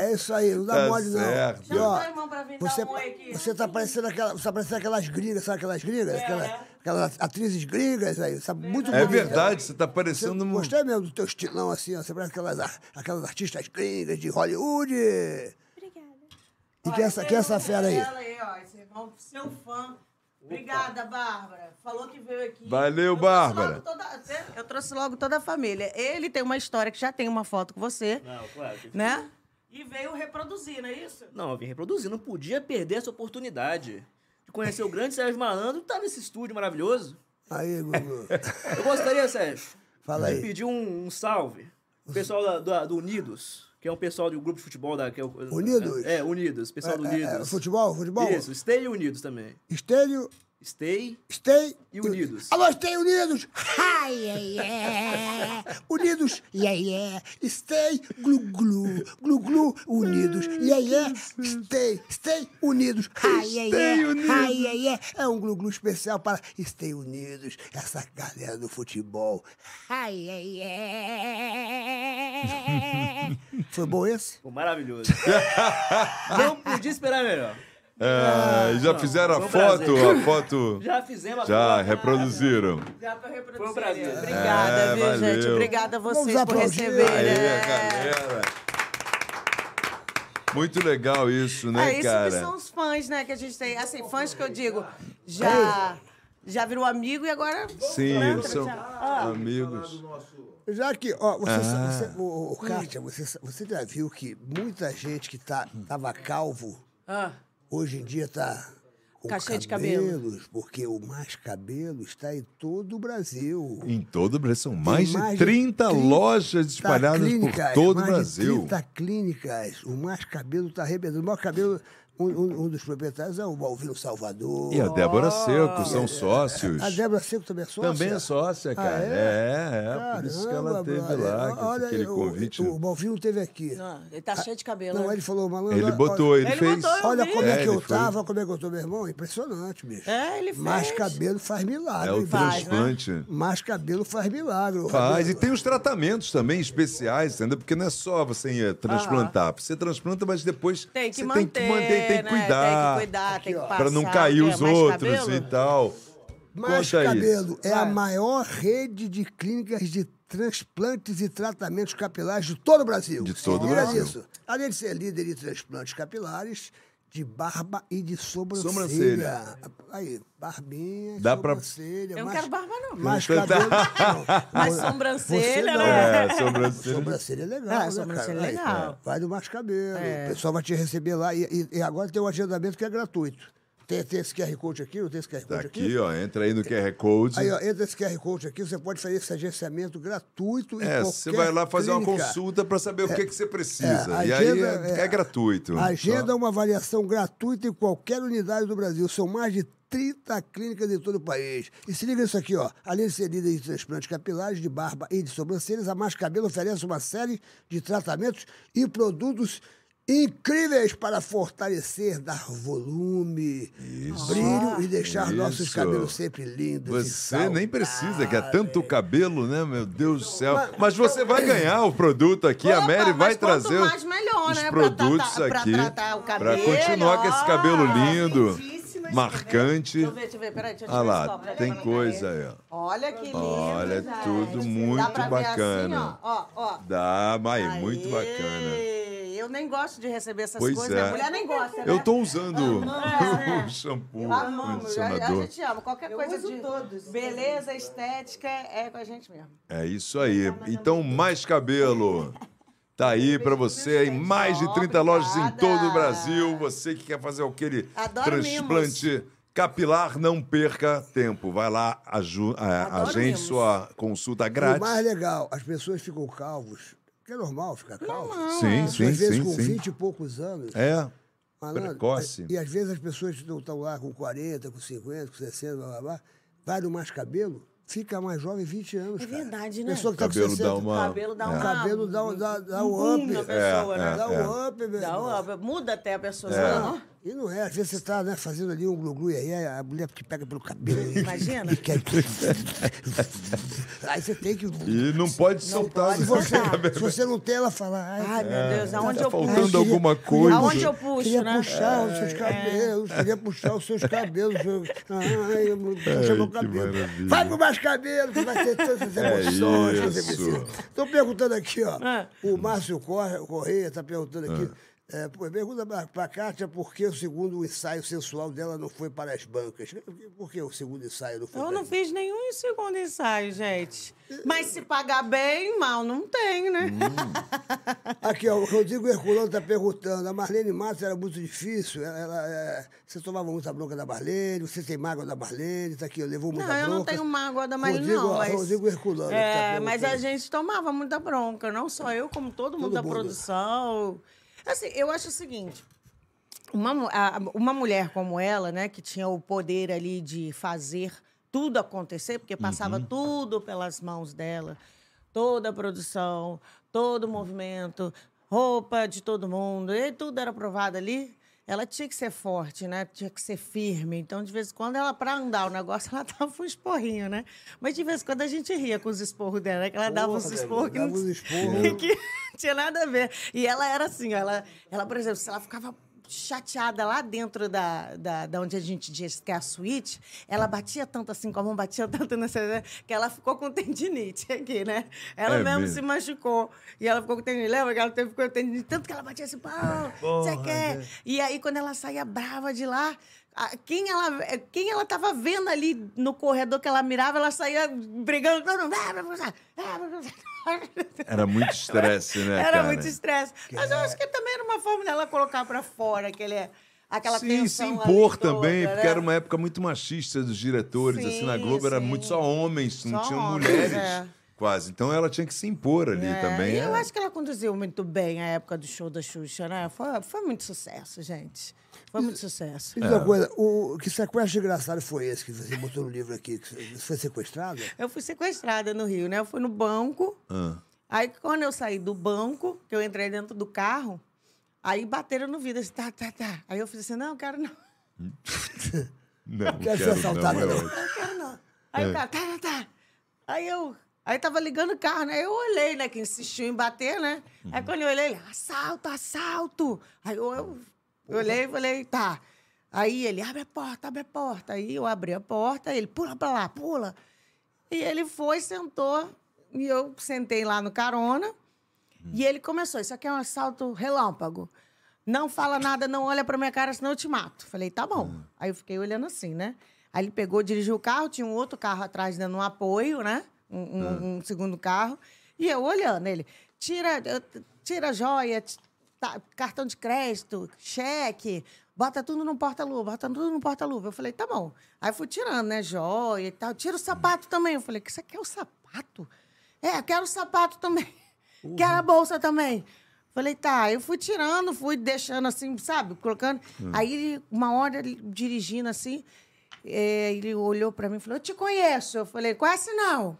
É isso aí, não dá Tá mole, não. certo. E, ó, Chama teu irmão pra vir dar você, um oi aqui. você tá parecendo aquela, você tá parecendo aquelas gringas, sabe aquelas gringas? Aquela- né? Aquelas atrizes gringas aí, sabe? Muito É bonita. verdade, você tá Você- parecendo um. Gostei mesmo do teu estilão assim, ó. Você parece aquelas, ar- aquelas artistas gringas de Hollywood. E Obrigada. que essa, que essa fera aí? Ela aí, ó, esse irmão, seu fã. Obrigada, Bárbara. Falou que veio aqui. Valeu, Eu trouxe Bárbara. logo toda- Eu trouxe logo toda a família. Ele tem uma história que já tem uma foto com você, Não, claro. tem que- né? E veio reproduzir, não é isso? Não, eu vim reproduzir. Não podia perder essa oportunidade de conhecer o grande Sérgio Malandro, tá nesse estúdio maravilhoso. Aí, Gugu. Eu gostaria, Sérgio, Fala de aí. pedir um, um salve pro pessoal da, da- do Unidos, que é um pessoal do grupo de futebol da... Que é o- Unidos? É, Unidos. Pessoal do É, é, Unidos. futebol, futebol? Isso, Stay Unidos também. Estênio, Stay Stay. e Unidos. Alô, Stay Unidos! Hi, yeah, yeah. Unidos, yeah, yeah. Stay, glu, glu. Glu, glu, Unidos, yeah, yeah. Stay, Stay Unidos. Hi, yeah, yeah. Hi, yeah, yeah. É um glu, glu especial para Stay Unidos, essa galera do futebol. Hi, yeah, yeah. Foi bom esse? Pô, maravilhoso. Não podia esperar melhor. É, já fizeram a foi um foto? prazer. A foto. Já fizemos a Já foto. reproduziram. Dá pra reproduzir. Foi um prazer. né? Obrigada, É, viu, gente? valeu. é, Obrigada a vocês Vamos por aplaudir. receber. Aê, É. né? galera. Muito legal isso, Ah, né, é isso cara? que são os fãs, né? Que a gente tem. Assim, fãs que eu digo, já, já virou amigo e agora. Sim, né, eles são tchau. Ah. amigos. Já que, ó, você, Ah. sa- você- ô, ô, Kátia, você, sa- você já viu que muita gente que tá, tava calvo, Ah, hoje em dia tá com Cachê de cabelo. cabelos, porque o mais cabelo está em todo o Brasil. Tá Em todo o Brasil, são mais, Tem de 30, lojas tá, espalhadas por todo o mais Brasil. De 30 clínicas. O mais cabelo está arrebentando. O maior cabelo, um, um- um dos proprietários é o Malvino Salvador. E a Débora Seco, são sócios. A Débora Seco também é sócia? Ah, Também é sócia, cara. é? é, por isso que ela Caramba, teve brother. lá, que- Olha, aquele o- convite. O, Malvino teve aqui. não, ele tá cheio de cabelo. Não, né? ele falou, malandro. Ele olha- botou, ele, Ele fez. botou, Ah, eu Olha vi. como é É, que eu ele foi. tava, como é que eu tô, meu irmão. Impressionante, bicho. É, ele fez. Mais cabelo faz É milagre. o bicho. Faz, né? transplante. Mais cabelo faz milagre. Tá Faz, e Roberto. tem os tratamentos também especiais, entendeu? Porque não é só você eh, transplantar. Você transplanta, mas depois Tem que você manter. tem que manter, tem que né? cuidar. Tem que cuidar, tem que passar. Pra não cair né? os Mais outros então. cabelo? e tal. Mais Conta aí. cabelo é a Vai. maior rede de clínicas de transplantes e tratamentos capilares de todo o Brasil. De todo o Mira Brasil. Isso. Além de ser líder de transplantes capilares, de barba e de sobrancelha. Sobrancelha. Aí, barbinha, Dá pra- tá- sobrancelha. Eu não mais- quero barba, não. Mais cabelo. não. Mais Você sobrancelha, não. né? É, sobrancelha. Sobrancelha é legal, Ah, né, sobrancelha cara? é legal. É. Aí, vai do mais cabelo. O pessoal vai te receber lá. E, e- e agora tem um agendamento que é gratuito. Tem, tem esse QR Code aqui, não tem esse QR Tá Code aqui, ó. Entra aí no QR Code. Aí, ó, entra esse QR Code aqui, você pode fazer esse agenciamento gratuito. em É, qualquer você vai lá fazer uma clínica. consulta pra saber o que, que você É, precisa. e aí é, é, é gratuito. Agenda uma avaliação gratuita em qualquer unidade do Brasil. São mais de 30 clínicas em todo o país. E se liga isso aqui, ó. Além de ser líder de transplantes capilares, de barba e de sobrancelhas, a Mais Cabelo oferece uma série de tratamentos e produtos incríveis para fortalecer, dar volume, brilho e deixar nossos isso. cabelos sempre lindos e Você nem saudáveis. precisa, que é tanto cabelo, né? Meu Deus do céu. Mas você vai ganhar o produto aqui. a Opa, Mary vai mas quanto trazer mais, melhor, os né? Pra produtos tratar- pra aqui. tratar o pra cabelo, continuar com esse cabelo ó. lindo, Lindíssimas, marcante. Deixa eu ver, deixa eu ver. Peraí, deixa eu Olha tirar esse lá, copo pra tem ver. é. coisa aí, ó. Olha que lindo. Olha, é gente. tudo Dá muito pra Ver bacana. assim, ó, ó, ó. Dá, Mai, muito Aê, bacana. Eu nem gosto de receber essas Pois coisas. é. né? mulher nem gosta, né? Eu tô usando né? o shampoo, o Amamos, a, a condicionador. gente ama. Qualquer coisa de beleza, estética, é com a gente mesmo. É isso aí. Então, mais cabelo. Tá aí pra você em mais de 30 lojas em todo o Brasil. Você que quer fazer aquele Adoro transplante capilar, não perca tempo. Vai lá, aju- a- Adoro agende mimos. sua consulta O mais grátis. legal, as pessoas ficam calvos. Que é normal ficar calvo. Sim, Às vezes com 20 e poucos anos. É. Malandro, Precoce. E às vezes as pessoas não estão lá com 40, com 50, com 60, blá, blá, blá. Vai no mais cabelo, fica mais jovem 20 anos. É cara. verdade, né? Pessoa que tá com Cabelo 60, dá uma- cabelo dá É. O uma- cabelo dá, um- dá, dá um boom up. na pessoa, É, né? Dá é. um up, meu Dá irmão. uma- muda até a pessoa. ó. E não é, às vezes você tá né, fazendo ali um glu-glu e aí a mulher te pega pelo cabelo. e- Imagina. E quer... aí você tem que. E não pode soltar. Se né? você, se você não tem, ela fala. Ai, Ai, meu Deus, aonde Tá eu faltando puxo? alguma coisa. É. Aonde eu puxo, queria né? puxar os seus cabelos, queria puxar os seus cabelos. eu- Ai, eu- puxa Ai, meu que cabelo. maravilha. Vai pro mais cabelo, que vai ter tantas É emoções. que você isso. precisa. Estão perguntando aqui, ó. Ah. O Márcio Corre- Correia está perguntando aqui. é, pô, pergunta pra, pra Kátia por que o segundo ensaio sensual dela não foi para as bancas. Por que o segundo ensaio não foi Eu para não as fiz nenhum segundo ensaio, gente. Mas se pagar bem, mal não tem, né? Hum, Aqui, ó, o Rodrigo Herculano está perguntando. A Marlene Matos era muito difícil. Ela, ela, é, você tomava muita bronca da Marlene, você tem mágoa da Marlene, tá aqui, levou muita Não, eu bronca. não tenho mágoa da Marina, Rodrigo, não. ó, Mas... Rodrigo Herculano. que tá É, mas a perguntando. gente tomava muita bronca, não só eu, como todo mundo Todo da mundo. produção. Assim, eu acho o seguinte. Uma, mu- a- uma mulher como ela, né, que tinha o poder ali de fazer tudo acontecer, Uhum. porque passava tudo pelas mãos dela, toda a produção, todo o movimento, roupa de todo mundo, e tudo era aprovado ali. Ela tinha que ser forte, né? Tinha que ser firme. Então, de vez em quando, ela, para andar o negócio, ela dava um esporrinho, né? Mas de vez em quando a gente ria com os esporros dela, né? Que ela dava uns Porra, esporros que dava não uns esporros. que tinha nada a ver. E ela era assim, ó, ela, ela por exemplo, se ela ficava chateada lá dentro da, da, da onde a gente diz que é a suíte, ela batia tanto assim com a mão, batia tanto nessa... que ela ficou com tendinite aqui, né? Ela É mesmo mesmo? se machucou. E ela ficou com tendinite. Lembra que ela teve com tendinite? Tanto que ela batia assim, pau, você quer? E aí, quando ela saía brava de lá... a- Quem ela, é, quem ela tava vendo ali no corredor que ela mirava, ela saía brigando todo mundo. "Ah, vamos lá, ah, vamos lá." Era muito estresse, né, Era cara? muito estresse. Mas eu acho que também era uma forma dela colocar pra fora aquele, aquela Sim, se tensão ali impor toda, também, né? porque era uma época muito machista dos diretores, assim, na Sim, Globo era sim. muito só homens, não Só tinham homens, mulheres, é. quase. Então ela tinha que se impor ali É, também. e eu é. acho que ela conduziu muito bem a época do show da Xuxa, né? Foi, foi muito sucesso, gente. Foi muito sucesso. Me diz uma coisa, o que sequestro engraçado foi esse que você botou no livro aqui? Que você foi sequestrado? Eu fui sequestrada no Rio, né? Eu fui no banco. ah. Aí, quando eu saí do banco, que eu entrei dentro do carro, aí bateram no vidro, assim, tá, tá, tá. Aí eu falei assim, não, eu quero não. Não, quero ser assaltada, não, é não. ótimo. não quero não. Aí o cara, tá, tá, tá. Aí eu. Aí tava ligando o carro, né? Eu olhei, né? Que insistiu em bater, né? Aí quando eu olhei, ele, assalto, assalto. Aí eu, eu olhei e falei, tá. Aí ele, abre a porta, abre a porta. Aí eu abri a porta, ele, pula pra lá, pula. E ele foi, sentou, e eu sentei lá no carona. Hum. E ele começou, isso aqui é um assalto relâmpago. Não fala nada, não olha pra minha cara, senão eu te mato. Falei, tá bom. Aí eu fiquei olhando assim, né? Aí ele pegou, dirigiu o carro, tinha um outro carro atrás dando um apoio, né? Um, um- um segundo carro. E eu olhando, ele, tira, eu- tira a joia, ti- tá- cartão de crédito, cheque, bota tudo no porta-luva, bota tudo no porta-luva. Eu falei, tá bom. Aí fui tirando, né? Joia e tal. Tira o sapato também. Eu falei, que você quer o sapato? É, quero o sapato também. Quero a bolsa também. Falei, tá. Eu fui tirando, fui deixando assim, sabe? Colocando. Aí, ele, uma hora, ele dirigindo assim, eh, ele olhou pra mim e falou: Eu te conheço. Eu falei, conhece não.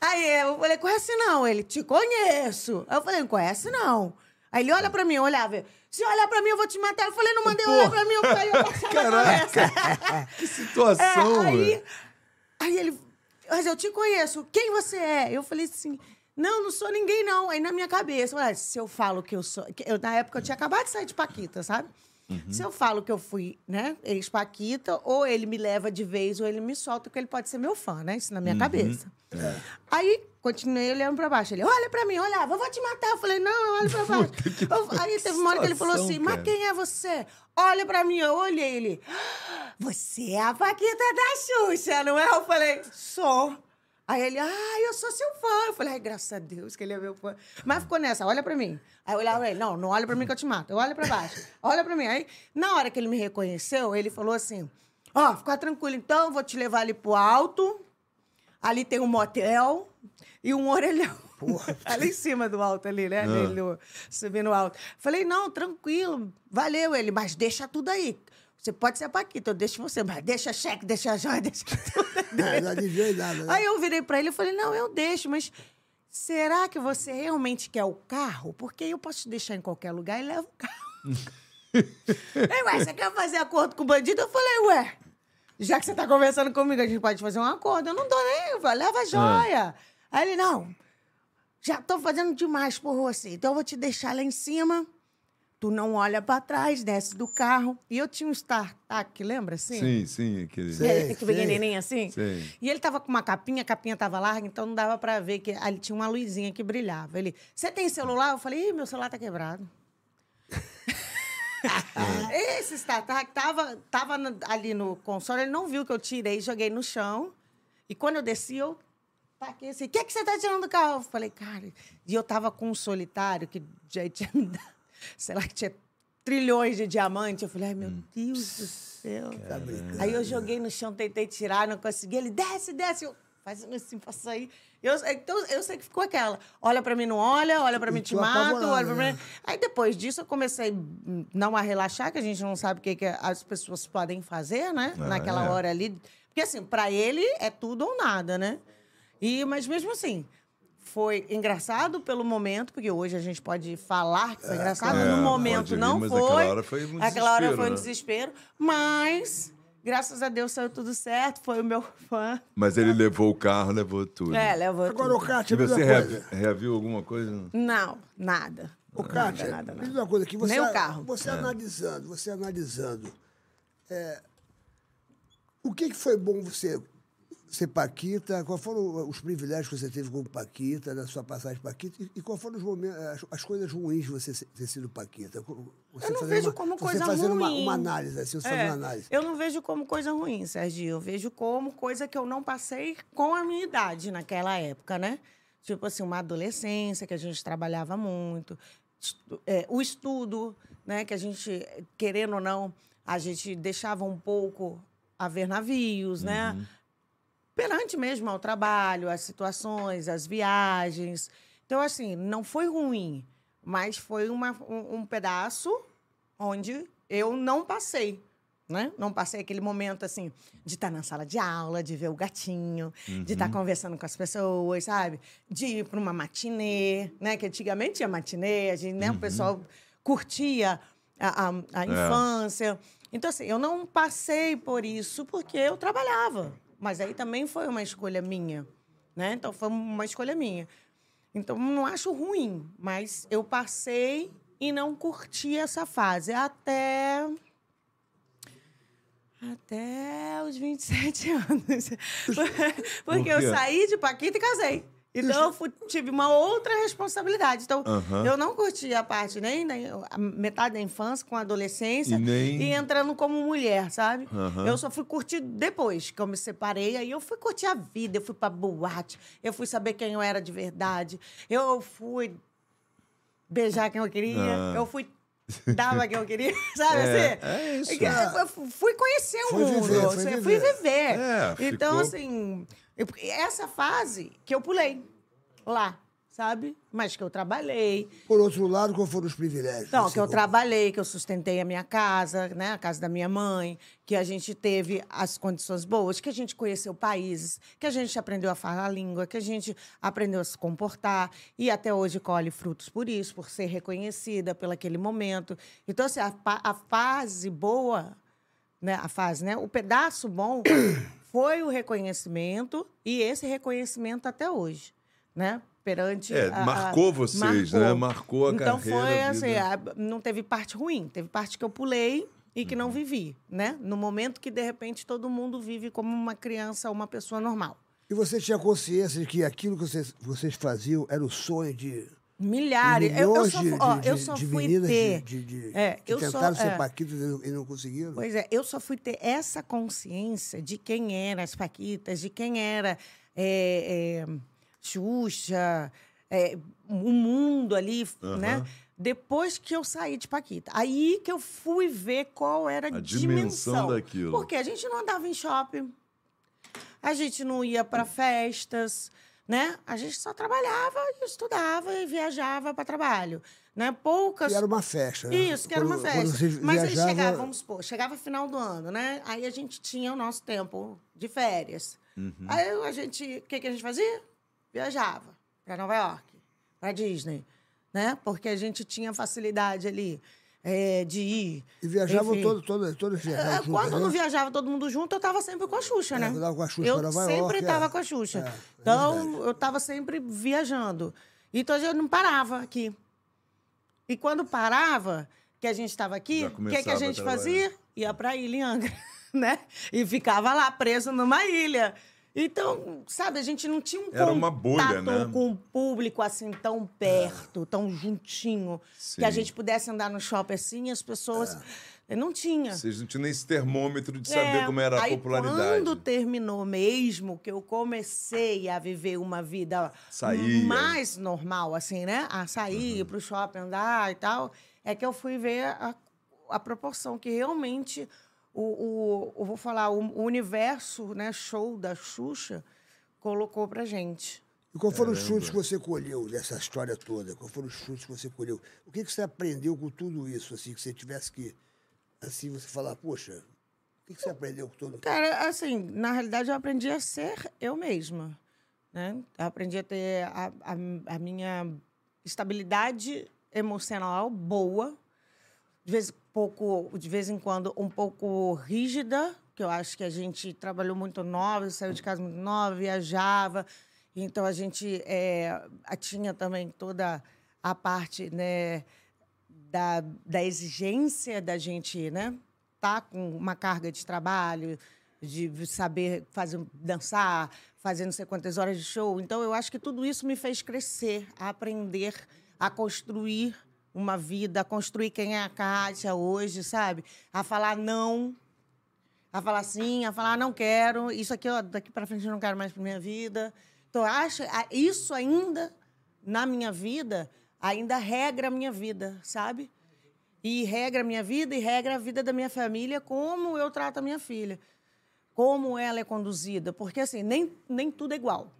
Aí eu falei, conhece não? Ele, te conheço. Aí eu falei, não conhece não. Aí ele olha pra mim, eu olhava. Se olhar pra mim, eu vou te matar. Eu falei, não mandei olhar pra mim, eu falei, eu passava Caraca. Que situação, É, aí, velho. aí ele, mas eu te conheço, quem você é? Eu falei assim, não, não sou ninguém não. Aí na minha cabeça, eu falei, "Ah, se eu falo que eu sou, que eu, na época eu tinha acabado de sair de Paquita, sabe? Uhum. Se eu falo que eu fui, né, ex-Paquita, ou ele me leva de vez, ou ele me solta, porque ele pode ser meu fã, né? Isso na Uhum. minha cabeça. É. Aí, continuei olhando pra baixo. Ele, olha pra mim, olha, eu vou te matar. Eu falei, não, olha pra baixo. Eu- aí teve uma hora que ele falou assim, situação, mas cara. quem é você? Olha pra mim, eu olhei ele. "Ah, Você é a Paquita da Xuxa, não é? Eu falei, sou. Aí ele, ah, eu sou seu fã. Eu falei, ai, graças a Deus que ele é meu fã. Mas ficou nessa, olha pra mim. Aí eu olhava pra ele, não, não olha pra mim que eu te mato. Eu olho pra baixo, olha pra mim. Aí, na hora que ele me reconheceu, ele falou assim, ó, fica tranquilo então, vou te levar ali pro alto, Ali tem um motel e um orelhão. Porra. Tá lá em cima do alto ali, né? Ali no- subindo alto. Falei, não, tranquilo, valeu ele, mas deixa tudo aí. Você pode ser a Paquita, eu deixo você, mas deixa cheque, deixa joia, deixa tudo. Ah, Não adivinhei nada. né? Aí eu virei pra ele e falei, não, eu deixo, mas será que você realmente quer o carro? Porque eu posso te deixar em qualquer lugar e levo o carro. Ei, ué, você quer fazer acordo com o bandido? Eu falei, ué, já que você tá conversando comigo, a gente pode fazer um acordo. Eu não dou nem, eu falei, leva a joia. Aí ele, não, já tô fazendo demais por você, então eu vou te deixar lá em cima. Tu não olha pra trás, desce do carro. E eu tinha um startup, lembra assim? Sim, sim, aquele. Sim. É, que peguei neném assim. Sim. E ele tava com uma capinha, a capinha tava larga, então não dava pra ver que ali tinha uma luzinha que brilhava. Ele, você tem celular? Eu falei, Ih, meu celular tá quebrado. É. Esse StarTAC tava, tava na- ali no console, ele não viu que eu tirei, joguei no chão. E quando eu desci, eu taquei assim, o que, que você tá tirando do carro? Eu falei, cara... E eu tava com um solitário que já tinha me dado, sei lá, que tinha trilhões de diamantes. Eu falei, ai, meu Deus do céu. Hum. Tá brincando. Aí eu joguei no chão, tentei tirar, não consegui. Ele desce, desce. Eu fazendo assim pra sair. Eu, então eu sei que ficou aquela. Olha pra mim, não olha, olha pra mim, te tô mato, apavorada, olha pra mim. né? Aí depois disso eu comecei hum, não a relaxar, que a gente não sabe o que, que as pessoas podem fazer, né? Ah, Naquela é. hora ali. Porque assim, pra ele é tudo ou nada, né? E, mas mesmo assim. Foi engraçado pelo momento, porque hoje a gente pode falar que foi engraçado. claro. no É, momento pode rir, não mas foi. naquela hora foi um Aquela hora desespero, foi um né? desespero, mas graças a Deus saiu tudo certo, foi o meu fã. Mas ele levou o carro, levou tudo. É, levou Agora, tudo. o Cátia, E me diz você uma reavi- coisa. reaviu alguma coisa? Não, nada. Ô, Kátia, nada, me diz nada. uma coisa aqui. Você, Nem o carro. Você analisando, você analisando. é, o que, que foi bom você ser Paquita? Quais foram os privilégios que você teve como Paquita, na sua passagem Paquita? E, e quais foram os momentos, as, as coisas ruins de você ser- ter sido Paquita? Co- Você Eu não fazer vejo uma- como você coisa fazendo Uma, ruim. uma análise, assim, você É, fazendo uma análise. eu não vejo como coisa ruim, Serginho. Eu vejo como coisa que eu não passei com a minha idade naquela época, né? Tipo assim, uma adolescência que a gente trabalhava muito, estu- é, o estudo, né? Que a gente, querendo ou não, a gente deixava um pouco a ver navios, né? perante mesmo ao trabalho, às situações, às viagens. Então, assim, não foi ruim, mas foi uma- um, um pedaço onde eu não passei. Né? Não passei aquele momento assim de estar na sala de aula, de ver o gatinho, de estar conversando com as pessoas, sabe? De ir para uma matinê, né? Que antigamente tinha matinê, a gente, né? o pessoal curtia a, a- a infância. Então, assim, eu não passei por isso porque eu trabalhava. Mas aí também foi uma escolha minha, né? Então, foi uma escolha minha. Então, não acho ruim, mas eu passei e não curti essa fase até... Até os 27 anos. Porque eu quê? saí de Paquita e casei. Então, eu fui- tive uma outra responsabilidade. Então, Aham. eu não curti a parte nem da, a metade da infância com a adolescência E nem- e entrando como mulher, sabe? Uhum. Aham. Eu só fui curtir depois que eu me separei, aí eu fui curtir a vida, eu fui pra boate, eu fui saber quem eu era de verdade, eu fui beijar quem eu queria, Ah. eu fui dava quem eu queria, sabe? É, assim? é isso. Eu- Eu fu- fui conhecer o Foi mundo, viver, foi assim, eu fui viver. viver. É, então, ficou- assim, eu- essa fase que eu pulei lá, sabe? Mas que eu trabalhei, Por outro lado, quais foram os privilégios? então, Você- é que eu trabalhei, que eu sustentei a minha casa, né? A casa da minha mãe, que a gente teve as condições boas, que a gente conheceu países, que a gente aprendeu a falar a língua, que a gente aprendeu a se comportar e até hoje colhe frutos por isso, por ser reconhecida pelo aquele momento. Então, assim, a, pa- a fase boa, né? A fase, né? O pedaço bom foi o reconhecimento e esse reconhecimento até hoje, né? Perante É, a- a- marcou vocês, né? Marcou a ah, então carreira, foi a assim, vida. a- não teve parte ruim, teve parte que eu pulei e que Uhum. não vivi, né? No momento que de repente todo mundo vive como uma criança, uma pessoa normal. E você tinha consciência de que aquilo que vocês, vocês faziam era o sonho de Milhares. Eu, eu milhões só, de, fu- ó, de- eu de- só de fui meninas ter. de, de- de- é, que eu só- tentaram ser é. paquitas e não- e não conseguiram. Pois é, eu só fui ter essa consciência de quem era as Paquitas, de quem era é, é, Xuxa, é, o mundo ali, né? Depois que eu saí de Paquita. Aí que eu fui ver qual era a A dimensão, dimensão daquilo. Porque a gente não andava em shopping, a gente não ia para festas, né? A gente só trabalhava, e estudava e viajava para trabalho, né? Poucas E era uma festa, né? isso, que era uma Quando- quando festa. você Mas viajava- aí chegava, vamos supor, chegava final do ano, né? Aí a gente tinha o nosso tempo de férias. Uhum. Aí a gente, o que, que a gente fazia? Viajava para Nova York, para Disney, né? Porque a gente tinha facilidade ali eh, de ir. E viajavam Enfim. todo, todo, todos viajavam É, juntos, Quando né? É, não viajava todo mundo junto, eu tava sempre com a Xuxa, né? eu tava com a Xuxa eu pra Nova sempre York, é. tava com a Xuxa. É, é então, verdade. eu tava sempre viajando. Então, eu não parava aqui. E quando parava, que a gente estava aqui, Já o que, que a começava a gente trabalhar. fazia? Ia pra ilha em Angra, né? E ficava lá, preso numa ilha. Então, sabe, a gente não tinha um Era uma contato bolha, né? É. com o público assim tão perto, tão juntinho, Sim. É. que a gente pudesse andar no shopping assim, as pessoas... Não tinha. Vocês não tinham nem esse termômetro de É, saber como era a aí popularidade. Quando terminou mesmo, que eu comecei a viver uma vida Saía. Uhum. mais normal, assim, né? A sair, ir pro shopping andar e tal, é que eu fui ver a, a proporção que realmente o, o eu vou falar, o, o universo, né, show da Xuxa colocou pra gente. E qual foram os frutos que você colheu dessa história toda? Qual foram os frutos que você colheu? O que, que você aprendeu com tudo isso, assim, que você tivesse que, assim, você falar, poxa, o que, que você aprendeu com tudo? Cara, assim, na realidade eu aprendi a ser eu mesma, né? Eu aprendi a ter a, a- a minha estabilidade emocional boa, de vez, em pouco, de vez em quando um pouco rígida, que eu acho que a gente trabalhou muito nova, saiu de casa muito nova, viajava, então a gente eh, a- tinha também toda a parte, né? da, da exigência da gente, né? Tá com uma carga de trabalho, de saber fazer dançar, fazer não sei quantas horas de show. Então eu acho que tudo isso me fez crescer, a aprender a construir uma vida, a construir quem é a Kátia hoje, sabe? A falar não, a falar sim, a falar não quero, isso aqui ó, daqui para frente eu não quero mais para minha vida. Então eu acho a- isso ainda na minha vida ainda regra a minha vida, sabe? E regra a minha vida e regra a vida da minha família, como eu trato a minha filha, como ela é conduzida, porque assim, nem nem tudo é igual.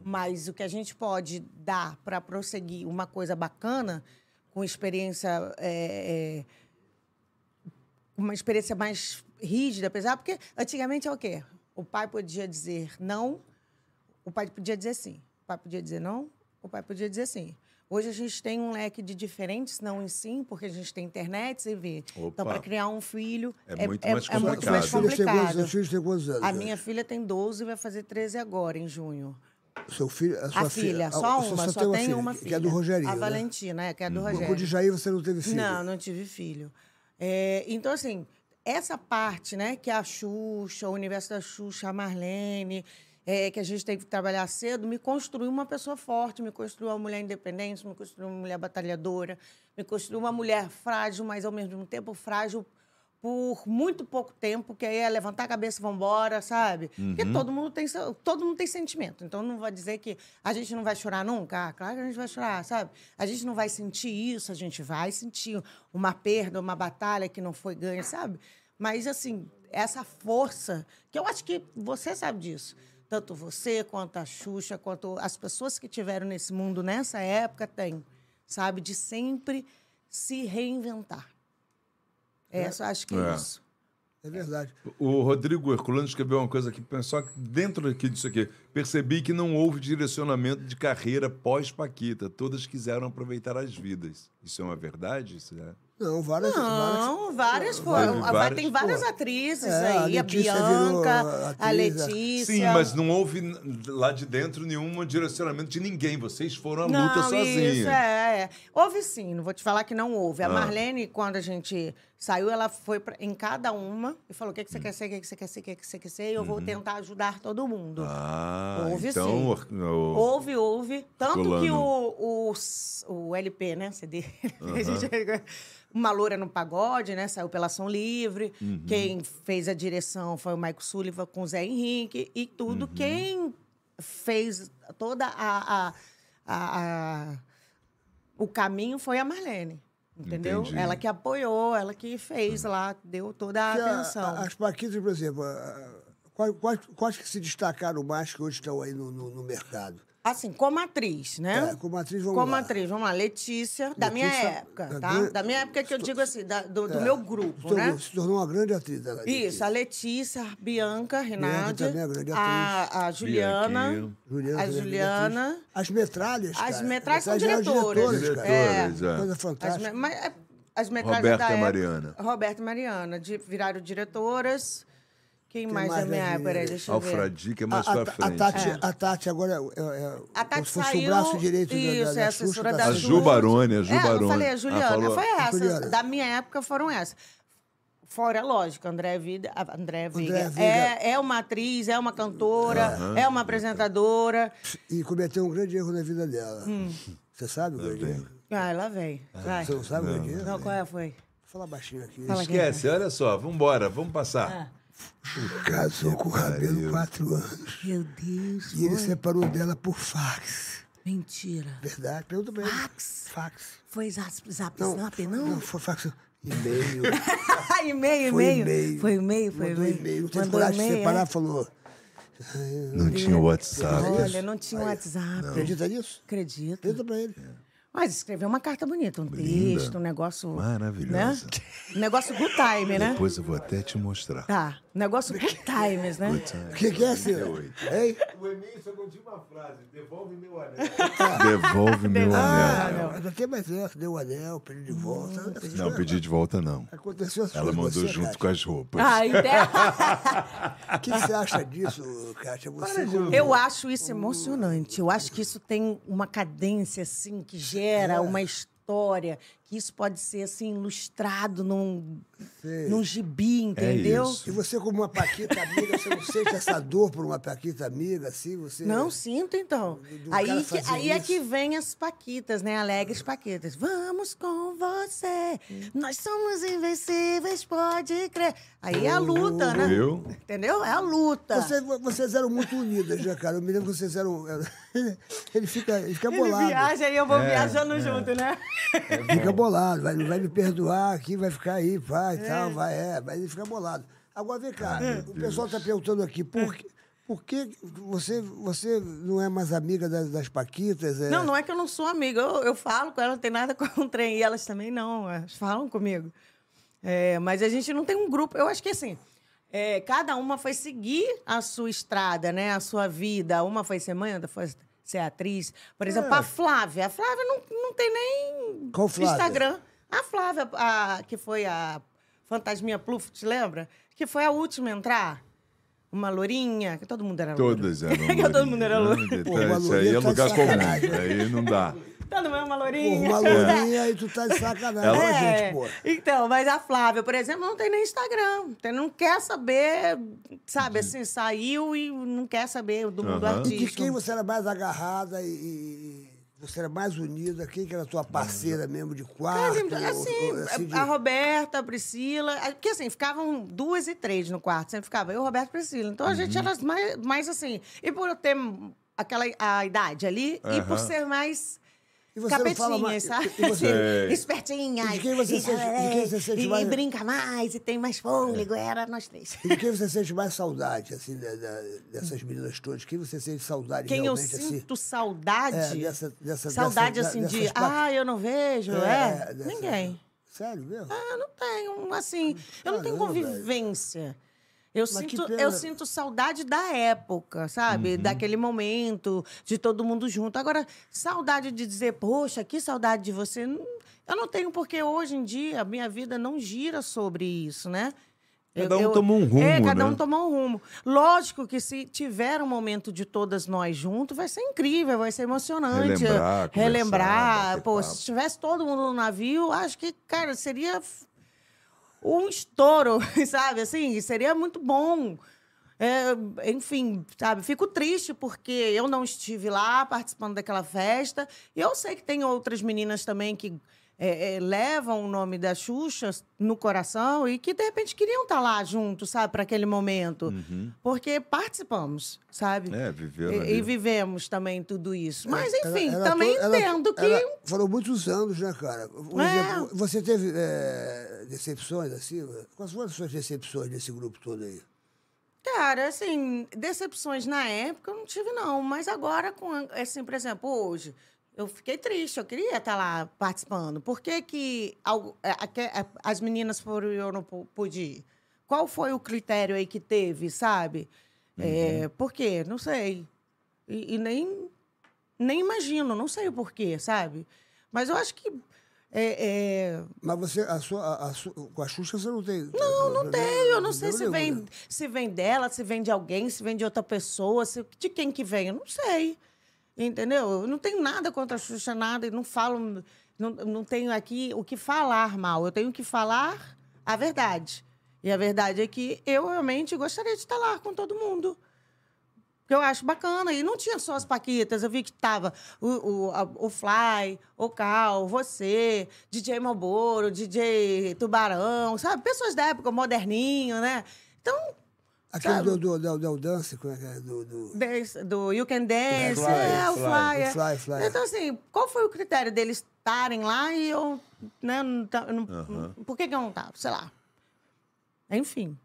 Mas o que a gente pode dar para prosseguir uma coisa bacana, com experiência é, é, uma experiência mais rígida, apesar porque antigamente é o quê? O pai podia dizer não, o pai podia dizer sim, o pai podia dizer não, o pai podia dizer sim. Hoje a gente tem um leque de diferentes não e sim, porque a gente tem internet, você vê. Opa. Então, para criar um filho É muito mais é muito complicado. mais Seus filhos têm quantos- complicado. Seus filhos têm quantos anos? A minha filha tem 12 e vai fazer 13 agora, em junho. Seu filho, a A, sua filha, filha, só uma, só, tem uma que- filha. Que é do Rogerinho, A né? Valentina, é, que é do Com o Rogério. de Jair você não teve filho? Não, não tive filho. É, então, assim, essa parte, né, que a Xuxa, o universo da Xuxa, a Marlene, é, que a gente teve que trabalhar cedo, me construiu uma pessoa forte, me construiu uma mulher independente, me construiu uma mulher batalhadora, me construiu uma mulher frágil, mas ao mesmo tempo frágil por muito pouco tempo, que aí é levantar a cabeça e vambora, sabe? Porque todo mundo, tem, seu- todo mundo tem sentimento. Então não vai dizer que a gente não vai chorar nunca. Ah, claro que a gente vai chorar, sabe? A gente não vai sentir isso, a gente vai sentir uma perda, uma batalha que não foi ganha, sabe? Mas assim, essa força, que eu acho que você sabe disso. Tanto você, quanto a Xuxa, quanto as pessoas que tiveram nesse mundo nessa época têm, sabe? De sempre se reinventar. Essa, eu acho que é É. isso. É verdade. O Rodrigo Herculano escreveu uma coisa aqui, só que dentro aqui disso aqui, percebi que não houve direcionamento de carreira pós-Paquita. Todas quiseram aproveitar as vidas. Isso é uma verdade? Isso é... Não, várias... várias... Não, várias Teve foram. Ah, várias, Tem várias pô. atrizes É, a aí. A, Letícia virou Bianca, a atriz, é. Letícia. Sim, mas não houve n- lá de dentro nenhum direcionamento de ninguém. Vocês foram à luta sozinhos. Isso, é, é. Houve sim, não vou te falar que não houve. Ah. A Marlene, quando a gente saiu, ela foi pra- em cada uma e falou: o que, que você quer ser, o que, que você quer ser, o que, que você quer ser, e eu vou tentar ajudar todo mundo. Uhum. Ah, Houve então... sim. or- o- Houve, houve. Tanto que Colando. o, o, s- o LP, né? CD. a gente- Uma loura no pagode, né? Saiu pela Ação Livre. Uhum. Quem fez a direção foi o Maico Sullivan com o Zé Henrique e tudo. Uhum. Quem fez toda a- a- a- a o caminho foi a Marlene. Entendeu? Entendi. Uhum. Ela que apoiou, ela que fez lá, deu toda a Que a- atenção. a- as Paquitas, por exemplo, a- a- quais, quais, quais que se destacaram mais que hoje estão aí no, no- no mercado? Assim, como atriz, né? Tá, como atriz, vamos Como lá. atriz, vamos lá. Letícia, da minha Letícia, época, da tá? gran- Da minha época que eu digo assim, da- do, do É. meu Se grupo, tornou, né? se tornou uma grande atriz. Ela, Isso, a Letícia, a Bianca, a Rinaldi, também é uma grande a, a Juliana, Bianquinha. Juliana. a também é grande Juliana. atriz. As metralhas, As cara. metralhas são eram diretoras. é cara. Diretoras, é. Coisa As, fantástica. me- mas, é, as metralhas Roberta da e época- Mariana. Roberta e Mariana. De, viraram diretoras. Quem, mais, mais da minha das época? Peraí, meninas? deixa eu ver. Alfradique é mais a, a- pra frente. a Tati, a Tati agora é, é, A como Tati se fosse saiu, o braço direito da- da, isso, da é a Xuxa, assessora tá da A saindo. Ju Ju Baroni, a Ju É, eu Baroni. falei, a Juliana. Ah, falou. Foi É Juliana. essa. Da minha época foram essas. Fora, lógico, André Vida, a- André Viga, André Viga. É, é uma atriz, é uma cantora, é uma apresentadora. E cometeu um grande erro na vida dela. Hum. Você sabe o é Tá grande erro? Ah, lá vem. Vai. Você não sabe o grande erro? Não, qual é, foi? Fala baixinho aqui. Fala aqui. Esquece, olha só, vambora, vamos passar. Casou com o Rabelo quatro anos. Meu Deus, E ele separou dela por fax. mentira. Verdade? Pergunta pra ele. Fax? Fax. Foi zap, zap Não, snap, não não? foi fax. E-mail. e-mail, Foi e-mail. e-mail. Foi e-mail, foi Mandou e-mail. Não teve Mandou coragem de e-mail, separar, é. falou. Não tinha WhatsApp. Olha, não tinha WhatsApp. Acredita nisso? Acredito. Pergunta pra ele. Mas escreveu uma carta bonita, um texto, um negócio. Maravilhosa. Né? Um negócio good time, né? Depois eu vou até te mostrar. Tá. um Negócio good times, né? O que, que é, senhor? Hein? O e-mail só continha uma frase: devolve meu anel. Devolve meu Ah, anel. não. Mas até mais essa. Deu o anel, pediu de volta. Essas Não, coisas- pedi de volta não. Aconteceu essas Ela coisas com mandou você, é junto Cátia? com as roupas. Ah, então, O que você acha disso, Kátia? Você como- eu acho isso emocionante. Eu acho que isso tem uma cadência, assim, que É. gera uma história, que isso pode ser, assim, ilustrado num, num gibi, entendeu? É isso. E você, como uma Paquita amiga, você não sente essa dor por uma Paquita amiga, assim? Você... Não sinto, então. do cara Aí, que- fazer aí é que isso. vem as paquitas, né? Alegres paquitas. Vamos com você. Hum. Nós somos invencíveis, pode crer. Aí é a luta, né? Viu? Entendeu? É a luta. Você- vocês eram muito unidas, né, cara? Eu me lembro que vocês eram. eh, Ele fica, ele fica Ele bolado. né? viaja e eu vou viajando junto, né? Fica bolado, vai, não vai me perdoar aqui, vai ficar aí, vai e tal, vai, é, mas ele fica bolado. Agora vem cá, É. o pessoal está perguntando aqui, por que, por que você, você não é mais amiga das, das Paquitas? É, Não, não é que eu não sou amiga. Eu, eu falo com elas, não tem nada contra. um E elas também não, elas falam comigo. É, mas a gente não tem um grupo. Eu acho que assim, é, cada uma foi seguir a sua estrada, né? A sua vida. Uma foi ser mãe, outra foi ser atriz. Por exemplo, a Flávia. A Flávia não, não tem nem Qual Flávia? Instagram. A Flávia, a- que foi a Fantasminha Pluff, te lembra? Que foi a última a entrar. Uma lourinha, que todo mundo era loura. Todas eram todo mundo era lourinhas, loura. né? Pô, uma Isso aí é lourinha tá de lugar sacanagem. comum. Aí não dá. Todo mundo é uma Porra, lourinha. uma lourinha e tu tá de sacanagem com a gente, pô. Então, mas a Flávia, por exemplo, não tem nem Instagram. Tem- Não quer saber, sabe, assim, saiu e não quer saber do mundo Aham. E de artístico. quem você era mais agarrada e, e- e você era mais unida? Quem que era a tua parceira mesmo de Por quarto? exemplo, assim, ou- ou assim de- a Roberta, a Priscila. a- Porque assim, ficavam duas e três no quarto. Sempre ficava eu, Roberta e Priscila. Então a gente era mais, mais assim. E por eu ter aquela a idade ali, e por ser mais. E você não fala Capetinha, mais- sabe? e você- Assim, Espertinha. E de quem você e, sente- de quem você sente e- mais- e brinca mais, e tem mais fôlego. Era nós três. E de quem você sente mais saudade, assim, da- da- dessas meninas todas? Quem você sente saudade Quem eu realmente, assim? sinto saudade. É, dessa- dessa- saudade dessa- assim da- de. dessas pa- Ah, eu não vejo. É, É. dessas- Ninguém. Sério mesmo? Eu não tenho, assim. Eu não tenho Caramba, velho. convivência. Eu Mas que sinto, pena. eu sinto saudade da época, sabe? Daquele momento, de todo mundo junto. Agora, saudade de dizer, poxa, que saudade de você. não- Eu não tenho, porque hoje em dia a minha vida não gira sobre isso, né? Cada um tomou um É, rumo, cada né? um tomou um rumo. Lógico que se tiver um momento de todas nós juntos, vai ser incrível, vai ser emocionante. Relembrar, conversar, relembrar. bater Pô, papo. se tivesse todo mundo no navio, acho que, cara, seria f- um estouro, sabe? Assim, seria muito bom. É, enfim, sabe? Fico triste porque eu não estive lá participando daquela festa. E eu sei que tem outras meninas também que é, é, levam o nome da Xuxa no coração e que de repente queriam estar lá junto, sabe? Para aquele momento. Porque participamos, sabe? Uhum. É, viveram E- ali. e, vivemos também tudo isso. Mas, Ela- enfim, ela também to- ela- entendo que. ela- foram muitos anos, né, cara? Por É. exemplo, você teve é, decepções, assim? Quais foram as suas decepções desse grupo todo aí? Cara, assim, decepções na época eu não tive, não. Mas agora, com, a- assim, por exemplo, hoje, eu fiquei triste, eu queria estar lá participando. Por que, que algo- é, aque- é, as meninas foram e eu não pu- pude ir? Qual foi o critério aí que teve, sabe? É, por quê? Não sei. E, e nem, nem imagino, não sei o porquê, sabe? Mas eu acho que. é, é, Mas você, a sua, a- a sua- com a Xuxa você não tem. não, não tenho. Eu não sei deu se nenhum, vem, né? se vem dela, se vem de alguém, se vem de outra pessoa, se- de quem que vem. Eu não sei. Entendeu? Eu não tenho nada contra a Xuxa, nada. e Não falo. Não, não tenho aqui o que falar mal. Eu tenho que falar a verdade. E a verdade é que eu realmente gostaria de estar lá com todo mundo. Que eu acho bacana. E não tinha só as Paquitas. Eu vi que tava o, o, a- o Fly, o Cal, você, DJ Malboro, DJ Tubarão, sabe? Pessoas da época, moderninho, né? Então, Aquele Sabe? do, do, do, do dance, como é que é? Do, do... dance- do You Can Dance, Fly, é, o Fly, Fly. é. Fly, Fly. Então, assim, qual foi o critério deles estarem lá e eu, né, não, tá- não- por que que eu não tava? Sei lá. Enfim.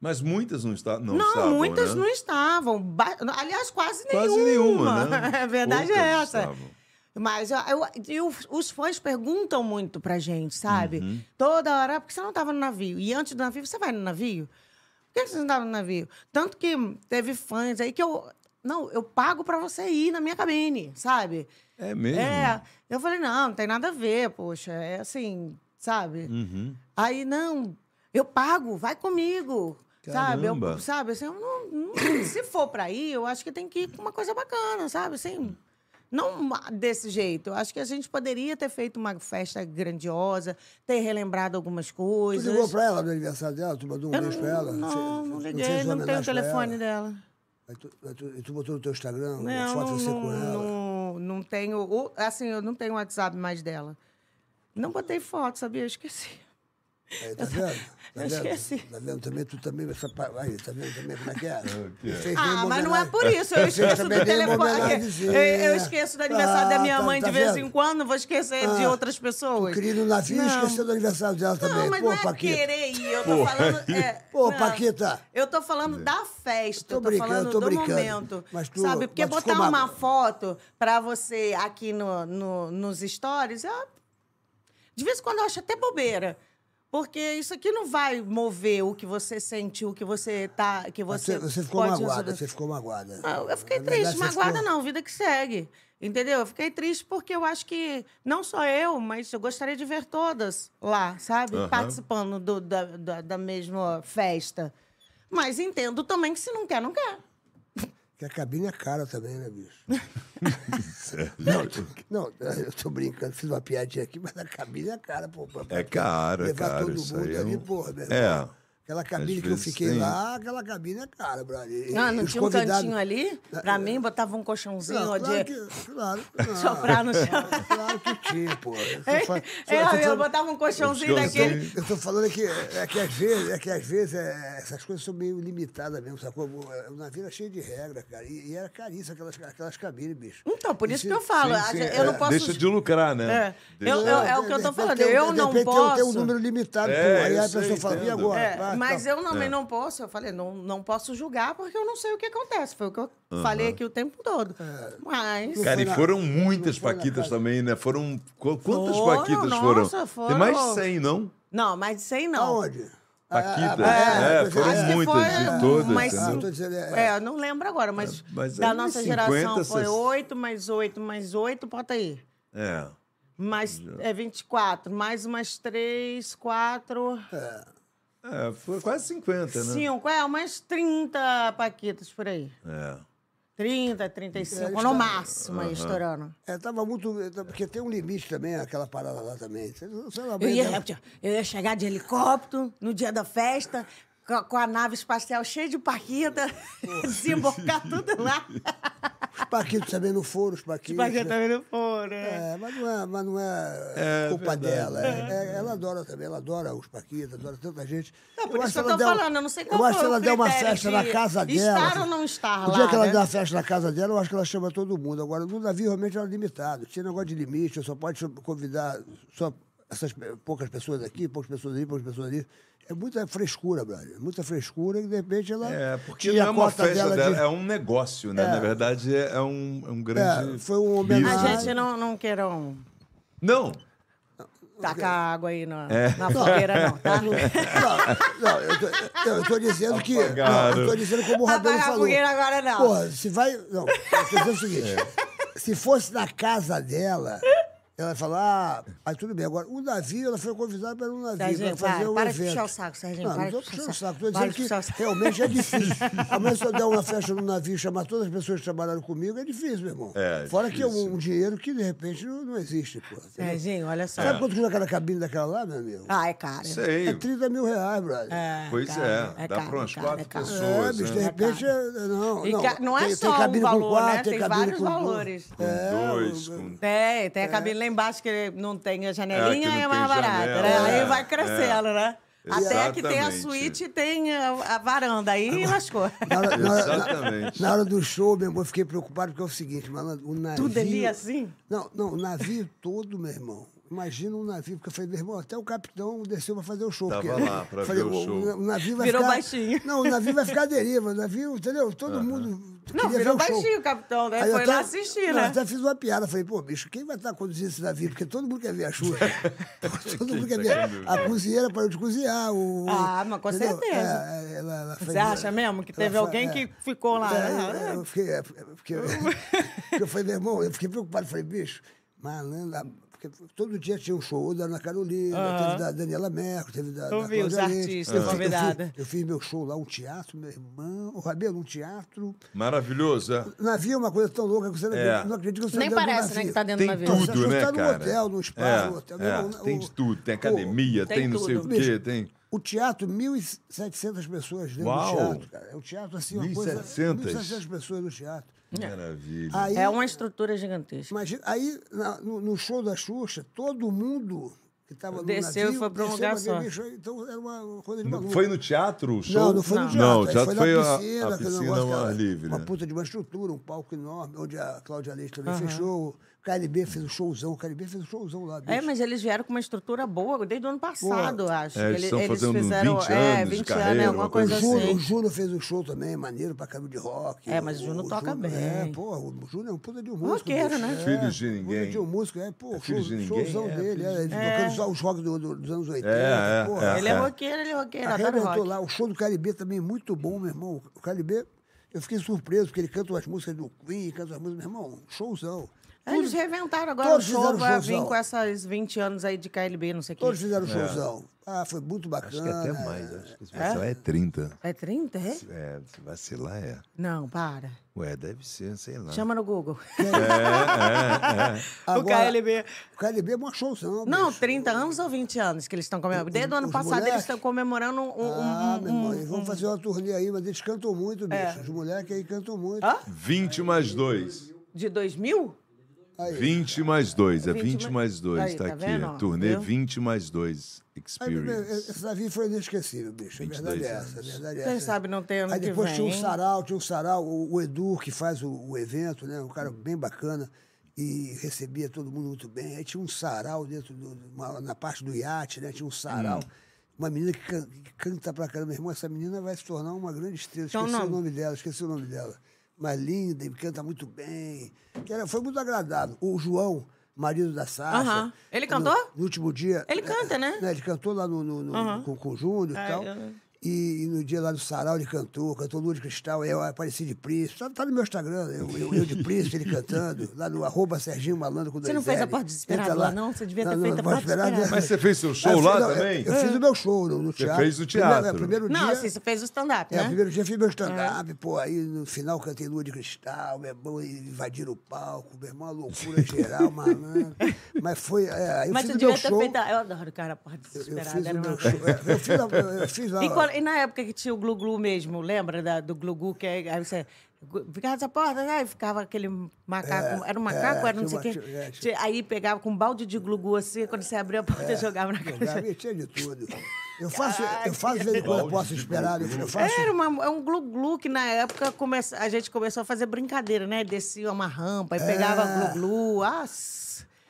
Mas muitas não, está, não, Não, estavam, muitas né? não estavam. Ba- Aliás, quase nenhuma. Quase nenhuma, né? A verdade é Poucas essa. estavam. Mas eu, eu- e o- os fãs perguntam muito pra gente, sabe? Toda hora, porque você não tava no navio. E antes do navio, você vai no navio? Por que você não tava no navio? Tanto que teve fãs aí que eu. Não, eu pago pra você ir na minha cabine, sabe? É mesmo? É. Eu falei, não, não tem nada a ver, poxa. É assim, sabe? Uhum. Aí, não, eu pago, vai comigo. Sabe? Caramba. Eu, sabe, assim, eu não, não- se for pra ir, eu acho que tem que ir com uma coisa bacana, sabe? Assim, não uma- desse jeito. Eu acho que a gente poderia ter feito uma festa grandiosa, ter relembrado algumas Tu coisas. ligou pra ela no aniversário dela? Tu mandou um é. eu beijo pra ela? Não, Você- não você liguei, fez uma não tenho o homenagem pra telefone ela? dela. Aí tu, aí tu, e tu botou no teu Instagram uma Não, foto não, você com ela? não, não tenho. o- Assim, eu não tenho WhatsApp mais dela. Não botei foto, sabia? Eu esqueci. Aí, tá vendo? Tá eu vendo? esqueci. Tá vendo também? Tu também, essa pa- aí, tá vendo também como é que é? Vocês dão Ah, uma mas não é homenagem. por isso. Eu Vocês esqueço do também dão uma telefone. Eu, homenagemzinha. eu esqueço do aniversário da minha Ah, tá- mãe tá de vez vendo? em quando, vou esquecer de Ah, outras pessoas. Querido no navio Não. esqueceu do aniversário dela também. Não, mas Pô, não é Paquita. querer ir. Eu tô falando. é, Pô, não. Paquita. Eu tô falando da festa, Tô eu tô brincando, falando tô do brincando. momento. Mas tu- sabe? Porque mas tu ficou botar uma magro. foto pra você aqui no, no- nos stories, eu- de vez em quando eu acho até bobeira. Porque isso aqui não vai mover o que você sentiu, o que você tá. Que Você, você, você ficou pode magoada, resolver. você ficou magoada. Ah, Eu fiquei Na triste, verdade, você magoada ficou- não, vida que segue. Entendeu? Eu fiquei triste porque eu acho que não só eu, mas eu gostaria de ver todas lá, sabe? Aham. Participando do- da, da, da mesma festa. Mas entendo também que se não quer, não quer. Porque a cabine é cara também, né, bicho? Não, eu tô brincando, fiz uma piadinha aqui, mas a cabine é cara, pô. pra- pra- É cara, levar cara, todo isso mundo aí é ali, um- porra, meu É. irmão. Aquela cabine que eu vezes fiquei tem. lá, aquela cabine é cara, brother. E- Ah, e não os tinha um convidados- Ah, é. cantinho ali? Pra mim, botava um colchãozinho Não, ó, claro de que, claro, que não. soprar no chão. Claro que tinha, pô. Eu tô, fa- É, eu tô eu falando- botava um colchãozinho Colchãozinho. daquele. eu tô falando é que, é que às vezes, é que às vezes é, essas coisas são meio limitadas mesmo, sacou? O navio era cheio de regra, cara. E, e era caríssimo aquelas, aquelas cabines, bicho. Então, por E isso se- que eu falo, Sim, sim, eu é, não posso. Deixa de lucrar, né? É. Eu- Deixa- eu- é o que eu tô De repente falando, tem um- eu de não repente tem um- Tem um posso. número limitado, É, pô. Aí eu a sei, pessoa fala, e entendo. agora? É, Vai, mas tá. eu também não posso, eu falei, não, não posso julgar porque eu não sei o que acontece. Foi o que eu falei aqui o tempo todo. É. Mas. Cara, Foi e na- foram muitas foi na paquitas casa. também, né? Foram. qu- Quantas Foram, paquitas nossa, foram? Tem mais de foram. 100, não? Não, mas isso aí não. Aonde? Paquitas. Ah, É, mas foram acho que muitas foi de todas. umas Ah, entendeu? tô dizendo, é, É, eu não lembro agora, mas, mas da aí, nossa 50, geração foi 60. 8 mais 8 mais 8, bota aí. É. Mais é 24, mais umas 3, 4, Tá É, foi quase 50, né? 5, é, umas 30 paquitas por aí. É. 30, 35, no máximo aí, estourando. é, tava muito. Porque tem um limite também, aquela parada lá também. Sei lá, é, Eu bem ia, dela. eu ia chegar de helicóptero no dia da festa, com a, com a nave espacial cheia de paquita, desembocar tudo lá. Os Paquitos também não foram, os Paquitos. Os paquita também não foram. né? É, mas não é, mas não é, É, culpa verdade. dela. É, é, ela adora também, ela adora os Paquitas, adora tanta gente. Não, por isso acho que eu ela tô der um- falando, eu não sei qual Eu acho foi que o ela der uma critério festa na de casa dela. assim. estar ou não estar O lá, dia que ela né? der uma festa na casa dela, eu acho que ela chama todo mundo. Agora, no navio realmente era limitado. Tinha negócio de limite, eu só pode convidar só essas pe- poucas pessoas aqui, poucas pessoas ali, poucas pessoas ali. É muita frescura, brother. Muita frescura e de repente ela. É, porque tinha não é a uma cota festa dela, de- é um negócio, né? É. Na verdade, é é um, é um grande. Ah, É, foi um A homenagem. gente não, não queiram Não, tacar água aí na, É. na fogueira, não, tá? Não, não, eu tô, eu, eu tô dizendo que. Não, Apagaram. eu tô dizendo como o Rabelo Apagar a falou. fogueira agora, não. Porra, se vai. Não, eu tô dizendo o seguinte: É. se fosse na casa dela, ela ia falar, ah, aí tudo bem. Agora, o navio, ela foi convidada para um navio Serginho, para fazer para, um para de evento. puxar o saco, Serginho, Não, para não tô de puxar o puxando o saco. saco. Tô Para de dizendo que puxar o saco. realmente é difícil. Amanhã, se eu der uma festa num navio e chamar todas as pessoas que trabalharam comigo, é difícil, meu irmão. É, Fora que é difícil. um, um dinheiro que, de repente, não, não existe, pô. entendeu? Serginho, olha só. Sabe quanto custa aquela cabine daquela lá, meu amigo? É. Ah, é caro. sei. É 30 mil reais, brother. pois caro, é. é Dá caro, para umas é caro, quatro é caro. É, pessoas. bicho, de né? repente. é- Não, Tá. E não, ca- não é tem, só tem um cabine valor, com quatro, né? tem, Tem cabine vários com É. duas. valores. Com dois. Com... Tem, tem a cabine lá embaixo que não tem a janelinha É, que não é, mais tem barata. janela, né? é, Aí vai crescendo, né? Até que tem a Exatamente. suíte e tem a, a varanda. Aí lascou. Na hora, na hora- Exatamente. na hora do show, meu irmão, eu fiquei preocupado porque é o seguinte, malandro, o navio. Tudo ali assim? Não, não, o navio todo, meu irmão. Imagina um navio, porque eu falei, meu irmão, até o capitão desceu pra fazer o show. Tava porque- lá pra falei, ver o show." O navio vai Virou ficar, baixinho. Não, o navio vai ficar à deriva. O navio, entendeu? Todo mundo. Não, queria virou ver o show. baixinho o capitão, né? Aí eu Foi até- lá assistir, não, eu né? até fiz uma piada. Falei, pô, bicho, quem vai estar conduzindo esse navio? Porque todo mundo quer ver a Xuxa. todo mundo quer tá ver. A cozinheira parou de cozinhar. O, Ah, mas com entendeu? certeza. É, ela- ela fez- Você acha mesmo que ela teve fa- alguém é. que ficou lá? É, né? é, eu fiquei, é, porque, porque eu falei, meu irmão, eu fiquei preocupado. Falei, bicho, malandro. a- Porque todo dia tinha um show ou da Ana Carolina, teve da Daniela Merco, teve da. Eu da vi Cláudia os Leite. Eu artistas fi- eu fi- convidados. Eu fiz meu show lá, um teatro, meu irmão. O Rabelo, um teatro. Maravilhoso, é. Navio é uma coisa tão louca que você não É. acredita- não acredita que você Nem dentro do parece, né, navio. que tá dentro Tem da vida. Nossa, tudo, você né, tá no cara? hotel, no spa, no hotel, é, no- tem o- de tudo. Tem o- academia, tem, tem não sei o tudo. quê. Tem... O teatro, 1.700 pessoas dentro Uau! do teatro, cara. É um teatro assim, uma coisa... 1.700? 1.700 pessoas no teatro. Maravilha. Aí, É uma estrutura gigantesca. imagina, aí na- no, no show da Xuxa, todo mundo que estava no Desceu e navio... foi pra um desceu lugar pra ver só. bicho, então era uma coisa de No- maluco. Foi no teatro o show? Não, não foi no Não. teatro. Não, o aí teatro foi, a- na a, piscina, aquele piscina negócio, ao ar cara, livre. Uma né? puta de uma estrutura, um palco enorme, onde a Cláudia Leite também fechou. O KLB fez um showzão, o KLB fez um showzão lá. bicho. É, mas eles vieram com uma estrutura boa desde o ano passado, acho. É, eles Ele- estão fazendo 20 é, anos de 20 anos, carreira, é, alguma uma O coisa coisa Juno, o assim. Juno fez um show também, maneiro pra caramba de rock. É, mas o Juno toca Juno- É, bem. pô, o Juno é um puta de um músico. Roqueiro, bicho, né? é. Filhos de Puta ninguém. de um músico, é, pô, É show, Filhos de Ninguém, showzão é, dele, é, ele tocando só os rock do- do- dos anos 80. É, é, porra. é. Ele é roqueiro, ele é roqueiro, adoro Arrebentou rock. lá. O show do Caribe também, muito bom, meu irmão. O Caribe, eu fiquei surpreso, porque ele canta umas músicas do Queen, canta umas músicas, meu irmão, showzão. É, Eles reventaram agora todos o show fizeram pra showzão. vir com essas 20 anos aí de KLB, não sei o quê. Todos fizeram showzão. Ah, foi muito bacana. É. Acho que é até mais. Acho que se vacilar é 30. É 30, é? É, se vacilar é. Não, para. Ué, deve ser, sei lá. Chama no Google. o é? Agora- KLB. O Caribe é um showzão. Não, bicho. 30 anos ou 20 anos que eles estão comemorando. Desde o ano os passado moleques? eles estão comemorando um. um- Ah, um- meu irmão, um- eles vão fazer uma turnê aí, mas eles cantam muito, bicho. Os moleques aí cantam muito. 20 mais 2. de 2000? 20 mais 2. É 20 mais- mais 2. Aí, tá, tá aqui. vendo, ó? Turnê Viu? 20 mais 2 Aí, meu, Experience. esse Davi foi inesquecível, bicho. A 22 verdade é essa, a verdade é Quem essa. sabe não tem ano Aí que depois tinha um vem. sarau, tinha um sarau, o, o Edu que faz o, o evento, né? Um cara bem bacana e recebia todo mundo muito bem. Aí tinha um sarau dentro do, do- uma- na parte do iate, né? Tinha um sarau. Hum. Uma menina que, can- que canta pra caramba, meu irmão, essa menina vai se tornar uma grande estrela. Qual o Esqueci o nome? nome dela, esqueci o nome dela. Mas linda e canta muito bem. Que era- foi muito agradável. O João, marido da Sasha. Aham. Ele no- cantou? No, último dia. Ele eh, canta, né? Ele cantou lá no, no- no- com, com o Júnior e Ah, tal. eu- E, e no dia lá do sarau ele cantou, cantou Lua de Cristal, eu apareci de príncipe. Tá, tá no meu Instagram, eu, eu, eu de príncipe, ele cantando, lá no arroba Serginho Malandro com Você não dois fez a L. Porta Desesperada Entra lá, não? Você devia Não, ter não, feito a Porta Desesperada. Desesperada. Mas você fez seu Ah, show eu lá fiz- não, eu- também? Eu, fiz o meu show no, no teatro. fez o Primeiro, é, teatro. primeiro Não, um dia, assim, você fez o é, stand-up, o né? É. primeiro dia eu fiz meu stand-up, pô, aí no final cantei Lua de Cristal, meu irmão invadiram o palco, meu irmão, uma loucura geral, malandro. Mas foi, é, aí eu Mas fiz você o meu devia ter show. feito. a- Eu adoro, cara, a Porta Eu fiz Desesperada. o era meu uma- show. Eu fiz, a- eu fiz lá. E, quando- e na época que tinha o glu-glu mesmo, lembra da- do glu-glu que aí aí você ficava essa porta, né? E ficava aquele macaco, era um macaco, é, era não sei o tinha quê. uma- tinha- é, Tinha- Aí pegava com um balde de glu-glu assim, quando você abria a porta, jogava na cara. Gabi tinha de tudo. Eu faço, eu faço de vez em quando, eu posso esperar. Eu eu faço. Era uma- é um glu-glu que na época começa, É. a gente começou a fazer brincadeira, né? Descia uma rampa e pegava glu-glu. Ah, s-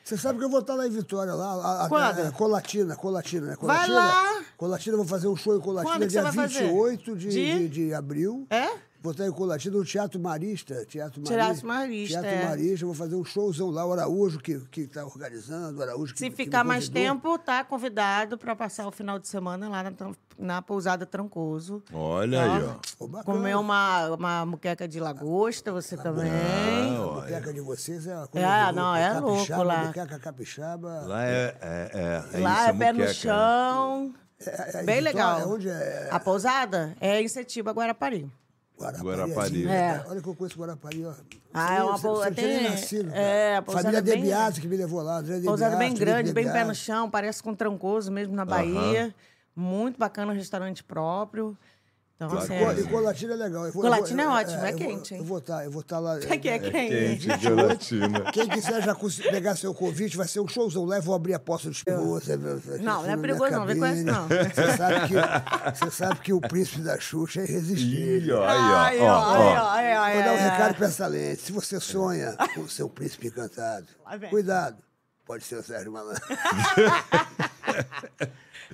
Você sabe que eu vou estar lá em Vitória, lá. A, a- Quando? é, Colatina, Colatina, né? Vai Colatina. lá! Colatina, eu vou fazer um show em Colatina Quando que dia você vai fazer? 28 de, De? de- de abril. É? Vou estar em Colatina no Teatro Marista. Teatro Marista. Teatro Marista, Teatro é. Marista, eu vou fazer um showzão lá, o Araújo que está organizando, o Araújo que que Se me ficar mais convidou. tempo, tá convidado para passar o final de semana lá na, Tran- na Pousada Trancoso. Olha aí, ó. Pô, bacana. Comer uma, uma muqueca de lagosta, você também. A Boteca de vocês é uma coisa. É, de não, é capixaba, louco lá. Boteca capixaba. Lá é. é, é, é lá isso, é pé no muqueca, né? chão. É, é em Bem Vitória, legal. Onde é? A pousada é em Setiba, Guarapari. Guarapari. Guarapari. né? É. Olha que eu conheço Guarapari, ó. Ah, é uma boa- Você tem- nascido, cara. é, a pousada Família é bem- Debiasi que me levou lá. André Pousada Debiasi, bem Felipe grande, bem pé no Debiasi. chão, parece com Trancoso mesmo na Bahia. Muito bacana, um restaurante próprio. Então, assim, Pô, é- E Colatina é legal. Eu vou- Colatina eu vou- é ótimo, é eu vou- quente, hein? Eu vou estar, eu vou estar lá. é que é quente. Quente, gelatina. Quem quiser já cons- pegar seu convite, vai ser um showzão lá. Eu vou abrir a porta dos perigosos. Não, não é perigoso não, vem com essa não. Você sabe, que, você sabe que o príncipe da Xuxa é irresistível. Ih, ó, Ai, aí, ó, ó, ó. ó, ai, ó, ai, ó, é, Vou dar um ai, ó. recado pra essa lente. Se você sonha com o seu príncipe encantado, É. Lá vem. cuidado. Pode ser o Sérgio Malandro.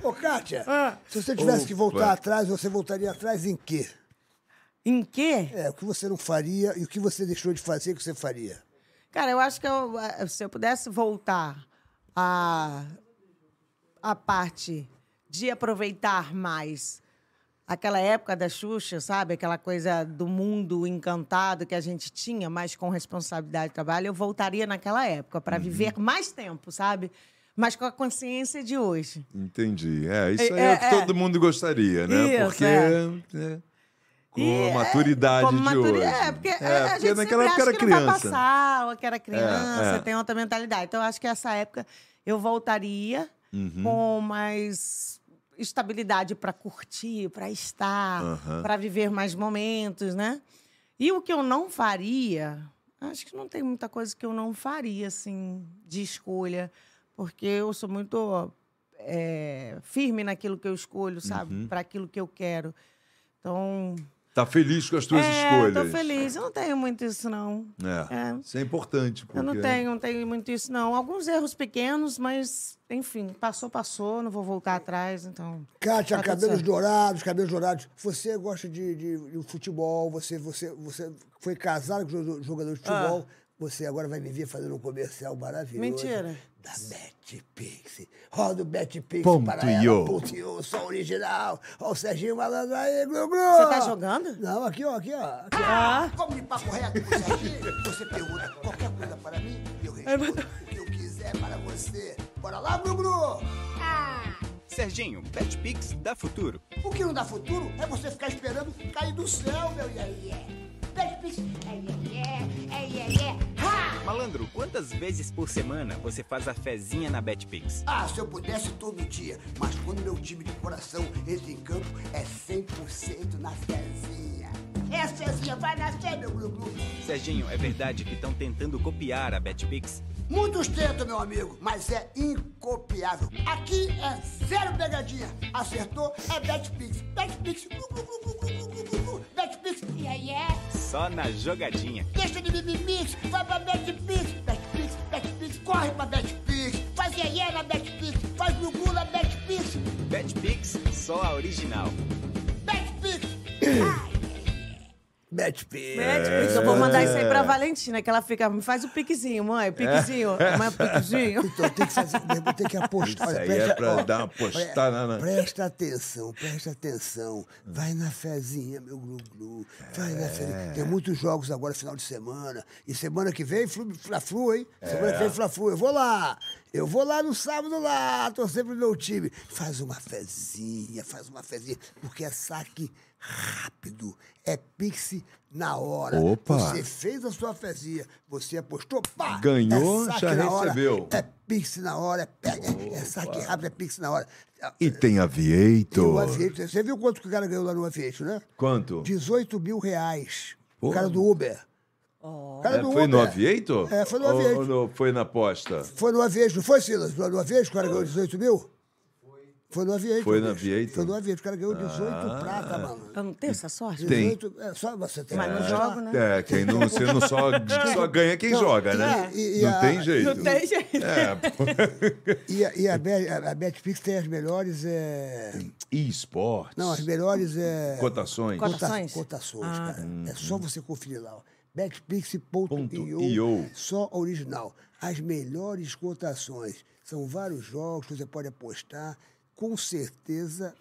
Ô, Kátia, Ah. se você tivesse que voltar Opa. atrás, você voltaria atrás em quê? Em quê? É, o que você não faria e o que você deixou de fazer que você faria? Cara, eu acho que eu, eh, se eu pudesse voltar a, a parte de aproveitar mais aquela época da Xuxa, sabe? Aquela coisa do mundo encantado que a gente tinha, mas com responsabilidade de trabalho, eu voltaria naquela época Uhum. para viver mais tempo, sabe? Mas com a consciência de hoje. Entendi. É, isso aí É, é, o que é. todo mundo gostaria, né? Isso, porque. é. é, com E, a maturidade Como de maturi- hoje. É, porque a- a porque gente naquela época sempre acha era que criança. não vai passar, ou que era criança, é. tem outra mentalidade. Então, eu acho que essa época eu voltaria Uhum. com mais estabilidade para curtir, para estar, Aham. para viver mais momentos, né? E o que eu não faria, acho que não tem muita coisa que eu não faria, assim, de escolha, porque eu sou muito é, firme naquilo que eu escolho, sabe? Uhum. Para aquilo que eu quero. Então, Tá feliz com as tuas é, escolhas. Eu tô feliz. Eu não tenho muito isso, não. É. É. Isso é importante. Porque... Eu não tenho, não tenho muito isso, não. Alguns erros pequenos, mas, enfim, passou, passou, não vou voltar atrás, então. Kátia, Tá tudo cabelos certo. dourados, cabelos dourados. Você gosta de, de- de futebol, você, você, você foi casado com jo- jogador de Ah. futebol. Você agora vai me ver fazendo um comercial maravilhoso. Mentira. Da BetPix. Roda o BetPix Ponto para ela. io. Ponto io, sou original. Ó o Serginho Malandro aí, Glu Glu. Você tá jogando? Ah. Não, aqui, ó, aqui, ó. Aqui, ó. Como de papo reto com o Serginho, você pergunta qualquer coisa para mim, eu respondo o que eu quiser para você. Bora lá, Glu Glu. Serginho, BetPix dá futuro. O que não dá futuro é você ficar esperando cair do céu, meu iê Malandro, quantas vezes por semana você faz a fezinha na BetPix? Ah, se eu pudesse todo dia, mas quando meu time de coração entra em campo, é 100% na fezinha. É a fezinha, vai nascer, meu glu-glu. Serginho, é verdade que estão tentando copiar a BetPix? Muitos tentam, meu amigo, mas é incopiável. Aqui é zero pegadinha. Acertou, é BetPix. BetPix, glu, glu, glu, glu, glu, glu, glu, glu. BetPix, iê, iê. Só na jogadinha. Deixa de mimimix, vai pra BetPix. BetPix, BetPix, corre pra BetPix. Faz iê na BetPix, faz gugu na BetPix. BetPix, só a original. BetPix. BetPix. É. Netflix, então Eu vou mandar isso aí pra Valentina, que ela fica, me faz o piquezinho, mãe, piquezinho, É. mãe, piquezinho. Então, tem que, fazer, tem que Isso apostar. aí é pra dar uma postada na- na- Presta atenção, presta atenção. Vai na fezinha, meu glu-glu. Vai na É. fezinha. Tem muitos jogos agora, final de semana. E semana que vem, Flu- Fla-Flu, hein? É. Semana que vem, Fla-Flu. Eu vou lá. Eu vou lá no sábado lá, torcer pro meu time. Faz uma fezinha, faz uma fezinha. Porque é saque rápido. É pix na hora. Opa. Você fez a sua fezinha, você apostou, pá! É Ganhou, saque já na hora, recebeu. é pix na hora, é, pe- é, é saque rápido, é pix na hora. E tem E o Aviator. Aviate, um você viu quanto que o cara ganhou lá no Aviate, né? Quanto? 18 mil reais. O Porra. cara do Uber. Oh. O cara É, do foi no Uber. Aviator? É, foi no Ou- Aviator. Ou, no- foi na aposta? Foi no Aviate, não foi, Silas? No Aviate o cara ganhou 18 mil? Foi no Aviator. Foi no então. Ah, bicho. Aviator. Foi no Aviator. O cara ganhou 18 prata, malandro. Eu não tenho essa sorte? Tem. 18, é, só você tem. Mas que não achar. jogo, né? É, quem não, você não só, só ganha quem joga, né? e- e não a- tem jeito. Não tem jeito. É, pô. E, a- e a, Bet- a, a Betflix tem as melhores. É... E esportes. Não, as melhores. É... Cotações. Cota- cota- Cotações? cotações, Ah, cara. tá. É Uhum. só você conferir lá. ó. Betpix.io, .io. só original. As melhores cotações. São vários jogos que você pode apostar. Com certeza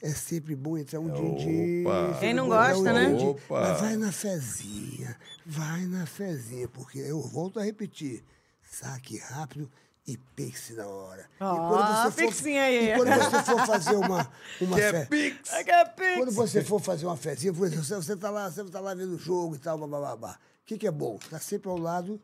é sempre bom entrar um din din. Opa. sempre Quem não bom entrar gosta, né? din-din. Opa. um Mas vai na fezinha, vai na fezinha, porque eu volto a repetir. Saque rápido e pix na hora. E Ó, quando você for- pixinha aí. E quando você for fazer uma, uma Que é fe- Pix. quando você for fazer uma fezinha, por exemplo, você está lá, você tá lá vendo o jogo e tal, babá. O que, que é bom? Está sempre ao lado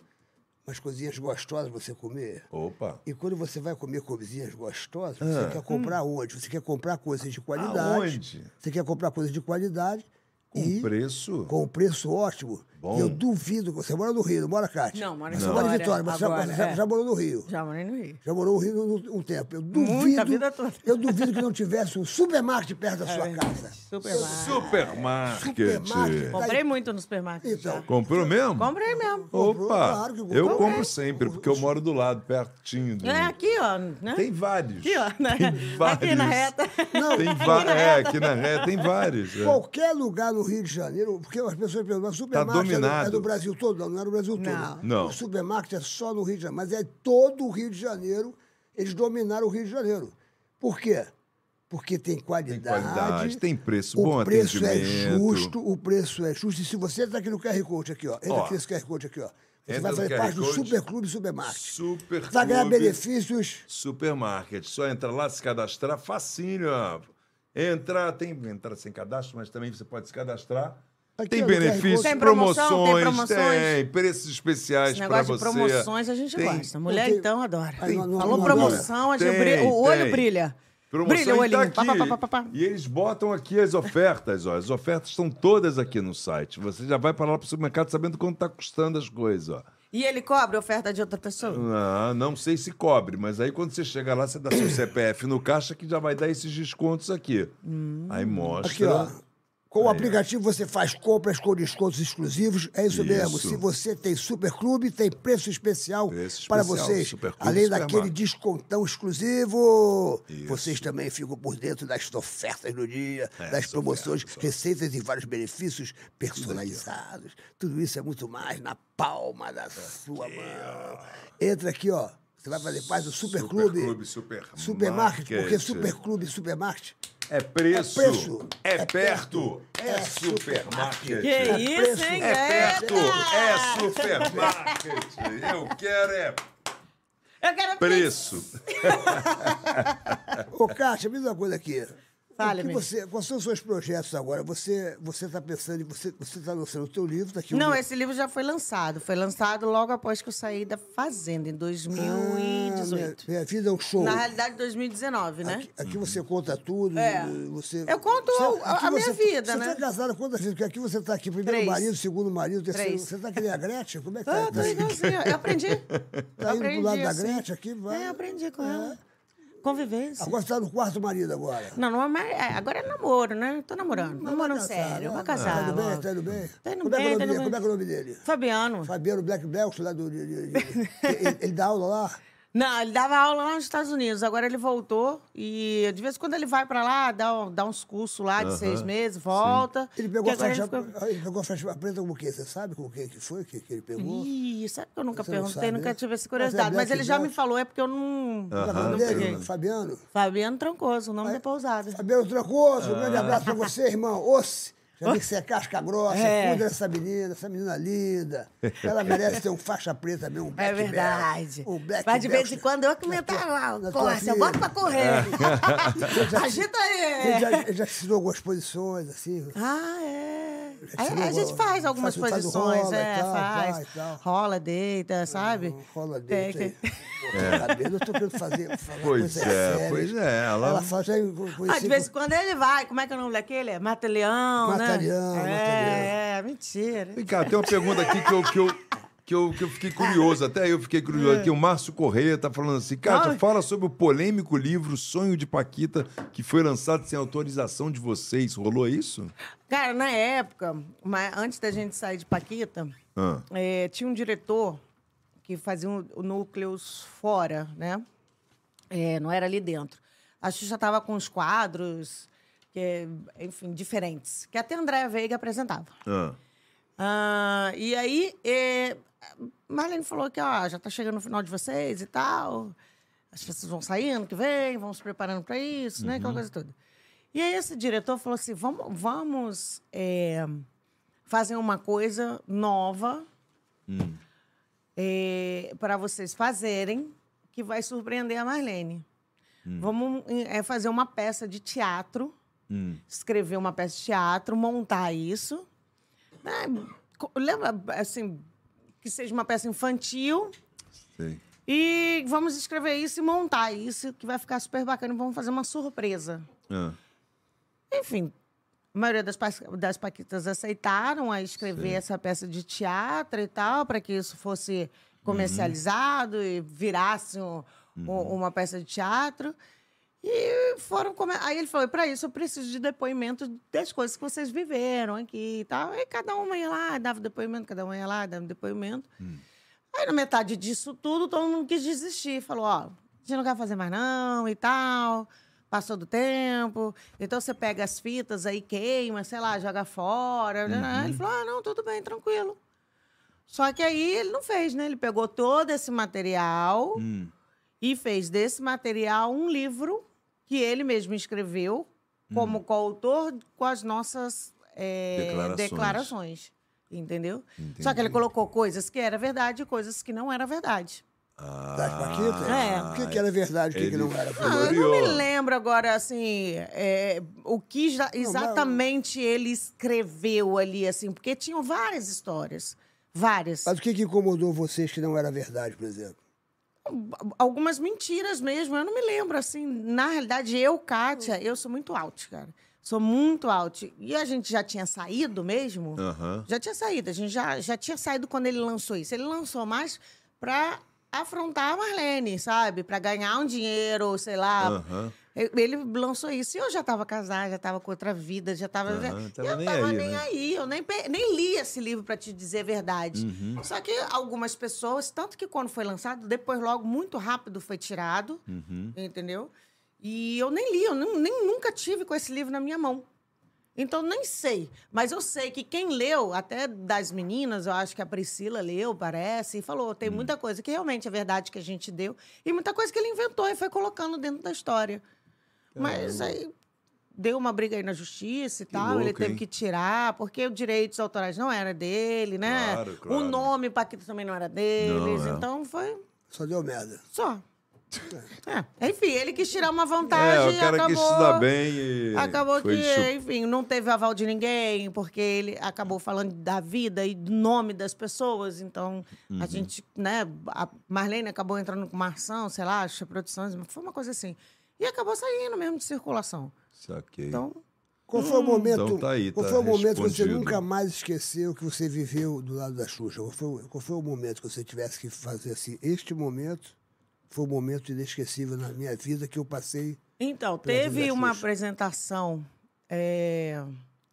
umas coisinhas gostosas pra você comer. Opa. E quando você vai comer coisinhas gostosas, Ah. você quer comprar onde? Você quer comprar coisas de qualidade. Hum. Aonde? Você quer comprar coisas de qualidade Com e preço. com um preço ótimo. Bom. E eu duvido que você mora no Rio, não mora, Cátia? Não, moro em Você mora em Vitória. Vitória, mas você já- Agora, você já, é. já morou no Rio. Já morei no Rio. Já morou no Rio um- um tempo. Eu duvido. Muita vida toda. É Eu duvido que não tivesse um supermarket perto da sua casa. Supermarket. Supermarket. Supermarket. Comprei muito no supermercado. Então, já. Comprou mesmo? Comprei mesmo. Comprou, Opa. claro que comprou. eu Comprei. compro sempre, porque eu moro do lado, pertinho. Do... É aqui, ó. Né? Tem vários. Aqui, ó. né? Tem vários. Aqui na reta. Não, Tem va- É, aqui na reta tem vários. é. qualquer lugar no Rio de Janeiro, porque as pessoas perguntam, mas supermarket é do- é, Tá dominado. do Brasil todo? Não, não é do Brasil todo. Não. Não. O supermarket é só no Rio de Janeiro, mas é todo o Rio de Janeiro, eles dominaram o Rio de Janeiro. Por quê? Porque tem Tem qualidade, qualidade, tem preço, bom o preço é atendimento. justo, o preço é justo. E se você entra aqui no QR Code aqui, ó, entra Ó. aqui nesse QR Code aqui, ó, você Entra vai no fazer QR parte do Code. Superclube Supermarket. Superclube. Vai ganhar benefícios. Supermarket. Só entra lá, se cadastrar, facinho. ó. Entrar, tem entrar sem cadastro, mas também você pode se cadastrar. Aqui, tem ó, no QR benefícios, Code. Tem promoção, tem promoções, promoções. tem preços especiais Esse para negócio de você. promoções a gente Tem- gosta. Mulher, tem- então, adora. Aí, não- não- Falou não promoção, a gente Tem, brilha- o olho tem. brilha. Promoção brilha o e tá olhinho. Pá, aqui. pá, pá, pá, pá. E eles botam aqui as ofertas, ó. As ofertas estão todas aqui no site. Você já vai para lá para o supermercado sabendo quanto está custando as coisas, ó. E ele cobre a oferta de outra pessoa? Ah, não sei se cobre, mas aí quando você chegar lá, você dá seu CPF no caixa que já vai dar esses descontos aqui. Hum. Aí mostra. Aqui, ó. Com o aplicativo você faz compras com descontos exclusivos. É isso, mesmo. Isso. Se você tem Superclube, tem preço especial Preço para especial, vocês. Superclube, Além Supermarket. daquele descontão exclusivo. Vocês também ficam por dentro das ofertas do dia, É, das promoções, receitas e vários benefícios personalizados. Tudo isso é muito mais na palma da sua mão. Entra aqui, ó. Você vai fazer parte do Superclube. Superclube, Supermarket. Supermarket, porque Superclube, Supermarket É preço. É preço, É, é perto. É supermarket. Que isso, hein, É perto. Greta? É supermarket. Eu quero é Eu quero preço. Ô, Kátia, me diz uma coisa aqui. O Fale, que amigo. você, quais são os seus projetos agora? Você você está pensando em. Você está lançando o teu livro, está aqui um o Não, é assim, livro. esse livro já foi lançado. Foi lançado logo após que eu saí da Fazenda, em Ah, minha, 2018. minha vida é um show. Na realidade, 2019, né? Aqui, aqui você conta tudo. É. Você, é Eu conto a- aqui a minha vida, você né? Você está casada quantas vezes? Porque aqui você está aqui, primeiro Três. marido, segundo marido, terceiro. Três. Você está que nem a Gretchen? Como é que Ah, tá? tô igualzinho. Eu aprendi. Eu Tá indo aprendi, pro lado da assim. Gretchen aqui, vai. É, eu aprendi com ela. Convivência. Agora você está no quarto marido agora. Não, não é mais. é, Agora é namoro, né? Tô namorando. namoro sério. Vou casar. Tá indo bem? logo. Tá indo bem? Tá indo Como é que é o bem, nome tá indo dele? bem. Como é que é o nome dele? Fabiano. Fabiano Black Belch, lá do. de- de- de- ele, ele dá aula lá? Não, ele dava aula lá nos Estados Unidos. Agora ele voltou. E de vez em quando ele vai pra lá, dá, um- dá uns cursos lá de seis meses, volta. Ele pegou, a Porque agora faixa, ele ficou- ele pegou a faixa preta com o quê? Você sabe com o que que foi que, que ele pegou? Ih, sabe que eu nunca Você não perguntei, sabe, nunca né? tive essa Mas é curiosidade. Mas black ele já me belt. falou, é porque eu não. Qual é o nome não dele? peguei. Fabiano? Fabiano Trancoso, o nome da pousada. Fabiano Trancoso, um Ah. grande abraço pra você, irmão. Osse! Já vi que você é casca grossa, É. cuida dessa menina, essa menina linda. Ela merece ter um faixa preta mesmo, um black É belt, verdade. Um black Mas de belt. vez em quando eu que me entro lá, na tua Corsa, eu vida. boto pra correr. já- Agita Ele aí. já, ele já te ensinou algumas posições, assim. Ah, é. Já Aí tirou a gente o- faz algumas faz- faz o posições, rola e é, tal, faz. vai e tal. Rola, deita, sabe? Rola Tem dentro aí. que- Pô, Cabelo, eu tô querendo fazer. falar Pois coisas é, sérias. pois é, ela- Ela, fala, já eu conheci Ah, de vez em quando ele vai. Como é que é o nome daquele? É Mata Leão, né? Mata Leão, Mata É, Leão. é, mentira. Vem cá, tem uma pergunta aqui que eu, que eu, que eu, que eu fiquei curioso, até eu fiquei É. curioso. Aqui o Márcio Correia tá falando assim, Kátia, fala sobre o polêmico livro Sonho de Paquita, que foi lançado sem autorização de vocês. Rolou isso? Cara, na época, ma- antes da gente sair de Paquita, Ah. eh, tinha um diretor que fazia um- o núcleos fora, né? Eh, não era ali dentro. A Xuxa estava com os quadros, que, é, enfim, diferentes, que até a Andréa Veiga apresentava. Ah. Ah, e aí, eh, Marlene falou que ó, já tá chegando o final de vocês e tal. As pessoas vão saindo que vem, vão se preparando para isso, né? Aquela coisa toda. E aí esse diretor falou assim: vamos, vamos eh, fazer uma coisa nova para vocês fazerem que vai surpreender a Marlene. Vamos eh, fazer uma peça de teatro Hum. escrever uma peça de teatro, montar isso. né? Co- Lembra, assim, que seja uma peça infantil. Sei. E vamos escrever isso e montar isso, que vai ficar super bacana. e Vamos fazer uma surpresa. Ah. Enfim, a maioria das, pa- das paquitas aceitaram a escrever essa peça de teatro e tal, para que isso fosse comercializado e virasse um- um- uma peça de teatro. E foram. come- Aí ele falou: para isso eu preciso de depoimentos das coisas que vocês viveram aqui e tal. Aí cada uma ia lá, dava depoimento, cada uma ia lá, dava depoimento. Aí na metade disso tudo, todo mundo quis desistir. Falou: ó, a gente não quer fazer mais não e tal. Passou do tempo. Então você pega as fitas aí, queima, sei lá, joga fora. Uhum. né? Ele falou: ah, não, tudo bem, tranquilo. Só que aí ele não fez, né? Ele pegou todo esse material Hum. e fez desse material um livro que ele mesmo escreveu como coautor com as nossas eh, Hum. Declarações. declarações. Entendeu? Entendi. Só que ele colocou coisas que era verdade e coisas que não era verdade. Das Paquitas? Ah, É. O que, que era verdade, o que, que não era? Ah, eu não me lembro agora, assim, é, o que já- exatamente ele escreveu ali, assim, porque tinham várias histórias. Várias. Mas o que, que incomodou vocês que não era verdade, por exemplo? algumas mentiras mesmo. Eu não me lembro, assim. Na realidade, eu, Kátia, eu sou muito out, cara. Sou muito out. E a gente já tinha saído mesmo? Ah, Aham. Já tinha saído. A gente já, já tinha saído quando ele lançou isso. Ele lançou mais pra afrontar a Marlene, sabe? Pra ganhar um dinheiro, sei lá. Aham. Eu- Ele lançou isso. E eu já tava casada, já tava com outra vida, já tava. Aham, eu tava tava nem nem, aí, aí, né? Eu nem, pe- nem li esse livro pra te dizer a verdade. Uhum. Só que algumas pessoas, tanto que quando foi lançado, depois logo muito rápido foi tirado, Uhum. entendeu? E eu nem li, eu nem, nem- nunca tive com esse livro na minha mão. Então nem sei, mas eu sei que quem leu, até das meninas, eu acho que a Priscila leu, parece, e falou, tem Hum. muita coisa que realmente é verdade que a gente deu e muita coisa que ele inventou e foi colocando dentro da história. É, Mas aí deu uma briga aí na justiça e tal, ele louco, teve hein? que tirar, porque os direitos autorais não era dele, né? Claro, claro. O nome Paquito também não era deles, Não, é. então foi Só deu merda. só. É, Enfim, ele quis tirar uma É, vantagem o cara acabou... quis se dar bem e. Acabou foi que, é, chu- enfim, não teve aval de ninguém, porque ele acabou falando da vida e do nome das pessoas. Então, a gente, né? A Marlene acabou entrando com Marção, sei lá, Xuxa Produções, foi uma coisa assim. E acabou saindo mesmo de circulação. Saquei. Então, Qual foi o momento, então tá aí, qual tá foi o momento que você respondido. nunca mais esqueceu que você viveu do lado da Xuxa? Qual foi, qual foi o momento que você tivesse que fazer assim? Este momento foi um momento inesquecível na minha vida que eu passei. Então, Pela teve Avenida uma Xuxa. apresentação é,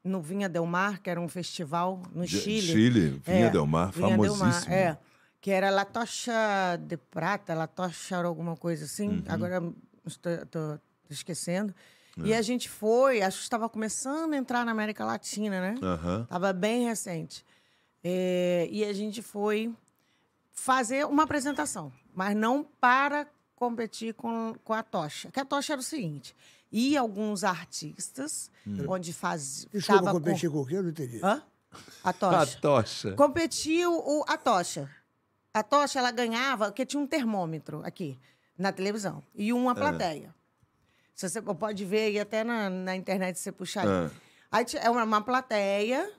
no Vinha Del Mar, que era um festival no De- Chile. É, Chile, Vinha Del Mar, Vinha Del Mar, famosíssimo. é. Que era La Tocha de Prata, La Tocha era alguma coisa assim. Agora estou tô esquecendo. E a gente foi, acho que estava começando a entrar na América Latina, né? Aham. Tava bem recente. É, e a gente foi fazer uma apresentação, mas não para competir com, com a tocha. Que a tocha era o seguinte: ia alguns artistas, onde faz, Desculpa tava competir com. Ah, com o quê? Eu não entendi. Hã? A A tocha. tocha. Competiu o, a tocha. A tocha, ela ganhava, porque tinha um termômetro aqui na televisão e Ah. uma plateia. Se Você pode ver aí até na, na internet se você puxar. aí. Ah. Hum. Aí ti- é uma, uma plateia,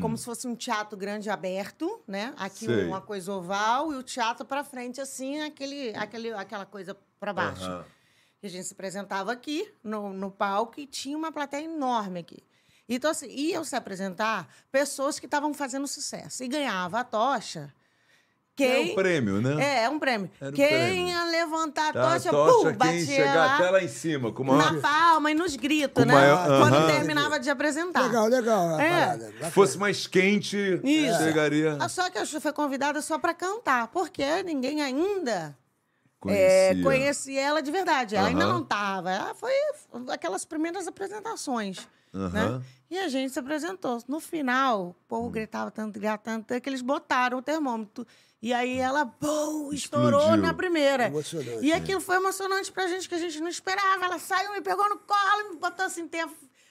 como se fosse um teatro grande aberto, né? Aqui Sei. uma coisa oval e o teatro para frente, assim, aquele, aquele, aquela coisa para baixo. Ah, Aham. E a gente se apresentava aqui no, no palco e tinha uma plateia enorme aqui. Então, assim, iam se apresentar pessoas que estavam fazendo sucesso. E ganhava a tocha Quem... É um prêmio, né? É, é um prêmio. Era um quem prêmio. ia levantar a Tá, tocha, tocha, pum, quem batia chegar lá até lá em cima, com o maior- na palma e nos gritos, Com né? maior- Quando Aham. terminava de apresentar. Legal, legal a É. parada. Bacana. Se fosse mais quente, Isso. chegaria. Ah, Só que eu fui convidada só pra cantar, porque ninguém ainda é, Conhecia. conhecia ela de verdade. Ela ainda Aham. não tava. Ela foi aquelas primeiras apresentações. Aham. Hum. Né? E a gente se apresentou. No final, o povo gritava tanto, gritava tanto, que eles botaram o termômetro. E aí ela, pô, estourou Hum. Explodiu. né? na primeira. Emocionante, E aquilo foi emocionante pra gente, que a gente não esperava. Ela saiu, me pegou no colo, me botou assim, tem a-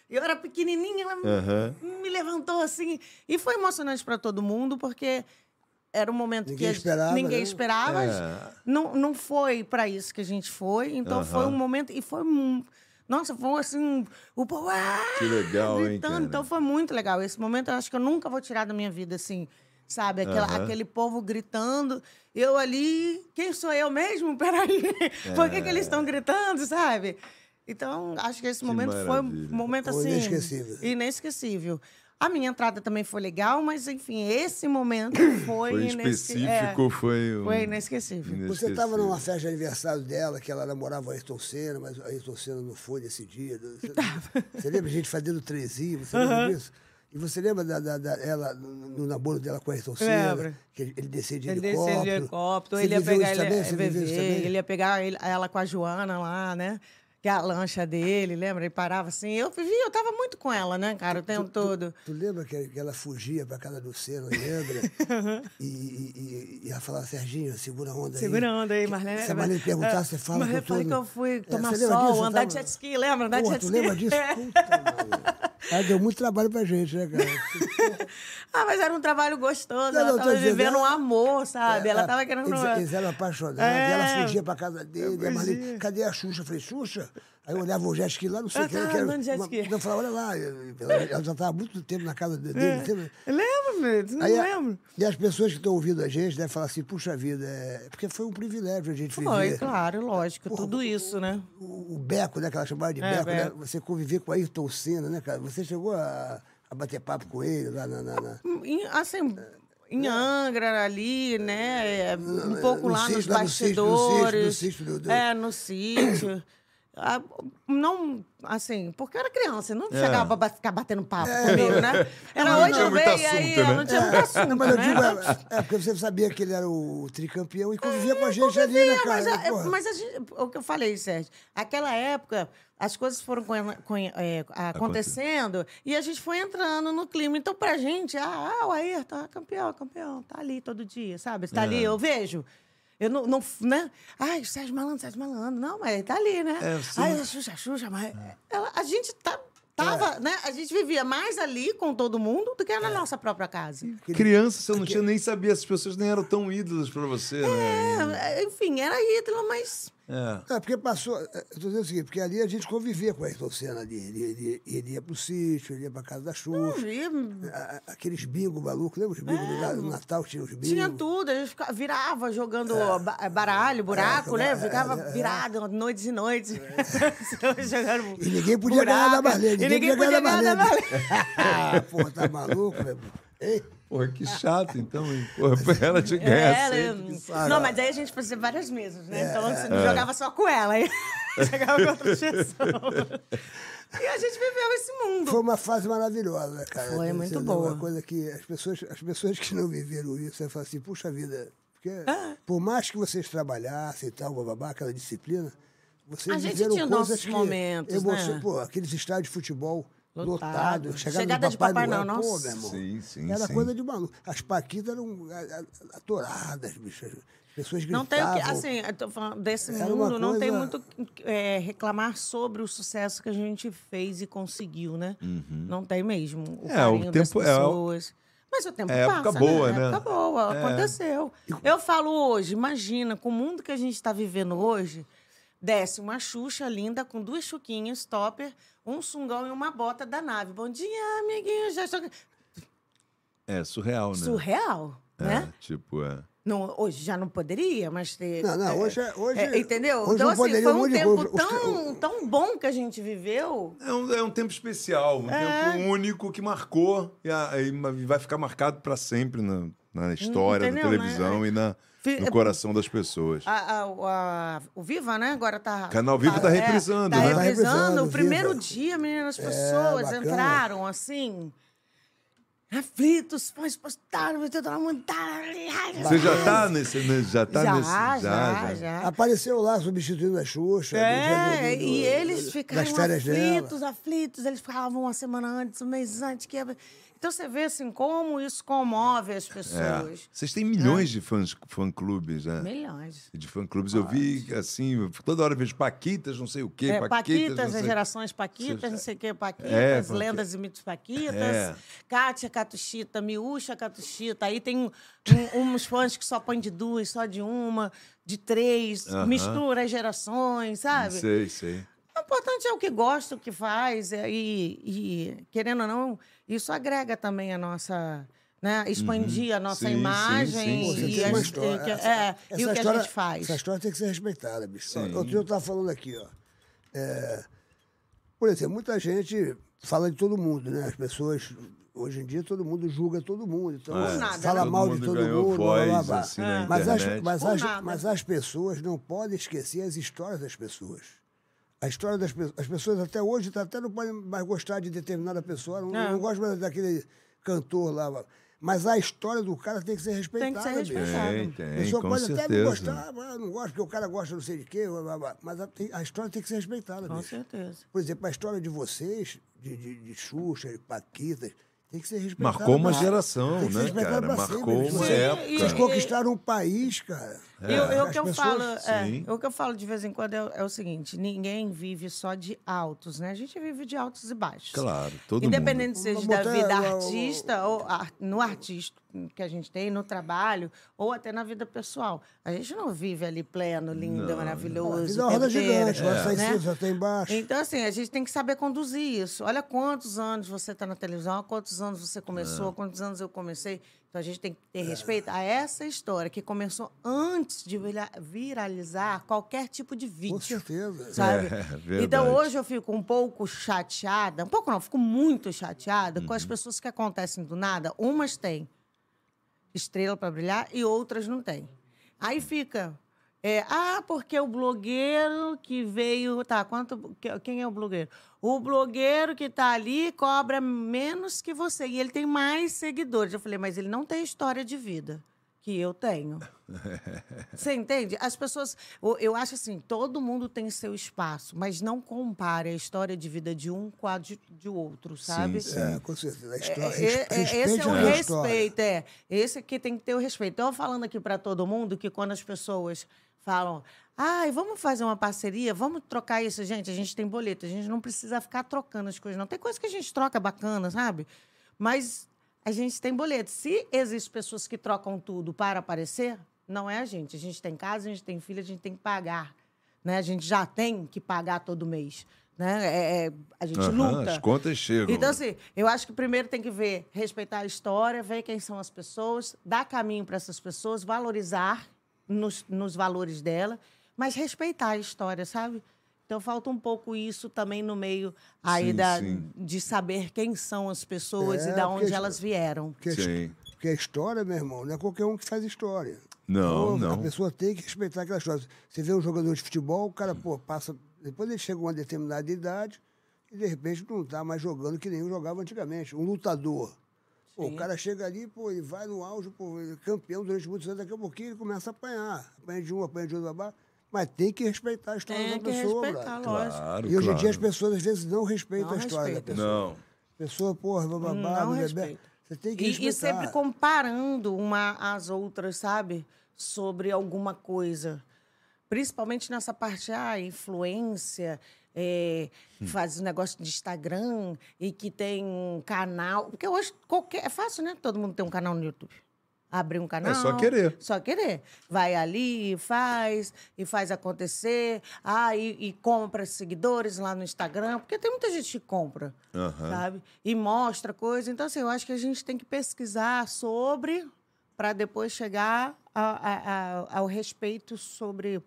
eu era pequenininha, ela Aham. me levantou assim. E foi emocionante pra todo mundo, porque era um momento que Ninguém a gente- esperava, ninguém né? esperava. É. Não, não foi pra isso que a gente foi. Então foi um Aham. momento. E foi. um- Nossa, foi assim. O povo. "Ah!" Que legal, hein, gritando. cara? Então foi muito legal. Esse momento eu acho que eu nunca vou tirar da minha vida, assim. Sabe? Aquela- Aham. Aquele povo gritando. Eu ali. Quem sou eu mesmo? Peraí. Por que, que eles estão gritando, sabe? Então, acho que esse É. Que momento foi um maravilha. momento Foi assim. inesquecível. inesquecível. A minha entrada também foi legal, mas enfim, esse momento foi, Foi inesque- específico, foi. É, um- foi inesquecível. Você estava inesquecível. numa festa de aniversário dela, que ela namorava o Ayrton Senna, mas o Ayrton Senna não foi nesse dia. Você, você lembra a gente fazendo trezinho, você lembra disso? E você lembra da, da- da- ela, no, no namoro dela com o Ayrton Senna? Lembro. Que ele, ele descia de Ele helicóptero. desceu é de helicóptero, Você ele ia viveu pegar isso ele, também? Você é, viveu isso bebê, também? ele ia pegar ele- ela com a Joana lá, né? Que é a lancha dele, lembra? Ele parava assim. Eu vivi, eu tava muito com ela, né, cara, o tempo todo. Tu lembra que, que ela fugia pra casa do Senna, lembra? e, e, e- e ela falava, Serginho, segura a onda aí. Segura a onda aí, né, Marlene. Se a Marlene perguntar, você fala Marlene, com falei tudo. que é, eu fui É, tomar você lembra sol, disso? Eu andar de tava- jet ski, lembra? Porra, Andar de jet tu ski. lembra disso? É. Puta, mano. Ela deu muito trabalho pra gente, né, cara? Ah, mas era um trabalho gostoso. Não, ela não, É, tô tava dizendo, vivendo um ela- amor, sabe? ela tava querendo. Eles, eles eram apaixonados, É. ela fugia pra casa dele, a Marlene, cadê a Xuxa? Eu falei, Xuxa? Aí eu olhava o jet ski lá, não sei Ela o que. era, tava que era andando de jet uma- ski. Eu falava, olha lá, eh, ela, ela já estava muito tempo na casa dele. entendeu? Lembro, meu, É. não Aí a- lembro. E as pessoas que estão ouvindo a gente devem falar assim, puxa vida, é... porque foi um privilégio a gente viver. Foi, claro, lógico, Porra, tudo o- isso, né? O, o Beco, né, que ela chamava de É, Beco, né? Beco. Você conviver com o Ayrton Senna, né, cara? Você chegou a, a bater papo com ele lá na... na- na- Em- assim, em Angra ali, né? é, Um pouco É. no lá nos sítio, lá no sítio, no sítio, no bastidores. sítio do- do- É, no sítio. Ah, não, assim, porque eu era criança, não chegava pra ficar batendo papo É. comigo, né? Era Não hoje tinha eu muito veio e aí, assunto, eu né? não tinha muito assunto, Não, mas eu né? digo, é, é porque você sabia que ele era o tricampeão e convivia com a gente ali, né, É, Convivia, cara? mas, a- é, Porra. mas a gente- o que eu falei, Sérgio, aquela época as coisas foram conhe- conhe- é, acontecendo e a gente foi entrando no clima. Então, pra gente, ah, ah o Ayrton, ah, campeão, campeão, tá ali todo dia, sabe? Tá É. ali, eu vejo. Eu não, não f- né? Ai, Sérgio Malandro, Sérgio Malandro. Não, mas tá ali, né? É, você Ai, não- a Xuxa, a Xuxa, mas... É. Ela- a gente tá, tava, né? A gente vivia mais ali com todo mundo do que É. na nossa própria casa. Criança, você não tinha nem sabia, essas pessoas nem eram tão ídolas pra você, né? É, enfim, era ídolo, mas... É. É, porque passou. é, Eu tô dizendo o seguinte, porque ali a gente convivia com a Ayrton Senna ali. Ele, ele, ele ia pro sítio, ele ia pra casa da Xuxa. Ih, a- a- Aqueles bingo maluco, lembra os bingo do Na- no Natal? Tinha os bingo. É, Tinha tudo, a gente ficava- virava jogando ba- é, baralho, buraco, né? Ficava virado noites e noites. jogando E ninguém podia ganhar da Marlene. E ninguém podia ganhar da Marlene. Ah, Pô, tá maluco, meu irmão. Ei, Porra, que chato, então, hein? Porra, pra ela te ganhar É. Ela- sempre, que saco. É, né? Não, mas aí a gente fazia várias mesas, né? Então você não jogava só com ela, aí jogava com outra pessoa. E a gente viveu esse mundo. Foi uma fase maravilhosa, né, cara. Foi Você muito não- boa. Uma coisa que as pessoas, as pessoas que não viveram isso, elas falam assim, puxa vida, porque É. por mais que vocês trabalhassem e tal, bababá, aquela disciplina, vocês A gente viveram tinha coisas nossos que momentos, emoção- né? Pô, aqueles estádios de futebol Lotado. lotado, chegada, Chegada de de Papai, Papai Noel, Noel, pô, nossa. meu irmão. Sim, sim, Era sim. coisa de maluco. As paquitas eram a- a- atoradas, bicho. As pessoas gritavam. Não tem o que. Assim, eu tô falando desse Era mundo, uma não tem coisa- muito o que, é, reclamar sobre o sucesso que a gente fez e conseguiu, né? Não tem mesmo. O Uhum. É, o carinho das tempo- é, o- pessoas. Mas o tempo É passa. época boa, É né? época boa, É. aconteceu. Eu falo hoje, imagina, com o mundo que a gente está vivendo hoje, desce uma Xuxa linda com duas chuquinhas, topper, um sungão e uma bota da nave. Bom dia, amiguinho. Já estou... É surreal, né? Surreal, É, né? Tipo, é. Não, hoje já não poderia, mas ter. Não, não, hoje é- hoje- entendeu? hoje então, não assim, poderia foi um um monte de tempo coisa. Os- tão, tão bom que a gente viveu. É um, é um tempo especial, um É. tempo único que marcou e, a- e ma- vai ficar marcado para sempre na, na história da entendeu, televisão né? Ah, e na- Fi- no coração das pessoas. A- a- o- a- o Viva, né? Agora tá. Canal Viva tá reprisando, é, tá né? Tá reprisando. reprisando, o primeiro Viva. dia, meninas, as pessoas bacana. entraram assim. Aflitos, fãs postaram, tentaram montar. Você já tá nesse. né? Já tá tá, é. já, nesse. já, já, Apareceu lá substituindo a Xuxa. do- É, do- do- e eles das ficaram férias aflitos, dela. aflitos. Eles falavam uma semana antes, um mês antes. Que... Então você vê assim, como isso comove as É. pessoas. Vocês têm milhões de fãs, fã-clubes, né? Milhões. De fã-clubes. Eu vi, assim, toda hora eu vejo Paquitas, não sei o quê. É, Paquitas, não Paquitas, as sei- gerações Paquitas, não sei o que, Paquitas, É, porque- lendas e mitos Paquitas, É. Kátia Catuxita, Miúcha Catuxita. Aí tem um- uns fãs que só põem de duas, só de uma, de três, Aham. mistura as gerações, sabe? Sei, sei. O importante é o que gosta, o que faz, é- e, e, querendo ou não, isso agrega também a nossa. Né? Expandir a nossa Uhum. Sim, sim, imagem sim, Pô, você e, tem as- uma e história. que- Essa- é, e essa o que a história- gente faz. Essa história tem que ser respeitada, bicho. Sim. Outro dia eu estava falando aqui, ó. É, por exemplo, muita gente fala de todo mundo, né? As pessoas, hoje em dia, todo mundo julga todo mundo. Então, Por nada, fala né? mal Todo de mundo todo ganhou mundo, blá, blá, blá, voz, blá. assim, na mas, as, internet. mas, Por as, nada. mas as pessoas não podem esquecer as histórias das pessoas. A história das pessoas. As pessoas até hoje tá- até não podem mais gostar de determinada pessoa. Não, É. não gosto mais daquele cantor lá. Mas a história do cara tem que ser respeitada. Tem que ser bicho. respeitada. Tem, A tem, pessoa com pode até não certeza. gostar, mas não gosta, porque o cara gosta não sei de quê, blá, blá, blá. mas a, tem- a história tem que ser respeitada. Com bicho. certeza. Por exemplo, a história de vocês, de, de, de Xuxa, de Paquitas, tem que ser respeitada. Marcou uma pra- geração, tem que ser né, respeitada cara? pra Marcou bicho. uma Vocês- época. É. Vocês conquistaram um país, cara. E o- e o É, As que eu pessoas- falo, Sim. é, o que eu falo de vez em quando é, o- é o seguinte: ninguém vive só de altos, né? A gente vive de altos e baixos. Claro, todo mundo. Independente seja da Botar vida o- o- artista, ou ar- no artista que a gente tem, no trabalho, ou até na vida pessoal. A gente não vive ali pleno, lindo, A maravilhoso. vida é uma o roda tempo inteiro, gigante, vai sair né? cima, já tem embaixo. Então, assim, a gente tem que saber conduzir isso. Olha quantos anos você está na televisão, há quantos anos você começou, É. há quantos anos eu comecei. Então, a gente tem que ter respeito a essa história que começou antes de vira- viralizar qualquer tipo de vídeo. Com certeza. Sabe? verdade. então, hoje eu fico um pouco chateada, um pouco não, fico muito chateada com as pessoas que acontecem do nada. Umas têm estrela para brilhar e outras não têm. Aí fica. é, ah, porque o blogueiro que veio. Tá, quanto, que- quem é o blogueiro? O blogueiro que tá ali cobra menos que você. E ele tem mais seguidores. Eu falei, mas ele não tem história de vida que eu tenho. Você entende? As pessoas. o- Eu acho assim, todo mundo tem seu espaço, mas não compare a história de vida de um com a de, de outro, sabe? sim. É, com certeza. A história, É, é, respeite esse é o a história. respeito, é. Esse aqui tem que ter o respeito. Então, falando aqui para todo mundo que quando as pessoas falam, ai, vamos fazer uma parceria, vamos trocar isso, gente, a gente tem boleto, a gente não precisa ficar trocando as coisas, não. Tem coisa que a gente troca bacana, sabe? Mas a gente tem boleto. Se existem pessoas que trocam tudo para aparecer, não é a gente. A gente tem casa, a gente tem filho, a gente tem que pagar. Né? A gente já tem que pagar todo mês. Né? É- é- a gente Aham, luta. As contas chegam. Então, assim, eu acho que primeiro tem que ver, respeitar a história, ver quem são as pessoas, dar caminho para essas pessoas, valorizar nos, nos valores dela, mas respeitar a história, sabe? Então, falta um pouco isso também no meio aí Sim, da, sim. de saber quem são as pessoas É, e porque de onde a elas vieram. Porque a his- Sim. Porque a história, meu irmão, não é qualquer um que faz história. Então, Não, A não. pessoa tem que respeitar aquela história. Você vê um jogador de futebol, o cara, pô, passa. Depois ele chega a uma determinada idade e, de repente, não está mais jogando que nem jogava antigamente. Um lutador. Pô, o cara chega ali, pô, ele vai no auge, pô, ele é campeão durante muitos anos, daqui a pouquinho ele começa a apanhar. Apanha de um, apanha de outro, babá. Mas tem que respeitar a história Tem da que pessoa, respeitar, brother. lógico. Claro, E hoje em claro. dia as pessoas às vezes não respeitam Não a história respeita. da pessoa. Não. Pessoa, porra, babá, Não bebê. respeita. Você tem que E, respeitar. e sempre comparando uma às outras, sabe? Sobre alguma coisa. Principalmente nessa parte, ah, influência, é, faz um negócio de Instagram e que tem um canal. Porque hoje qualquer, é fácil, né? Todo mundo tem um canal no YouTube. Abrir um canal. É só querer. Só querer. Vai ali e faz, e faz acontecer. Ah, e, e compra seguidores lá no Instagram. Porque tem muita gente que compra Aham. sabe? E mostra coisa. Então, assim, eu acho que a gente tem que pesquisar sobre para depois chegar a- a- a- ao respeito sobre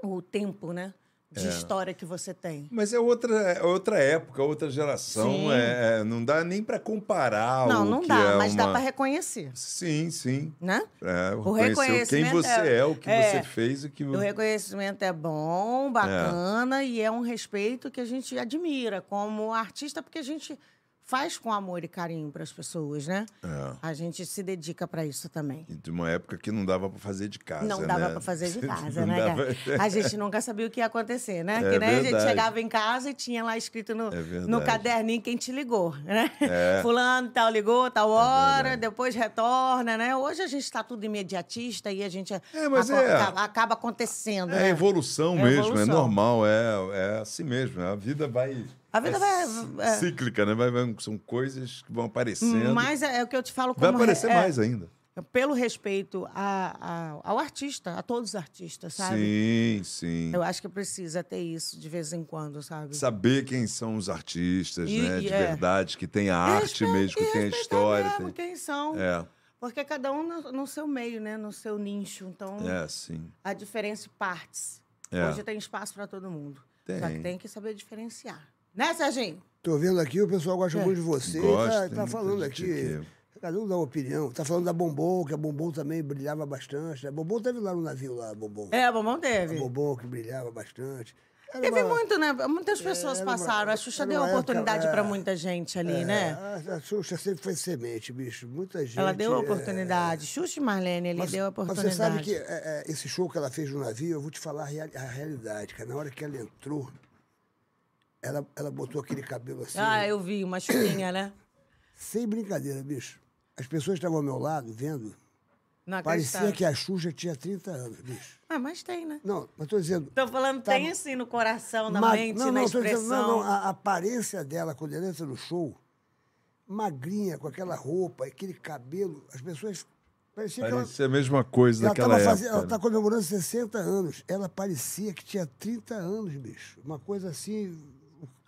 o tempo, né? É. De história que você tem. Mas é outra, é outra época, outra geração. Sim. É, é, não dá nem pra comparar não, o não que dá, é mas dá uma- para reconhecer, Sim, sim. né? É, O reconhecer quem reconhecimento você é- é, o que é. você fez, o que O reconhecimento é bom, bacana e é um respeito que a gente admira como artista, porque a gente faz com amor e carinho para as pessoas, né? É. A gente se dedica para isso também. E De uma época que não dava pra fazer de casa. Não dava né? pra fazer de casa, Não né, dava- cara? A gente nunca sabia o que ia acontecer, né? É que né, a gente verdade. chegava em casa e tinha lá escrito no, É verdade. no caderninho quem te ligou, né? É. Fulano tal ligou, tal hora, depois retorna, né? Hoje a gente está tudo imediatista e a gente É, mas aco- é- acaba, acaba acontecendo, É né? evolução É mesmo, é evolução. normal, é, é assim mesmo. A vida vai. A vida é vai- cí- é. Cíclica, né? Vai, vai- são coisas que vão aparecendo. Mas é, o que eu te falo como vai aparecer é, mais ainda. pelo respeito a- a- ao artista, a todos os artistas, sabe? Sim, sim. Eu acho que precisa ter isso de vez em quando, sabe? Saber quem são os artistas, E- né? e De é. verdade, que tem a arte Respe- mesmo, que e tem a respeitar história. é mesmo um tem- quem são. É, Porque cada um no, no seu meio, né? No seu nicho. Então, é, sim. a diferença em partes. É. Hoje tem espaço para todo mundo. Só que Tem. tem que saber diferenciar. Né, Serginho? Tô vendo aqui, o pessoal gosta É. muito de você. Gosta, tá- tem tá, muita falando gente aqui. aqui. Cada um dá uma opinião. Tá falando da Bombom, que a Bombom também brilhava bastante. né? A Bombom teve lá no navio lá, a Bombom. É, Bombom teve. A Bombom que brilhava bastante. Era Teve uma- muito, né? É, Muitas pessoas era uma- passaram. a Xuxa era deu uma época, oportunidade é. para muita gente ali, né? É, A, a Xuxa sempre foi semente, bicho. Muita gente. Ela deu a é, oportunidade. Xuxa e Marlene, ele Mas- deu mas a oportunidade. Você sabe que é, é, esse show que ela fez no navio, eu vou te falar a, real- a realidade, cara. Na hora que ela entrou, ela, ela botou aquele cabelo assim. Ah, eu vi uma churinha, né? Sem brincadeira, bicho. As pessoas estavam ao meu lado vendo. Não Parecia acreditava. que a Xuxa tinha 30 anos, bicho. Ah, mas tem, né? Não, mas tô dizendo. Tô falando, Tá- tem assim no coração, na ma- mente, não, na não, tô expressão. dizendo, não, não, a aparência dela quando ela entra no show, magrinha, com aquela roupa, aquele cabelo, as pessoas. Parecia que ela. Parecia é a mesma coisa Ela daquela estava época. fazendo, ela né? tá comemorando 60 anos. Ela parecia que tinha 30 anos, bicho. Uma coisa assim.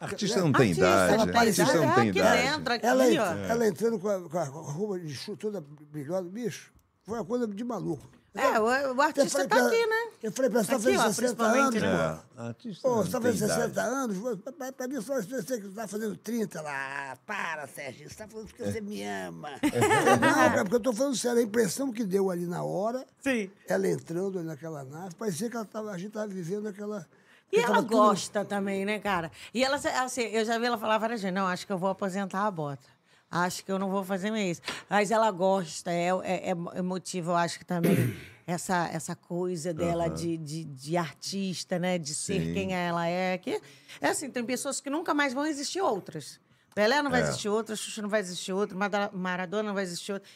Artista não tem Artista, idade. ela né? parece- Artista não Ah, tem aqui idade. dentro, aqui, Ela, ó. ent- ela entrando com a, com a roupa de chu toda brilhosa, bicho. Foi uma coisa de maluco. É, o, o Eu artista falei tá pra- aqui, né? Eu falei pra ela, você tá Aqui, fazendo ó, 60 anos, principalmente, né? pô. É, artista Pô, não você tá tem fazendo 60 idade. anos? Pô, pra- pra- Pra mim, só você que tá fazendo 30 lá. Ah, Para, Sérgio, você tá falando que você me ama. É. Não, cara, porque eu tô falando sério, a impressão que deu ali na hora, Sim. ela entrando ali naquela nave, parecia que ela tava, a gente tava vivendo aquela. E tava ela tudo- gosta também, né, cara? E ela, assim, eu já vi ela falar várias vezes, não, acho que eu vou aposentar a bota. Acho que eu não vou fazer isso. Mas ela gosta, é, é, é motivo, eu acho que também, essa, essa coisa dela de, de, de artista, né? De ser Sim. quem ela é. Que, é assim, tem pessoas que nunca mais vão existir outras. Pelé É. não vai existir outra, Xuxa não vai existir outra, Mada- Maradona não vai existir outra.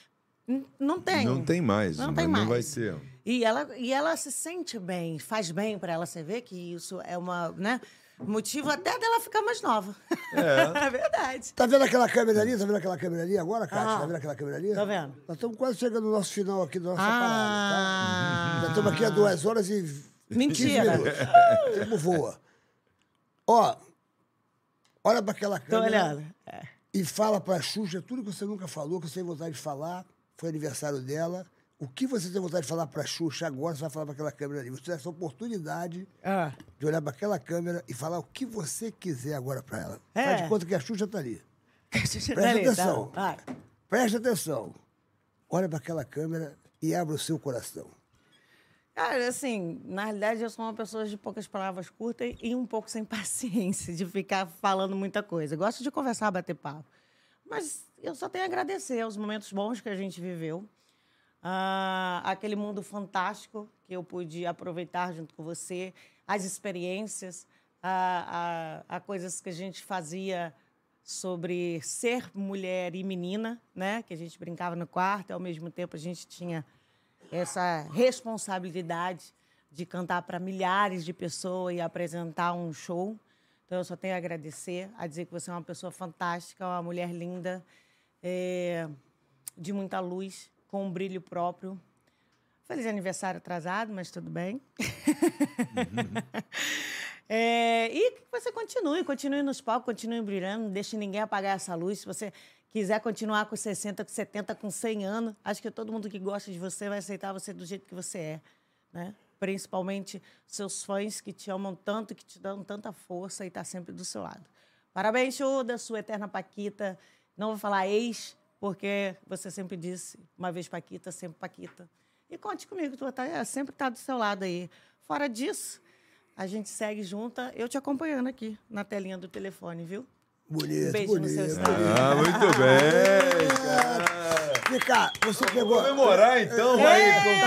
N- Não tem. Não tem mais. Não tem Não vai mais. ter. E ela, e ela se sente bem, faz bem pra ela. Você vê que isso é uma, né? Motivo até dela ficar mais nova. É, verdade. Tá vendo aquela câmera ali? Tá vendo aquela câmera ali agora, Cátia? Tá vendo aquela câmera ali? Tá vendo. Nós estamos quase chegando no nosso final aqui da nossa parada, tá? Ah. Já estamos aqui há duas horas e. 15 Mentira. minutos. O tempo voa. Ó, olha pra aquela Tô câmera. olhando. É. e fala pra Xuxa tudo que você nunca falou, que você tem vontade de falar. Foi aniversário dela. O que você tem vontade de falar pra Xuxa agora, você vai falar pra aquela câmera ali. Você tem essa oportunidade Ah. de olhar pra aquela câmera e falar o que você quiser agora pra ela. É. Faz de conta que a Xuxa tá ali. Tá ali, tá? atenção. Vai. Preste atenção. Olha pra aquela câmera e abra o seu coração. Cara, assim, na realidade eu sou uma pessoa de poucas palavras curtas e um pouco sem paciência de ficar falando muita coisa. Gosto de conversar, bater papo. Mas eu só tenho a agradecer aos momentos bons que a gente viveu, ah, aquele mundo fantástico que eu pude aproveitar junto com você, as experiências, a, a, a coisas que a gente fazia sobre ser mulher e menina, né? Que a gente brincava no quarto, e ao mesmo tempo a gente tinha essa responsabilidade de cantar para milhares de pessoas e apresentar um show. Então, eu só tenho a agradecer, a dizer que você é uma pessoa fantástica, uma mulher linda, eh, de muita luz, com um brilho próprio. Feliz aniversário atrasado, mas tudo bem. É, e que você continue, continue nos palcos, continue brilhando, não deixe ninguém apagar essa luz. Se você quiser continuar com 60, com 70, com 100 anos, acho que todo mundo que gosta de você vai aceitar você do jeito que você é, né? Principalmente seus fãs que te amam tanto, que te dão tanta força e tá sempre do seu lado. Parabéns, Chuda, sua eterna Paquita. Não vou falar ex, porque você sempre disse, uma vez Paquita, sempre Paquita. E conte comigo, tu tá, sempre tá do seu lado aí. Fora disso, a gente segue junta, eu te acompanhando aqui na telinha do telefone, viu? Bonito, Um Beijo no bonito. seu Instagram. Ah, muito É. bem, cara. Vem cá, você pegou. Vou comemorar então, é. aí, com-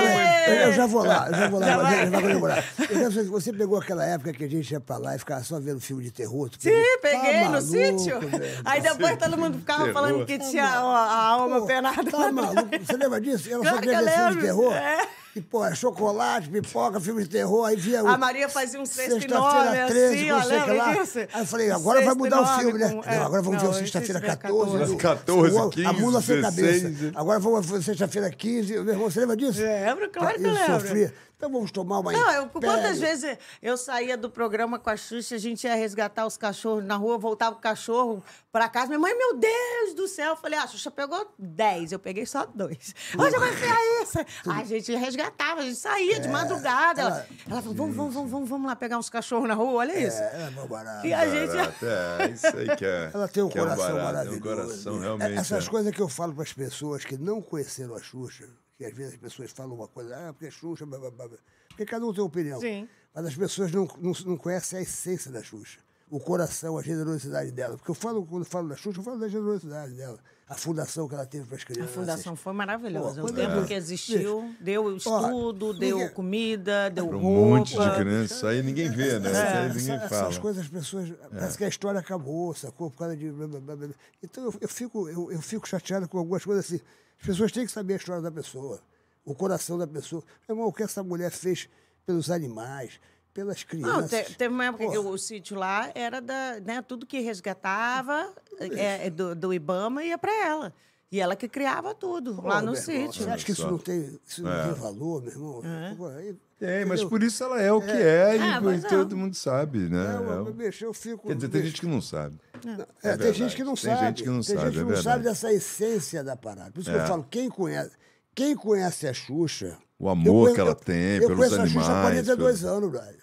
Eu já vou lá, eu já vou lá, Rogério, vai comemorar. Eu quero saber se Você pegou aquela época que a gente ia pra lá e ficava só vendo filme de terror? tu pegou? Sim, peguei Tá no maluco, sítio. velho. Tá Aí depois todo mundo ficava Terror. falando que tinha a, a alma Pô, penada. Tá maluco? Você lembra disso? Ela só Claro que queria eu ver filme de lembro. terror. É. E, pô, é chocolate, pipoca, filme de terror, aí via o... A Maria fazia um sexto e Sexta-feira nove, 13, assim, não ó, sei o que lembra lá. disso? Aí eu falei, agora vai Sexta e mudar o nove filme, né? com- Não, é, agora vamos ver não, é o sexta-feira sexta-feira 14. 14. o- 14, o- A 15, mula foi a cabeça. 16. Agora vamos ver sexta-feira 15. Meu irmão, você lembra disso? Lembro, claro que eu eu lembro. sofria. Então vamos tomar uma Não, eu, Império. quantas vezes eu saía do programa com a Xuxa, a gente ia resgatar os cachorros na rua, voltava com o cachorro pra casa. Minha mãe, meu Deus do céu. Eu falei, ah, a Xuxa pegou 10, eu peguei só dois. Hoje vai ser essa. A gente resgatava, a gente saía É. de madrugada. Ela, ela falou, vamos, vamos, vamos, vamos, vamos lá pegar uns cachorros na rua, olha isso. É, meu barato. E a gente... Barato, é, isso aí que é. Ela tem um que coração é um barato, maravilhoso. É um coração, realmente. Essas é. coisas que eu falo para as pessoas que não conheceram a Xuxa, que às vezes as pessoas falam uma coisa, ah, porque Xuxa, blá, blá, blá, blá. porque cada um tem opinião. Sim. Mas as pessoas não, não, não conhecem a essência da Xuxa, o coração, a generosidade dela. Porque eu falo, quando eu falo da Xuxa, eu falo da generosidade dela, a fundação que ela teve para as A crianças. fundação foi maravilhosa. Pô, o quando tempo é. que existiu, deu estudo, deu ninguém- comida, deu Pra Um roupa. monte de criança, isso aí ninguém vê, né? Isso aí É, Essa- ninguém essas fala. É. coisas as pessoas. Parece que a história acabou, sacou? Por causa de. blá, blá, blá, blá. Então eu, eu fico, eu, eu fico chateado com algumas coisas assim. As pessoas têm que saber a história da pessoa, o coração da pessoa. Meu irmão, o que essa mulher fez pelos animais, pelas crianças. Não, Ah, te- teve uma época Pô, que o sítio lá era da. Né, tudo que resgatava é, é do, do Ibama ia para ela. E ela que criava tudo pô, lá no meu irmão, sítio. É. Você acha que isso Olha só. É. não tem, isso não tem valor, meu irmão? Pô, aí- Tem, mas entendeu? por isso ela é o que é, Ah, e mas é. todo mundo sabe, né? um Não, É eu, o- bicho, eu fico. Quer dizer, tem bicho, gente que não sabe. É, tem verdade. gente que não Tem sabe. gente que não tem sabe, gente é que não sabe verdade. dessa essência da parada. Por isso que eu É. falo, quem conhece, quem conhece a Xuxa. O amor eu conheço- que ela eu- tem eu pelos conheço a Xuxa há animais, 42 pelo- anos, brother. É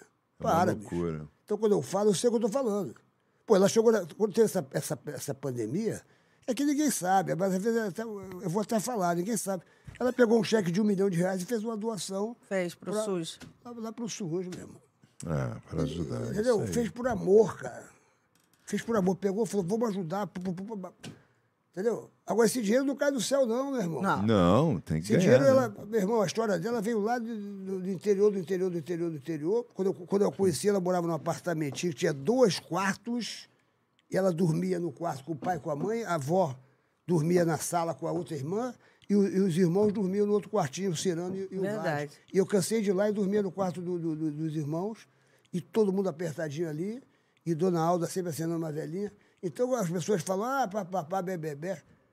uma Para, bicho. loucura. Então quando eu falo, eu sei o que eu tô falando. Pô, ela chegou. na- Quando teve essa, essa, essa pandemia, é que ninguém sabe. Mas às vezes eu até- eu vou até falar, ninguém sabe. Ela pegou um cheque de um milhão de reais e fez uma doação Fez pro Pra- SUS. lá, lá pro SUS mesmo. É, para ajudar. é Entendeu? isso aí. Fez por amor, cara. Fez por amor. Pegou, falou, vamos ajudar. pu- pu- pu- pu- Entendeu? Agora, esse dinheiro não cai do céu, não, meu irmão. Não. Não, tem que Esse ganhar. dinheiro, né? ela, meu irmão, a história dela veio lá de- do, do interior, do interior, do interior, do interior. Quando eu, quando eu a conheci, ela morava num apartamentinho que tinha dois quartos. E ela dormia no quarto com o pai e com a mãe. A avó dormia na sala com a outra irmã. E, o- e os irmãos dormiam no outro quartinho, o Cirano e, e o Verdade. Vasco. E eu cansei de ir lá e dormia no quarto do- do- do- dos irmãos, e todo mundo apertadinho ali, e Dona Alda sempre acendendo uma velhinha. Então as pessoas falam, ah, papapá, bebê,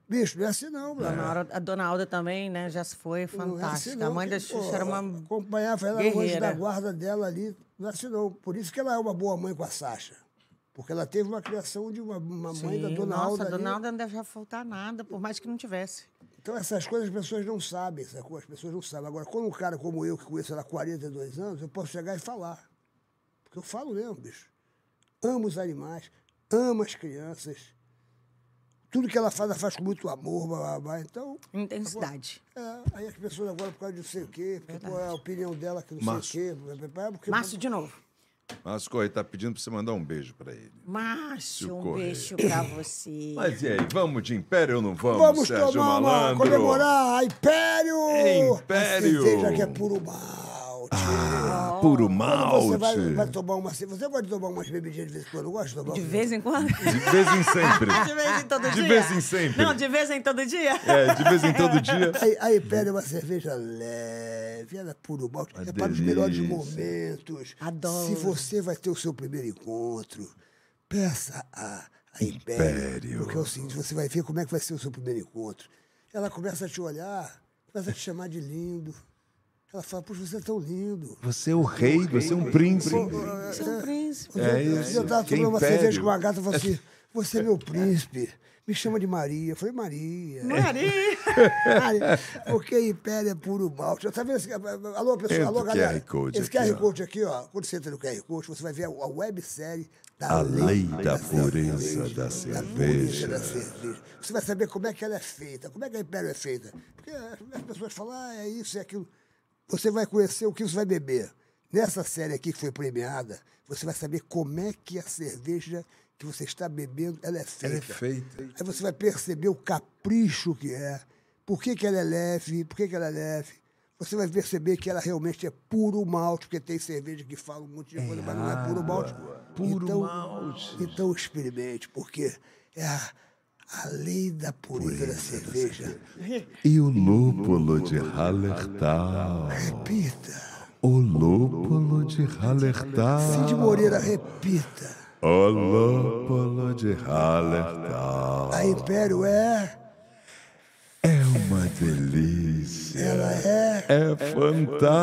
Bicho, não é assim não, Dona brother. Aura- a dona Alda também, né? Já se Não foi é assim fantástica. não, a mãe da que, Xuxa pô, era uma. Acompanhava ela era o anjo da guerreira. guarda dela ali, não é assim não. Por isso que ela é uma boa mãe com a Sasha. Porque ela teve uma criação de uma, uma mãe da Sim, Dona nossa, Alda. a dona ali. Alda não deve faltar nada, por mais que não tivesse. Então, essas coisas as pessoas não sabem, sacou? As pessoas não sabem. Agora, quando um cara como eu, que conheço ela há 42 anos, eu posso chegar e falar. Porque eu falo mesmo, bicho. Amo os animais, amo as crianças. Tudo que ela faz, ela faz com muito amor, blá, blá, blá. Então, Intensidade. é, aí as pessoas agora, por causa de não sei o quê, porque pô, é a opinião dela que não Márcio. sei o quê. blá, blá, blá, Porque, Márcio de novo. Mas Correia tá pedindo pra você mandar um beijo pra ele. Márcio, um Correia. beijo pra você. Mas e aí, vamos de império ou não vamos, Vamos Sérgio tomar uma, Malandro? comemorar a Império! Império! A cerveja que é puro mal, Ah, Puro Quando malte. Você vai, vai tomar uma. Você gosta de tomar umas bebidinhas de vez em quando? Eu gosto de tomar De uma- vez em quando? De vez em sempre. De vez em todo De dia? vez em sempre. Não, de vez em todo dia? É, de vez em todo dia. A, a Império é uma cerveja leve, ela é puro malte, é Uma para os melhores delícia. momentos. Adoro. Se você vai ter o seu primeiro encontro, peça a, a Império, Império. Porque é o seguinte, você vai ver como é que vai ser o seu primeiro encontro. Ela começa a te olhar, começa a te chamar de lindo. Ela fala, puxa, você é tão lindo. Você é o rei, você é um príncipe. Você é um príncipe. É Outro dia isso. Eu tava Quem tomando uma cerveja impede? com uma gata e falou assim: Você é meu príncipe, me chama de Maria. Eu falei, É Maria. Maria! Maria. Porque império é puro mal. Já tá vendo esse... Alô, pessoal, Entra alô, o galera. QR Code esse aqui, QR ó. Code aqui, ó. Quando você entra no QR Code, você vai ver a websérie da A lei da cerveja. Da pureza da pureza da cerveja. cerveja. Você vai saber como é que ela é feita, como é que a império é feita. Porque as pessoas falam, ah, é isso, é aquilo. Você vai conhecer o que você vai beber. Nessa série aqui que foi premiada, você vai saber como é que a cerveja que você está bebendo, ela é feita. Ela é feita. Aí você vai perceber o capricho que é, por que, que ela é leve, por que, que ela é leve. Você vai perceber que ela realmente é puro malte, porque tem cerveja que fala um monte de coisa, mas não é puro malte. Puro então, malte. Então experimente, porque é a, a lei da pureza da cerveja. E o lúpulo de Hallertal. Repita. O lúpulo de Hallertal. Cid Moreira, repita. O lúpulo de Hallertal. A Império é, É uma delícia. ela é. É fantástica.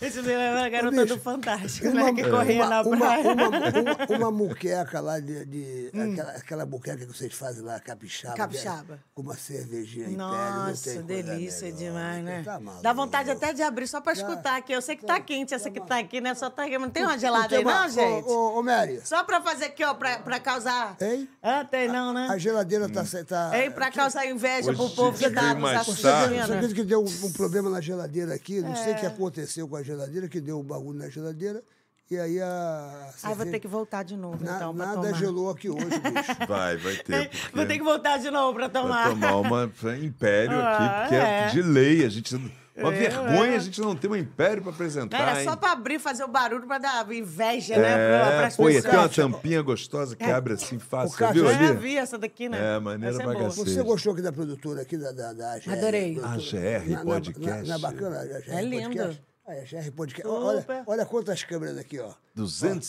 Esse filme é uma garota bicho, do Fantástico, né? Que corria na É. uma, praia. Hum. Uma, uma, uma muqueca lá de. de- aquela, aquela muqueca que vocês fazem lá, capixaba. Capixaba. que é Com uma cervejinha império. não Nossa, tem coisa delícia melhor. demais, né? Tá maluco. Dá vontade até de abrir só pra escutar aqui. Eu sei que tá quente essa que tá aqui, né? Só tá aqui. Não tem uma gelada aí, Tem uma- não, gente? Ô, ô, ô Mary, Só pra fazer aqui, ó, pra, pra causar. Hein? Ah, tem não, né? a geladeira tá. tá Ei, pra causar inveja Hoje pro povo que fiquei tá nos mais Você acredita- você assistindo. acredita que deu um, um problema na geladeira aqui? Não sei o É. que aconteceu com a geladeira, que deu um bagulho na geladeira. E aí a. Ai, vou cerveja- ter que voltar de novo, Na- então, pra Nada é tomar. gelou aqui hoje, bicho. Vai, vai ter. porque Vou ter que voltar de novo pra tomar. Vai tomar uma pra império aqui, Ah, porque é é. de lei. A gente, uma É, vergonha é. a gente não ter um império pra apresentar. Era só Tá, hein? pra abrir, fazer o barulho pra dar inveja, né? Pra, É, pras pô, e pessoas. É. tem uma tampinha gostosa que abre assim fácil. Você Cássio, viu é Já ali? vi essa daqui, né? É, maneira Essa é pra boa. cacete. Você gostou aqui da produtora, aqui da, da, da AGR? Adorei. Produtora. AGR Na- na- Podcast. Na, na bacana, AGR É lindo. Podcast. Ah, AGR Podcast. Olha, Super. olha quantas câmeras aqui, ó.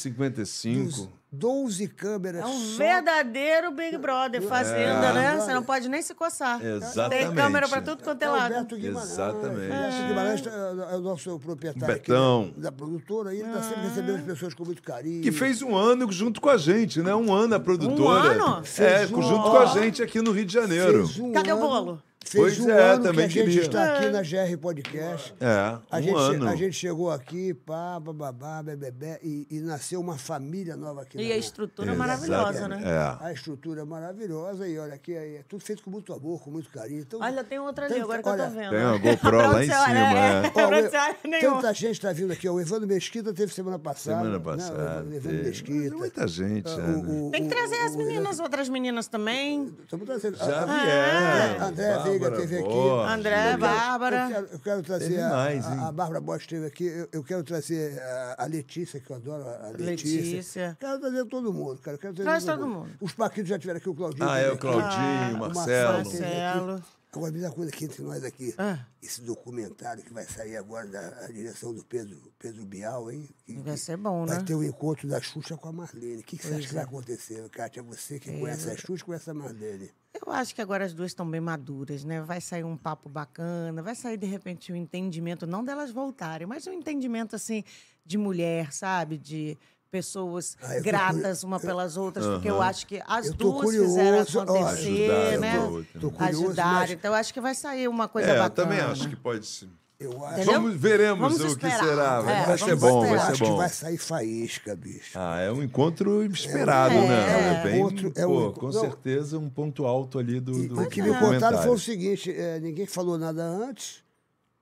255. 12 câmeras. É um só. verdadeiro Big Brother, fazenda, né? Você não pode nem se coçar. É. Exatamente. Tem câmera pra tudo quanto é É o lado. Beto Guimarães. Exatamente. O Beto Guimarães tá- é o nosso proprietário aqui Betão. da, da produtora e ele está Ah. sempre recebendo as pessoas com muito carinho. Que fez um ano junto com a gente, né? Um ano a produtora. ano? É, Fez um junto com a ano. gente aqui no Rio de Janeiro. Fez um Cadê o ano- bolo? É. Fez Pois um é, ano que também a gente queria. está aqui na GR Podcast. É, A, um gente, ano. a gente chegou aqui, pá, bababá, bebebé, e, e nasceu uma família nova aqui. E na- a estrutura é Exato. maravilhosa, né? É. A estrutura é maravilhosa e olha aqui, é tudo feito com muito amor, com muito carinho. Então, Olha, tem outra ali tanta- agora que eu olha, tô vendo. Tem uma GoPro Pra lá onde em você olha, cima, é. é. ó, Pra onde você o- olha, um- nenhuma. tanta gente está vindo tá aqui. ó, O Evandro Mesquita teve semana passada. Semana Né? passada. O Evandro teve. Mesquita. Ah, Muita gente, é, né? O, o, Tem que trazer as meninas, outras meninas também. Estamos trazendo. tá. Já a- a- vieram. Ah, André Veiga Bárbara teve aqui. Borges. É, André, Eu Bárbara. quero, eu quero trazer Teve a, mais, a- hein? a Bárbara Bosch esteve aqui. Eu, eu quero trazer a, a Letícia, que eu adoro a Letícia. Letícia. Quero trazer todo mundo, cara. Quero trazer Traz todo mundo. Os Paquitos já tiveram aqui, o Claudinho. Ah, é teve o aqui. Claudinho, o Marcelo. Marcelo. Marcelo. Agora, me dá uma coisa aqui entre nós aqui. Ah. Esse documentário que vai sair agora da a direção do Pedro, Pedro Bial, hein? Que- Vai ser bom, Vai né? é. ter o encontro da Xuxa com a Marlene. O que, que você acha que vai acontecer, Kátia? Você que conhece a Xuxa, conhece a Marlene. Eu acho que agora as duas estão bem maduras, né? Vai sair um papo bacana, vai sair de repente um entendimento, não delas voltarem, mas um entendimento assim de mulher, sabe? De pessoas Ah, eu tô gratas uma pelas outras, porque eu acho que as Eu tô duas fizeram curioso, ó, acontecer, ajudaram né? uma a outra. Tô curioso, Ajudaram. mas- Então eu acho que vai sair uma coisa É, eu bacana. também acho que pode ser. Eu acho. Entendeu? Vamos, veremos Vamos o que esperar. será. É, vai vamos ser bom, esperar. vai acho ser que bom. vai sair faísca, bicho. Ah, é um encontro inesperado, né? é. É bem, Outro- é pô, um- com não. certeza um ponto alto ali do, E do o que me documentário. contaram foi o seguinte: é, ninguém falou nada antes,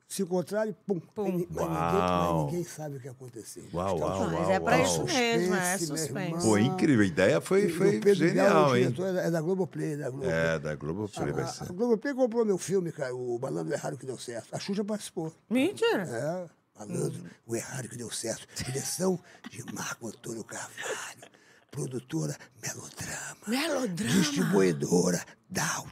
se encontraram e pum. Mas, ninguém, mas Uau. ninguém sabe o que aconteceu. Uau, Então, uau, Mas uau, é pra uau. isso mesmo, é Suspense, meu irmão. suspense. Pô, incrível. A ideia foi, E o foi Pedro Bial, genial, o hein? diretor, É da- é da Globoplay, da Globo. É, da Globo Play vai a, ser. a Globoplay comprou meu filme, cara, o Malandro Errado que Deu Certo. A Xuxa participou. Mentira. É, Hum. Malandro, o Errado que Deu Certo. Direção de Marco Antônio Carvalho. Produtora Melodrama. Melodrama. Distribuidora Dalton.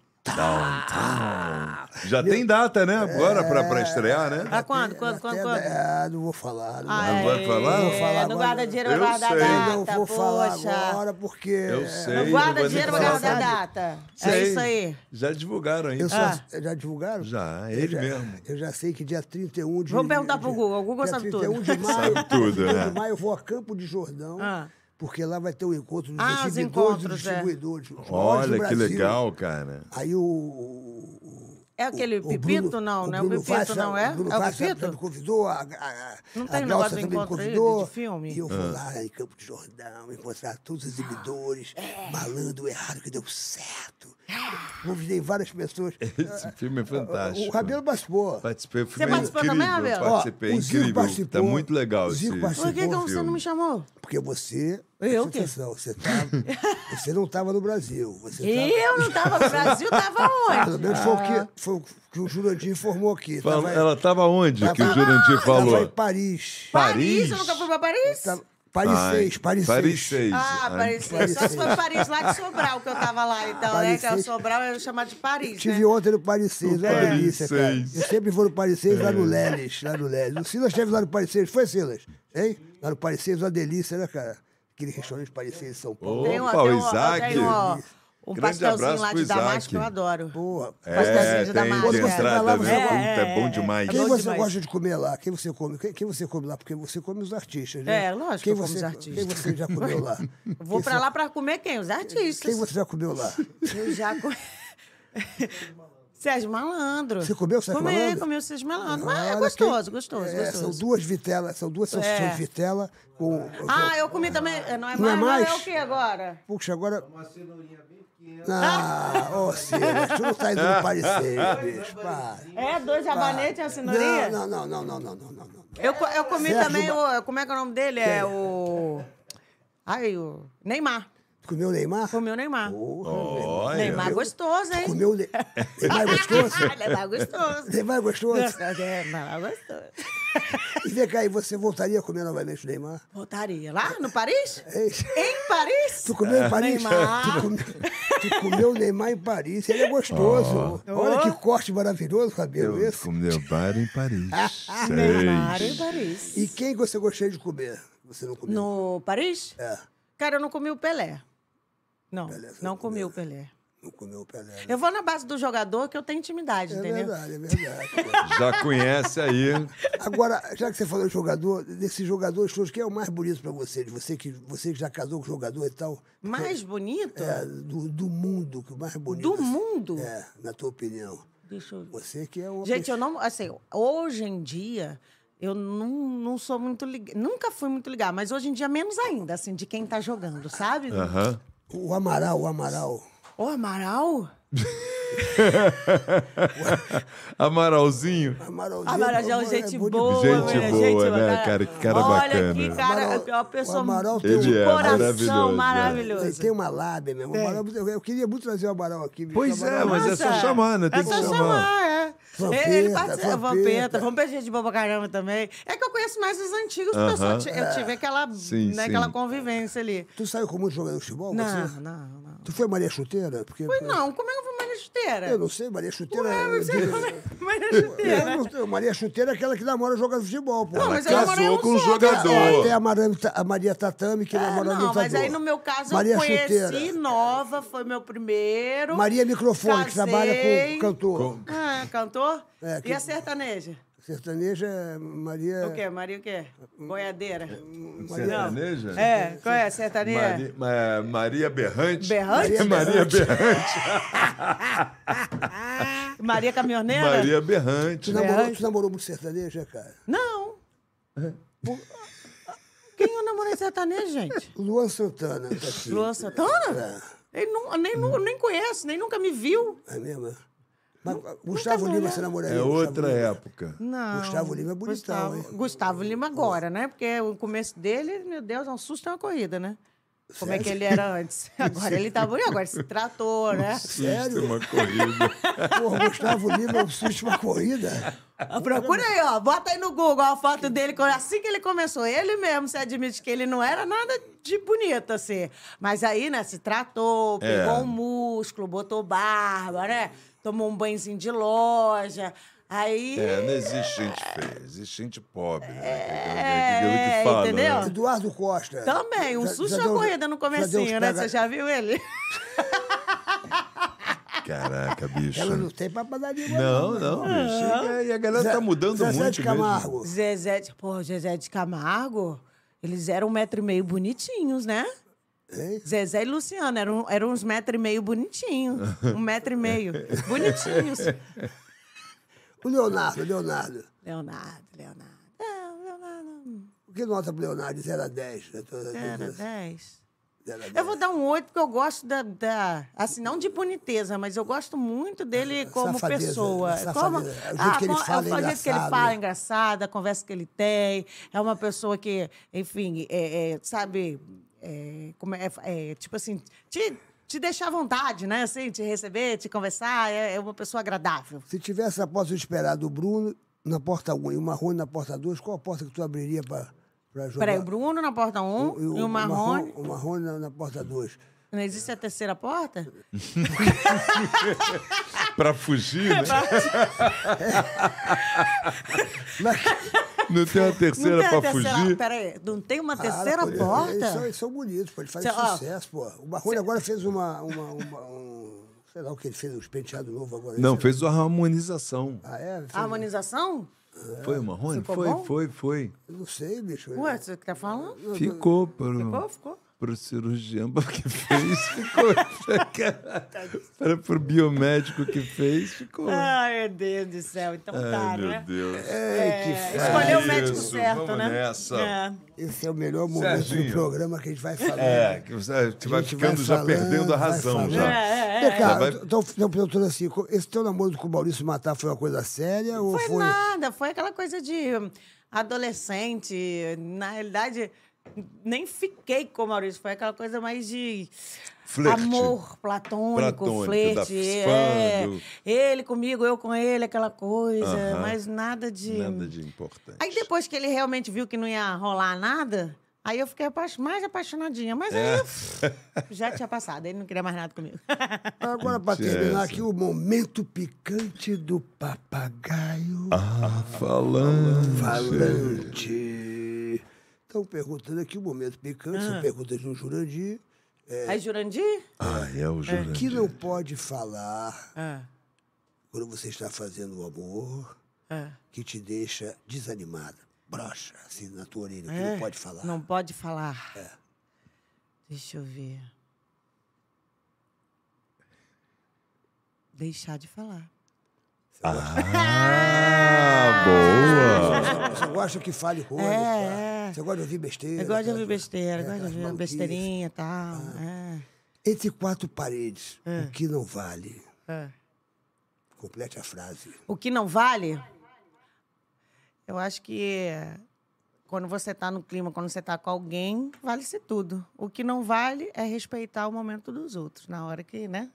Já tem data, né? Agora, pra, pra estrear, né? Ah, quando, quando, Até- quando, quando? Ah, não vou falar. Não, Ah, Não vai é, falar? Vou falar Não agora. guarda dinheiro pra Eu guardar sei. data. não vou falar poxa. agora, porque... Eu é, sei. Não não vai guarda nem dinheiro pra falar. guardar data. É Sei. isso aí. Já divulgaram aí. Eu só, Ah. Já divulgaram? Já, ele Eu já- mesmo. Eu já sei que dia 31 de Vamos perguntar pro de- Google, o Google dia sabe 31 tudo. De maio, Sabe tudo, 31 né? de maio eu vou a Campo de Jordão, Ah. porque lá vai ter o encontro dos Ah, os exibidores e dos encontros, é. distribuidores. os maiores do Olha que Brasil. legal, cara. Aí o. o- É aquele o pepito? Bruno- não, não é o Bruno pepito, Vaz, não é? O Bruno tá é o Vaz já- já me pepito? convidou, a, a, a- Não a tem um Glaucia negócio do também me encontro aí, convidou. de filme? E eu Ah. vou lá em Campo de Jordão, encontrar todos os exibidores, É. malandro errado que deu certo. Convidei várias pessoas. Esse filme é fantástico. O Rabelo participou. Participei, o Você filme é participou também, incrível. Abel? Participei, Ó, o Zico incrível. Tá participou. muito legal O esse Zico Por que, que filme. você não me chamou? Porque você. Eu é o quê? sensação. Você, tá, você não estava no Brasil. Você tava- Eu não tava no Brasil, tava pelo onde? menos foi o Ah. que, foi o que o Jurandir informou aqui. Fala- Tava- Ela tava onde tava- que o Jurandir tava falou? em Paris. Paris? Eu nunca fui pra Paris? Tava- Paris Ai, 6, Paris 6. Paris 6. Ah, Paris. Paris Só se seis. foi Paris lá de Sobral que eu tava lá, então, né? Paris Que é o seis. Sobral eu chamar de Paris, né? Estive ontem no Paris 6, olha Paris que delícia, cara. Eu seis. sempre vou no Paris 6, lá no É. Leles, lá no Leles. O Silas esteve lá no Paris 6, foi, Silas? Hein? Lá no Paris 6, uma delícia, né, cara? Aquele restaurante Paris 6 em São Paulo. Tem um, Opa, o tem um, Isaac. tem um, um Grande pastelzinho abraço lá pro de Damasco Isaac. que eu adoro. Porra. É, de tem Damasco. Vai de lá, entrada, você né? vai- Puta, é, É, bom é, demais. Quem bom você demais. gosta de comer lá? Quem você come? Quem, quem você come lá? Porque você come os artistas, né? É, lógico quem que eu como você, os artistas. Quem você já comeu lá? Eu Vou pra lá pra comer quem? Os Quem artistas. você já comeu lá? Eu já comi. Sérgio Malandro. Você comeu o Sérgio comi, Malandro? Ah, Comi o Sérgio Malandro. Mas é Olha, gostoso, quem- gostoso, É, gostoso. São duas vitelas, são duas salsichas É. de vitela com... Ah, eu comi também. é, Não é Não é mais? Não é mais? o que agora? Puxa, agora... Uma cenourinha bem pequena. Ah, ô, Silas, tu não tá indo no parecer, bicho, para. É, dois rabanetes e uma cenourinha? Não, não, não, não, não, não, não, não. Eu, co- eu comi Sérgio também Ma- o. Como é que é o nome dele? É o. Ai, o. Neymar. Tu comeu o Neymar? Comi o Neymar. Olha, Neymar gostoso, hein? Comeu o Ne- Neymar é gostoso? Neymar gostoso. Neymar é gostoso? Gostoso, é, Neymar gostoso. E vem cá, e você voltaria a comer novamente o Neymar? Voltaria. Lá no Paris? É isso. Em Paris? Tu comeu em Paris? É. Neymar. Tu, come- tu comeu o Neymar em Paris. Ele é gostoso. Oh. Olha que corte maravilhoso, cabelo eu esse. comi meu bar em Paris. Neymar Seis. em Paris. E quem você gostaria de comer? Você não comeu? No Paris? É, Cara, eu não comi o Pelé. Não, Pelé, você não não comi o Pelé. não comeu o Pelé. né? Eu vou na base do jogador que eu tenho intimidade, É entendeu? verdade, é verdade. Já conhece aí. Agora, já que você falou de jogador, desses jogadores todos, quem é o mais bonito pra você? De você que, você que já casou com jogador e tal? Mais bonito É, do, do mundo, que o mais bonito. do mundo. É, na tua opinião. Deixa eu... Você que é uma Gente, eu não. Assim, hoje em dia, eu não, não sou muito ligada. Nunca fui muito ligada, mas hoje em dia, menos ainda, assim, de quem tá jogando, sabe? Aham. O Amaral, o Amaral. Ô, Amaral? Amaralzinho. Amaralzinho. Amaral já é um Amaral gente bonito. boa, Gente né? boa, né, bacana. cara? Que cara Olha bacana. que cara, Amaral- é uma pessoa. o Amaral tem de um- Ele é coração maravilhoso, é. Ele maravilhoso. tem uma lábia mesmo. O Amaral- eu- eu queria muito trazer o Amaral aqui. bicho. Pois O é, Amaral- mas é só Nossa, chamar, né? Tem é que só chamar, chamar. é. Vampeta, ele participa. Vampeta. Vampeta, Vampeta, gente boa pra caramba também. É que eu conheço mais os antigos, porque eu, só Aham. ti- eu tive aquela, Sim, né, sim. aquela convivência ali. Tu saiu com muito jogador de futebol? Não, você? não, não. Tu foi Maria Chuteira? Porque, Foi não, como é que eu vou mais na chuteira? Eu não sei, Maria Chuteira. Ué, eu você digo- como é que vai na Eu chuteira? não sei, Maria Chuteira é aquela que namora jogador de futebol, pô. Não, mas eu namorei Casou um com um só, jogador. Tem a, Marame- a Maria Tatame que Ah, namora não, lutador. mas aí no meu caso um Maria eu conheci Chuteira. nova, foi meu primeiro. Maria Microfone, que trabalha com Casei. cantor. Ah, cantor? É, que- E a sertaneja? Sertaneja é hum, Maria. O quê? Maria o quê? Boiadeira? Sertaneja? É, qual é? Sertaneja? Mari- Ma- Maria Berrante. Berrante? É Maria Berrante. Maria Caminhoneira? Maria Berrante. Tu namorou, tu namorou muito sertaneja, cara? Não. É. Por- Quem eu namorei sertanejo, gente? Luan Santana tá aqui. Luan Santana? Ele não, nem, nu- nem conhece, nem nunca me viu. É mesmo? é? Mas Gustavo Lima, você namoraria? É Gustavo outra Lima? época. Não. Gustavo Lima é bonitão, Gustavo, hein? Gustavo Lima agora, né? Porque o começo dele, meu Deus, é um susto é uma corrida, né? Como é que ele era antes? Agora ele tá bonito, agora se tratou, né? Sério? Uma corrida. Porra, Gustavo Lima é um susto uma corrida. Ah, Procura aí, ó. Bota aí no Google a foto dele quando- assim que ele começou. Ele mesmo se admite que ele não era nada de bonito, assim. Mas aí, né, se tratou, pegou um músculo, botou barba, né? Tomou um banhozinho de loja. Aí. É, não existe gente feia, existe gente pobre. Né? É, que, que, que, que fala, entendeu? Né? Eduardo Costa. Também, um Já- susto já e deu- uma corrida já no deu uns comecinho, né? pega- Você já viu ele? Caraca, bicho. Ela não tem pra padaria. Não, não, bicho. E a- E a galera tá mudando né? É. Zezé muito de mesmo. Camargo. Zezé de... Pô, Zezé de Camargo, eles eram um metro e meio bonitinhos, né? Hein? Zezé e Luciano eram, eram uns metro e meio bonitinhos. Um metro e meio. Bonitinhos. O Leonardo, Leonardo. Leonardo, Leonardo. É, o Leonardo. O que nota pro Leonardo? 0 a 10. né? Toda- Era toda- 10. zero a Eu 10. vou dar um 8, porque eu gosto da, da- Assim, não de boniteza, mas eu gosto muito dele como É, Safadeza, pessoa. safadeza. Como, O jeito que ele com- fala é o jeito que ele engraçado. fala é engraçado, a conversa que ele tem. É uma pessoa que, enfim, é- é, sabe. é, como é, é, tipo assim, te, te deixar à vontade, né? Assim, te receber, te conversar. É, é uma pessoa agradável. Se tivesse a porta esperada o Bruno na porta 1 e o Marrone na porta 2, qual a porta que tu abriria pra, pra jogar? Peraí, o Bruno na porta 1 um, e o Marrone. O Marrone na, na porta 2. Não existe a terceira porta? Pra fugir, né? Não tem uma terceira não tem a pra terceira. fugir. Peraí, não tem uma terceira pô, porta? Ah, Eles são, eles são bonitos, pô, eles fazem Cê- ó, sucesso, pô. O Marrone agora fez uma, uma, uma- um. Sei lá o que ele fez, uns penteados novos agora. Não, Sei lá. fez uma harmonização. Ah, é? Fez- A harmonização? Foi, Marrone? Ficou Foi, bom? foi, foi. eu Não sei, bicho. Ué, você tá falando? Ficou pro, Ficou, ficou. pro cirurgião que fez, ficou. para, pro biomédico que fez, ficou. Ai, meu Deus do céu. Então tá, Ai, meu né? Deus. Ei, que É, f... Escolheu o médico Isso, certo, vamos né? nessa. É. Esse é o melhor momento Serginho. do programa que a gente vai falar. É, que você você vai gente vai ficando já falando, perdendo a vai razão falando. já. É, é, Vem cá, vai- estão perguntando assim, co- esse teu namoro com o Maurício Matar foi uma coisa séria ou Foi foi... nada, foi aquela coisa de adolescente. Na realidade, nem fiquei com o Maurício. Foi aquela coisa mais de Flerte. amor platônico, Platônico, tá da flerte. É. fã, Ele comigo, eu com ele, aquela coisa. Aham. Mas nada de. Nada de importante. Aí depois que ele realmente viu que não ia rolar nada, aí eu fiquei apa- mais apaixonadinha. Mas É. aí É. pff, já tinha passado, ele não queria mais nada comigo. Agora, para Mentira, terminar essa. aqui, o momento picante do papagaio Ah, falando. falante. Estão perguntando aqui o momento picante, Ah. são perguntas de um Jurandir, É. Aí Jurandir? Ai, é o Jurandir. que não pode falar Ah, quando você está fazendo o amor, ah. que te deixa desanimada, broxa, assim, na tua orelha, que É, não pode falar. Não pode falar. É. Deixa eu ver. Deixar de falar. Ah, boa. Você gosta que fale coisa, É, pá. é. você gosta de ouvir besteira. Eu gosto de ouvir aquelas- besteira, é, Ah. gosto de aquelas ouvir uma maluquices. besteirinha e tal. é. Entre quatro paredes, o que não vale? É. Complete a frase. O que não vale, eu acho que quando você está no clima, quando você está com alguém, vale-se tudo. O que não vale é respeitar o momento dos outros. Na hora que, né?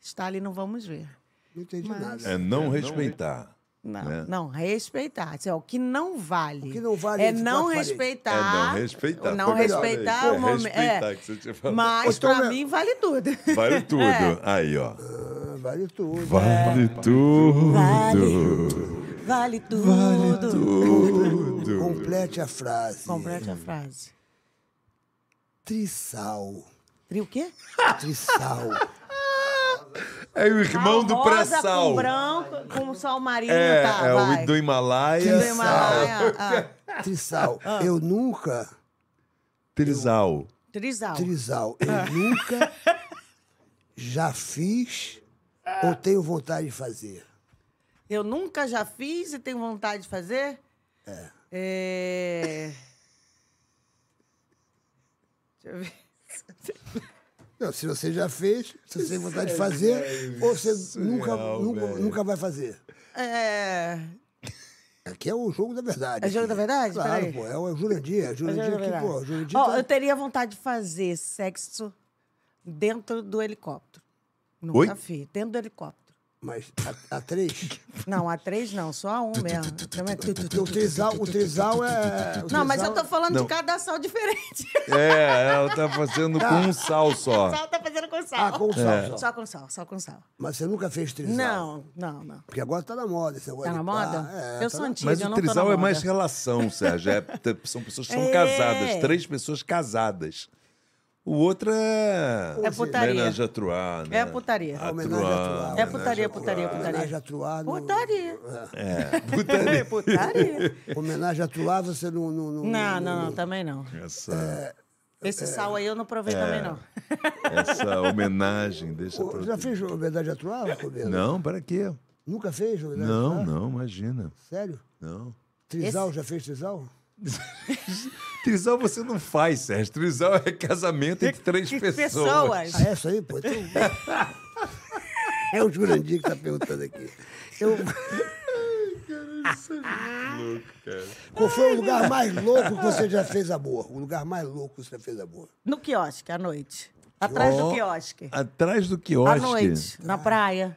Está ali, não vamos ver. Não entendi nada. É não respeitar. Não, É. não, respeitar. Assim, ó, o que não vale. O que não vale é entre não quatro paredes. respeitar. É não respeitar. Não foi melhor. respeitar É, o momento. respeitar que você tinha falado. Mas Então, pra né? mim vale tudo. É, Vale tudo. Aí, ó. Ah, Vale tudo. Vale tudo. Vale É. tudo. Vale tudo. tudo. Complete a frase. Complete a frase. Trissal. Tri o quê? Trissal. É o irmão Ah, do rosa pré-sal. Com branco, com sol marinho, É, tá, é vai. o do Himalaia. Do Himalaia, ah. Trissal. Eu nunca. Trisal. Trisal. Trisal. Ah. Eu nunca já fiz ou tenho vontade de fazer. Eu nunca já fiz e tenho vontade de fazer. É. Deixa eu ver. Não, se você já fez, se você tem vontade de fazer, ou você nunca, nunca, nunca vai fazer. É. Aqui é o jogo da verdade. É o jogo aqui. da verdade? Claro, Peraí. pô. É o Jurandir. É o Mas eu Jurandir não vou aqui, dar. pô. O Jurandir Ó, tá- eu teria vontade de fazer sexo dentro do helicóptero. Nunca Oi? fiz. Dentro do helicóptero. Mas a, a três? Não, a três não, só a um mesmo. Também- Porque o trisal, o trisal é. o Não, mas eu trisal- tô falando Não. de cada sal diferente. É, ela tá fazendo com um sal só. Sal tá fazendo com Ah, sal. com sal, É. sal. Só com sal, só com sal. Mas você nunca fez trisal? Não, não, não. Porque agora tá na moda esse negócio Tá na de moda? pá. É, eu tá sou um na- antiga, Mas eu o não tô na trisal é moda. mais relação, Sérgio. É, t- são pessoas que são É. casadas, três pessoas casadas. O outro é. É putaria. Homenagem à Troá, né? É putaria. A Homenagem à Troá, Troá. homenagem É putaria, à Troá. putaria, putaria. Homenagem a Troá. no- Putaria. Putaria. É. Putaria. Homenagem a Troá, você não. Não, não, Não, não, não, também não. Essa, Esse sal aí eu não provei também, não. essa homenagem, deixa Ô, Já pra... fez homenagem a Troá, Roberto? Não, para quê? Nunca fez homenagem à Não, Troá? não, imagina. Sério? Não. Trisal, já fez trisal? Trisal você não faz, Sérgio. Trisal é casamento entre três pessoas. Pessoas. Ah, é isso aí, pô? Então... É o Jurandir que tá perguntando aqui. Eu... Qual foi o lugar mais louco que você já fez amor? O lugar mais louco que você fez amor? No quiosque, à noite. Atrás Ó, do quiosque. Atrás do À quiosque. noite, na praia.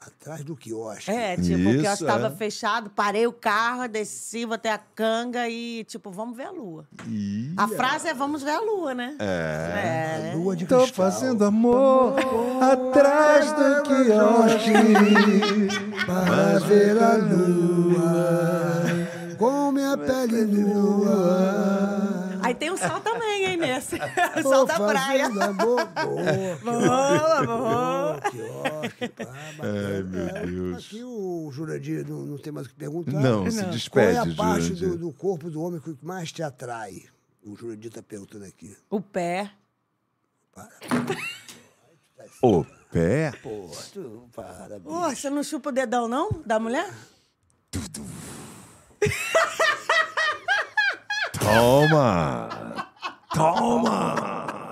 Atrás do quiosque. É, tipo, o Isso, quiosque tava é. fechado, parei o carro, desci, botei a canga e, tipo, vamos ver a lua. A frase é vamos ver a lua, né? É. A Lua de Tô cristal. fazendo amor atrás do quiosque. Para ver a lua com minha pele nua. Aí tem o sol também, hein, nesse. O Tô sol da praia. fazendo amor. Boa, boa. Boa, quiosque, pá, É. Ai, meu Deus. É, Aqui o Jurandir não, não tem mais o que perguntar. Não, se Qual é despede, a parte do, Jurandir. do corpo do homem que mais te atrai? O Jurandir está perguntando aqui. O pé. O pé? Pô, tu, para, bicho. Ô, você não chupa o dedão, não? Da mulher? Toma! Toma!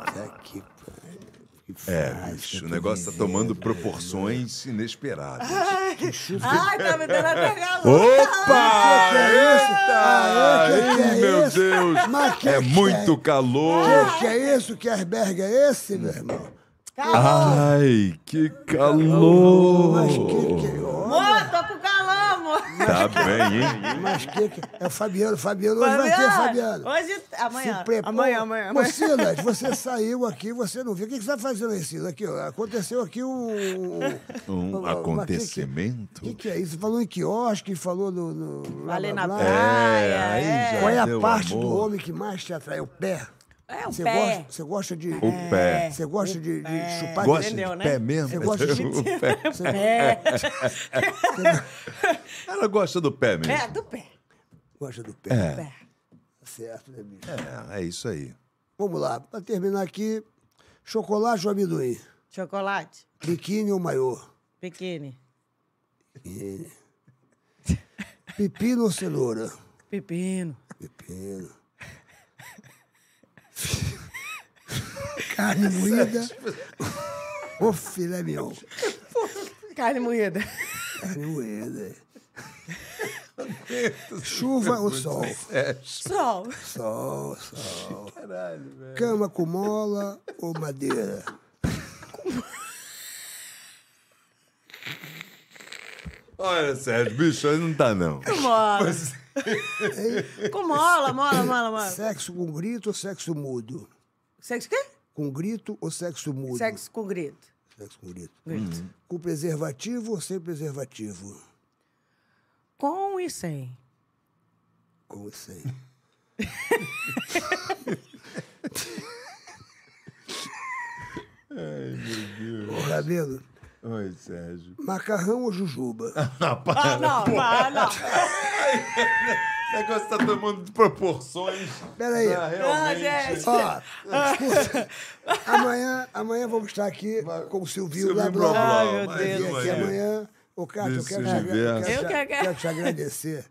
Tá que pariu. Que É, frase que bicho, eu o tô negócio tá dizendo. tomando proporções inesperadas. Ah, Ai, tá me dando até calor. Opa! Ah, é, que que é Eita! Ih, meu isso? Mas Deus! que É que muito calor! Que é isso? Que iceberg é esse, meu irmão? Ai, que calor! é? Mas que é? que... ó, Amor, tô com calor, amor. Tá bem, hein? mas que que... É o Fabiano, Fabiano. Hoje vai ter, Fabiano. Hoje, tá- amanhã. Se prepara. Amanhã, amanhã, Ô, amanhã. Silas, você saiu aqui, você não viu. O que que você está fazendo aí, Silas? Aqui, ó, aconteceu aqui um... Um mas que que- acontecimento. O que, que é isso? Falou em quiosque, falou no. no blá, Falei blá, na blá. praia. aí É, já Qual é a deu parte amor. do homem que mais te atrai? O pé. é o Você pé. gosta, você gosta de. O pé. Você gosta de, de chupar Gosta Entendeu, de né? pé mesmo? Você gosta de- O pé. Você- É, Ela gosta do pé mesmo. é, do pé. Gosta do pé. É, pé. Certo, né, bicho? é, é isso aí. Vamos lá, para terminar aqui: chocolate ou amendoim? Chocolate. Biquíni ou maiô? Biquíni. Pepino ou cenoura? Pepino. Pepino. Carne moída ou filé mignon? Carne moída. Carne moída. Chuva ou sol? Sol. Sol, sol. Cama com mola ou madeira? Olha, Sérgio, bicho, aí não tá, não. Com mola. Com mola, mola, mola, mola. Sexo com grito ou sexo mudo? Sexo o quê? Com grito ou sexo mudo? Sexo com grito. Sexo com grito. Grito. Com preservativo ou sem preservativo? Com e sem. Com ou sem? Ai, meu Deus. Ô, Rabelo, Oi, Sérgio. macarrão ou jujuba? Ah, não, ah, não. O negócio tá tomando proporções. Peraí. Ah, realmente. Não, gente. Ó, escuta. amanhã, amanhã vamos estar aqui com o Silvio Silvio Blá Blá. Blá Blá, Ai, meu mais E Deus. uma aqui aí. amanhã. Ô, Cássio, eu quero te, agra- Desse eu quero universo. te- Eu quero- quero te agradecer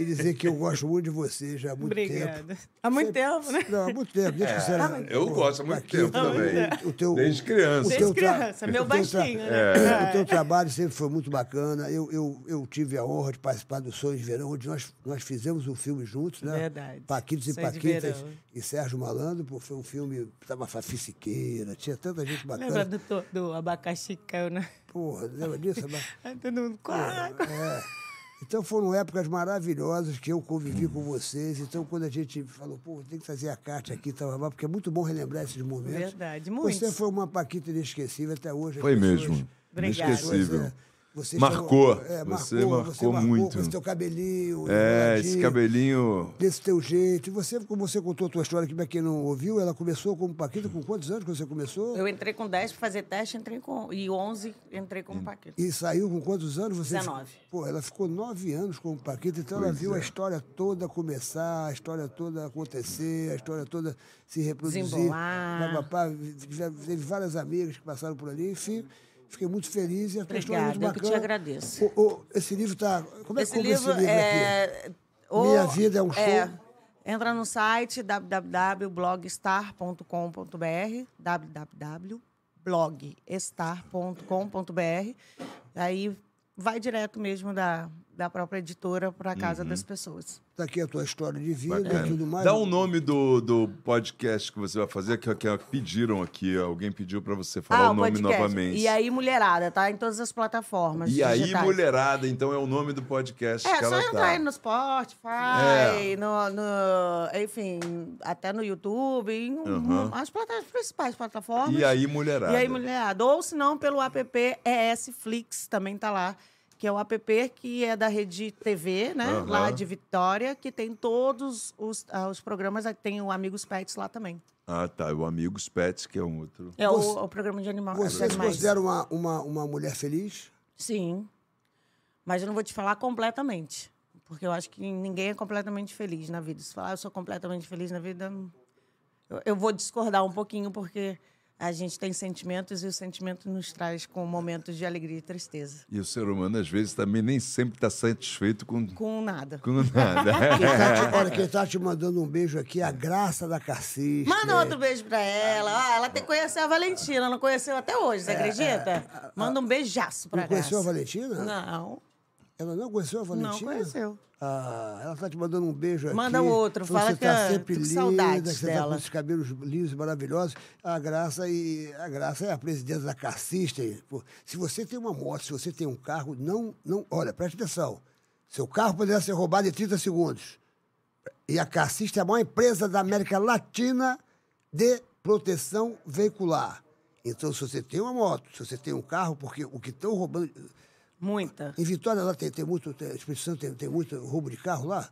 e dizer que eu gosto muito de você já há muito tempo. Obrigada. Há muito tempo, né? Não, há muito tempo. Desde que você era, É. Ah, eu gosto há muito tempo também. O teu, Desde criança. o Desde teu tra- criança, meu o teu baixinho, né? O teu trabalho sempre foi muito bacana. Eu, eu, eu tive a honra de participar do Sonho de Verão, onde nós, nós fizemos um filme juntos, né? Verdade. Paquitos e Sonho de Paquitas Verão. e Sérgio Malandro, pô, foi um filme que tava Fafi Siqueira, tinha tanta gente Lembra bacana. do, to- do abacaxi que caiu na. Porra, lembra disso? Mas- Ai, Todo mundo. quá, quá. É. Então foram épocas maravilhosas que eu convivi com vocês. Então, quando a gente falou, pô, tem que fazer a carta aqui, tal, babá, porque é muito bom relembrar esses momentos. Verdade, Você muitos. foi uma Paquita inesquecível até hoje. as Foi pessoas- mesmo. Obrigada. Inesquecível. Pois é. Você Marcou. chegou- é, Você você marcou muito. Com esse teu cabelinho. É, esse enroladinho, cabelinho. Desse teu jeito. Você, como você contou a tua história aqui, pra quem não ouviu, ela começou como Paquita com quantos anos que você começou? Eu entrei com 10 pra fazer teste, entrei com. E 11, entrei como paquete. E saiu com quantos anos? Você 19. Pô, ela ficou nove anos com o Paquito, então ela viu a é. história toda começar, a história toda acontecer, a história toda se reproduzir. Pá, Desembolar. pá, pá. Já teve várias amigas que passaram por ali, enfim. Fiquei muito feliz e a tua história é muito Obrigada, eu que bacana. te agradeço. Ô, ô, esse livro tá... Como é que Esse compra livro esse livro aqui? é. ou- Minha Vida é um Show. entra no site www.blogstar.com.br www.blogstar.com.br Aí vai direto mesmo da, da própria editora para casa Uhum. das pessoas. Tá aqui a tua história de vida Bacana. e tudo mais. Dá o nome do, do podcast que você vai fazer, que, que pediram aqui. Alguém pediu pra você falar o nome Ah, podcast. novamente. E aí, mulherada, tá? Em todas as plataformas. E aí, digitais. mulherada, então é o nome do podcast É, que só ela entrar tá. É. aí no Spotify, no, no- enfim, até no YouTube, em um- Uhum. as plata- principais plataformas. E aí, mulherada. E aí, mulherada. Ou se não, pelo app ES Flix, também tá lá. Que é o app que é da Rede TV, né? Aham. Lá de Vitória, que tem todos os, ah, os programas. aí Tem o Amigos Pets lá também. Ah, tá. O Amigos Pets, que é um outro. É o- Você- o, programa de anima- de animais. Você se considera uma, uma, uma mulher feliz? Sim. Mas eu não vou te falar completamente. Porque eu acho que ninguém é completamente feliz na vida. Se falar "Ah, eu sou completamente feliz na vida, eu, eu vou discordar um pouquinho, porque a gente tem sentimentos e o sentimento nos traz com momentos de alegria e tristeza. E o ser humano, às vezes, também nem sempre tá satisfeito com, Com nada. com nada. né? Quem tá te, olha, quem tá te mandando um beijo aqui é a Graça da Caciste. Manda outro beijo pra ela. Ah, ela tem que conhecer a Valentina, ela não conheceu até É, hoje, você acredita? Manda um beijaço pra Não conheceu a Graça. Valentina? Não, Ela não conheceu a Valentina? não conheceu. Ah, ela tá te mandando um beijo aqui. Manda outro, Falou fala você tá que eu sempre tô com linda, saudades que você Tá com dela. esses cabelos lisos, maravilhosos. A Graça e a Graça é a presidenta da Car System. Pô, Se você tem uma moto, se você tem um carro, não, não, olha, preste atenção. Seu carro poderá ser roubado em 30 segundos. E a Car System é a maior empresa da América Latina de proteção veicular. Então, se você tem uma moto, se você tem um carro, porque o que estão roubando, Muita. em Vitória lá tem, tem muito, tem, Espírito Santo tem, tem muito roubo de carro lá?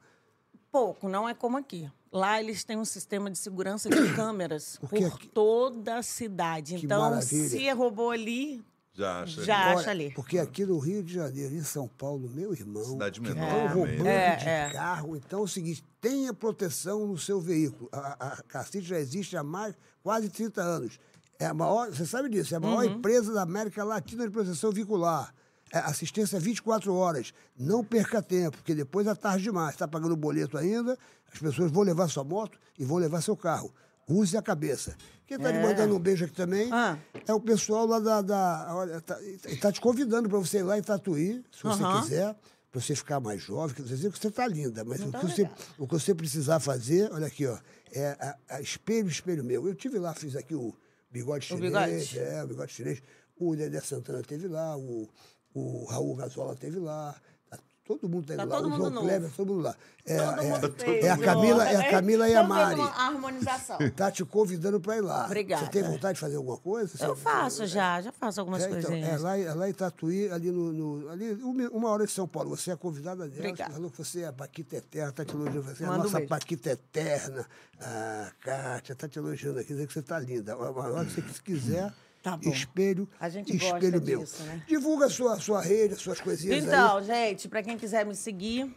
Pouco, não é como aqui. Lá eles têm um sistema de segurança de câmeras Porque por aqui- toda a cidade. é Que Então, maravilha. se roubou ali, Já acha. já Olha, acha ali. Porque aqui no Rio de Janeiro, em São Paulo, meu irmão, Cidade que menor tão também, roubando né? É, de é. carro. Então é o seguinte, tenha proteção no seu veículo. A, a Cacete já existe há mais quase 30 anos. É a maior, você sabe disso, é a Uhum. maior empresa da América Latina de proteção veicular. É assistência 24 horas. Não perca tempo, porque depois é tarde demais. Está pagando boleto ainda, as pessoas vão levar sua moto e vão levar seu carro. Use a cabeça. Quem está te mandando um beijo aqui também É. Ah. é o pessoal lá da. da olha, tá, e tá te convidando para você ir lá em Tatuí, se você Aham. quiser, para você ficar mais jovem. Quer dizer que você tá linda, mas o que, você, o que você precisar fazer, olha aqui, ó, é a, a espelho, espelho meu. Eu tive lá, fiz aqui o bigode O chinês. bigode? É, o bigode chinês. O Dedé Santana teve lá, o, o Raul Gazola teve lá. tá Todo mundo teve Tá lá. todo o mundo João novo. Kleber, todo mundo lá. É, Todo é- mundo fez, é a ó. Camila, é a Camila e a Então, fez Mari. uma harmonização. Tá te convidando para ir lá. Obrigada. Você tem vontade de fazer alguma coisa? Eu Você- faço já, já faço algumas é, então, é coisinhas. lá, é lá em Tatuí, ali, no, no- ali uma, uma hora de São Paulo. Você é convidada dela. Obrigada. Você falou que você é a Paquita Eterna, está te elogiando. Você é a Manda um nossa beijo. Paquita Eterna. A Kátia está te elogiando aqui, dizendo que você está linda. A hora que você quiser, Tá bom. espelho, A gente gosta espelho meu. disso, né? Divulga a sua, sua rede, as suas coisinhas aí. Então, gente, pra quem quiser me seguir,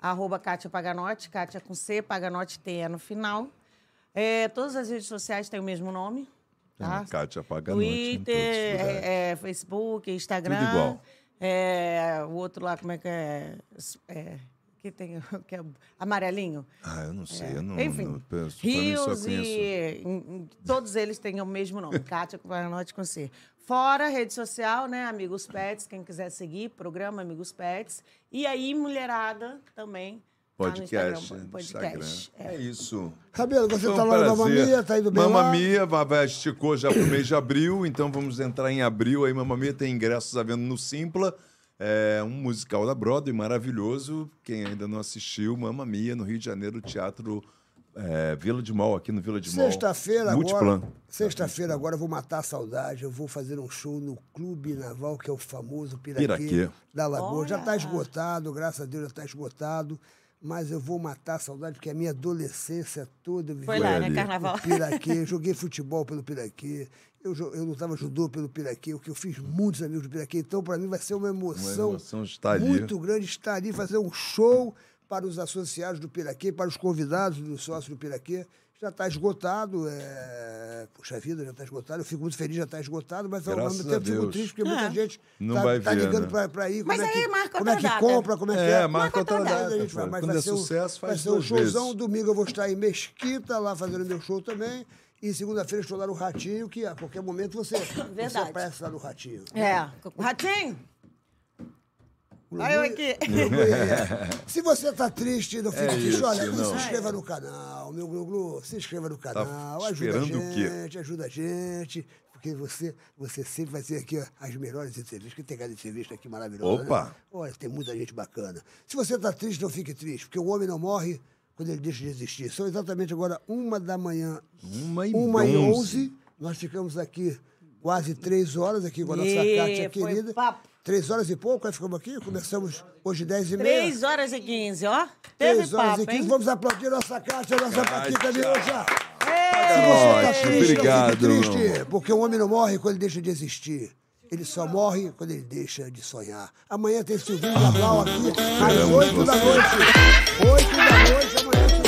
arroba Kátia Paganotti, Kátia com C, Paganotti T é no final. É, todas as redes sociais têm o mesmo nome. Ah, Tá? Kátia Paganotti. em todos os Twitter, lugares. é, é, Facebook, Instagram. Tudo igual. É, o outro lá, como é que é? S- é, que tem o que é amarelinho. É, Ah, eu não sei. Eu não, Enfim, não penso. Pra mim, só rios conheço. e em- em- todos eles têm o mesmo nome, Kátia Cubaranote com C. Fora rede social, né, Amigos Pets, quem quiser seguir, programa Amigos Pets. E aí, mulherada também. tá no Podcast. Instagram, Podcast. podcast. É. É isso. Cabelo, você Foi um tá lá no prazer. Mamamia, tá indo bem lá? Mamamia, vai- vai, esticou já pro mês de abril, então vamos entrar em abril. Aí Mamamia tem ingressos à venda no Simpla. É um musical da Broadway maravilhoso. Quem ainda não assistiu, Mamamia, no Rio de Janeiro, Teatro é, Vila de Mall, aqui no Vila de Mall. Sexta-feira agora. Multiplan. Sexta-feira agora eu vou matar a saudade. Eu vou fazer um show no Clube Naval, que é o famoso Piraquê, Piraquê. da Lagoa. Já Olha! está esgotado, graças a Deus já está esgotado. Mas eu vou matar a saudade, porque a minha adolescência toda eu vivi Foi lá, no né, carnaval? Piraquê, joguei futebol pelo Piraquê. Eu, jo- eu lutava judô pelo Piraquê, o que eu fiz muitos amigos do Piraquê. Então, para mim, vai ser uma emoção, emoção estar ali. muito grande estar ali, fazer um show para os associados do Piraquê, para os convidados do sócio do Piraquê. Já está esgotado, é... puxa vida, já está esgotado. Eu fico muito feliz, já está esgotado, mas é um ao Graças mesmo a tempo fico Deus. triste, porque muita É. gente Não está vai ver, ligando né? para ir. Mas como é aí que, marca Como é que outra data. compra, como é que é. É, marca outra Mas data. a gente vai, pô. mas Quando vai é ser um- sucesso, vai faz ser um duas vezes. showzão. Domingo eu vou estar em Mesquita, lá fazendo meu show também. E segunda-feira estou lá no Ratinho, que a qualquer momento você, você Verdade. aparece lá no Ratinho. É. Ratinho! Olha eu aqui. Se você tá triste e não fica É triste, isso, olha, não. Tá se inscreva no canal, meu Glu-Glu, se inscreva no canal, ajuda a esperando o quê? gente, ajuda a gente, porque você, você sempre vai ter aqui ó, as melhores entrevistas, que tem cada entrevista aqui maravilhosa. Opa! né? Olha, tem muita gente bacana. Se você tá triste, não fique triste, porque o homem não morre quando ele deixa de existir. São exatamente agora uma da manhã, Uma e uma e onze. onze, nós ficamos aqui quase três horas aqui com a nossa Ê, Kátia foi querida. papo. Três horas e pouco, aí ficamos aqui, começamos hoje dez e meia. 3 horas e 15, ó. Teve 3 horas papo, e 15. hein? Vamos aplaudir nossa Cátia, nossa Paquita de hoje. tá Obrigado. Ótimo, obrigado. meu amor. triste, porque o homem não morre quando ele deixa de existir. Ele só morre quando ele deixa de sonhar. Amanhã tem Silvinho Naval aqui, às 8 da noite. 8 da noite, amanhã Silvinho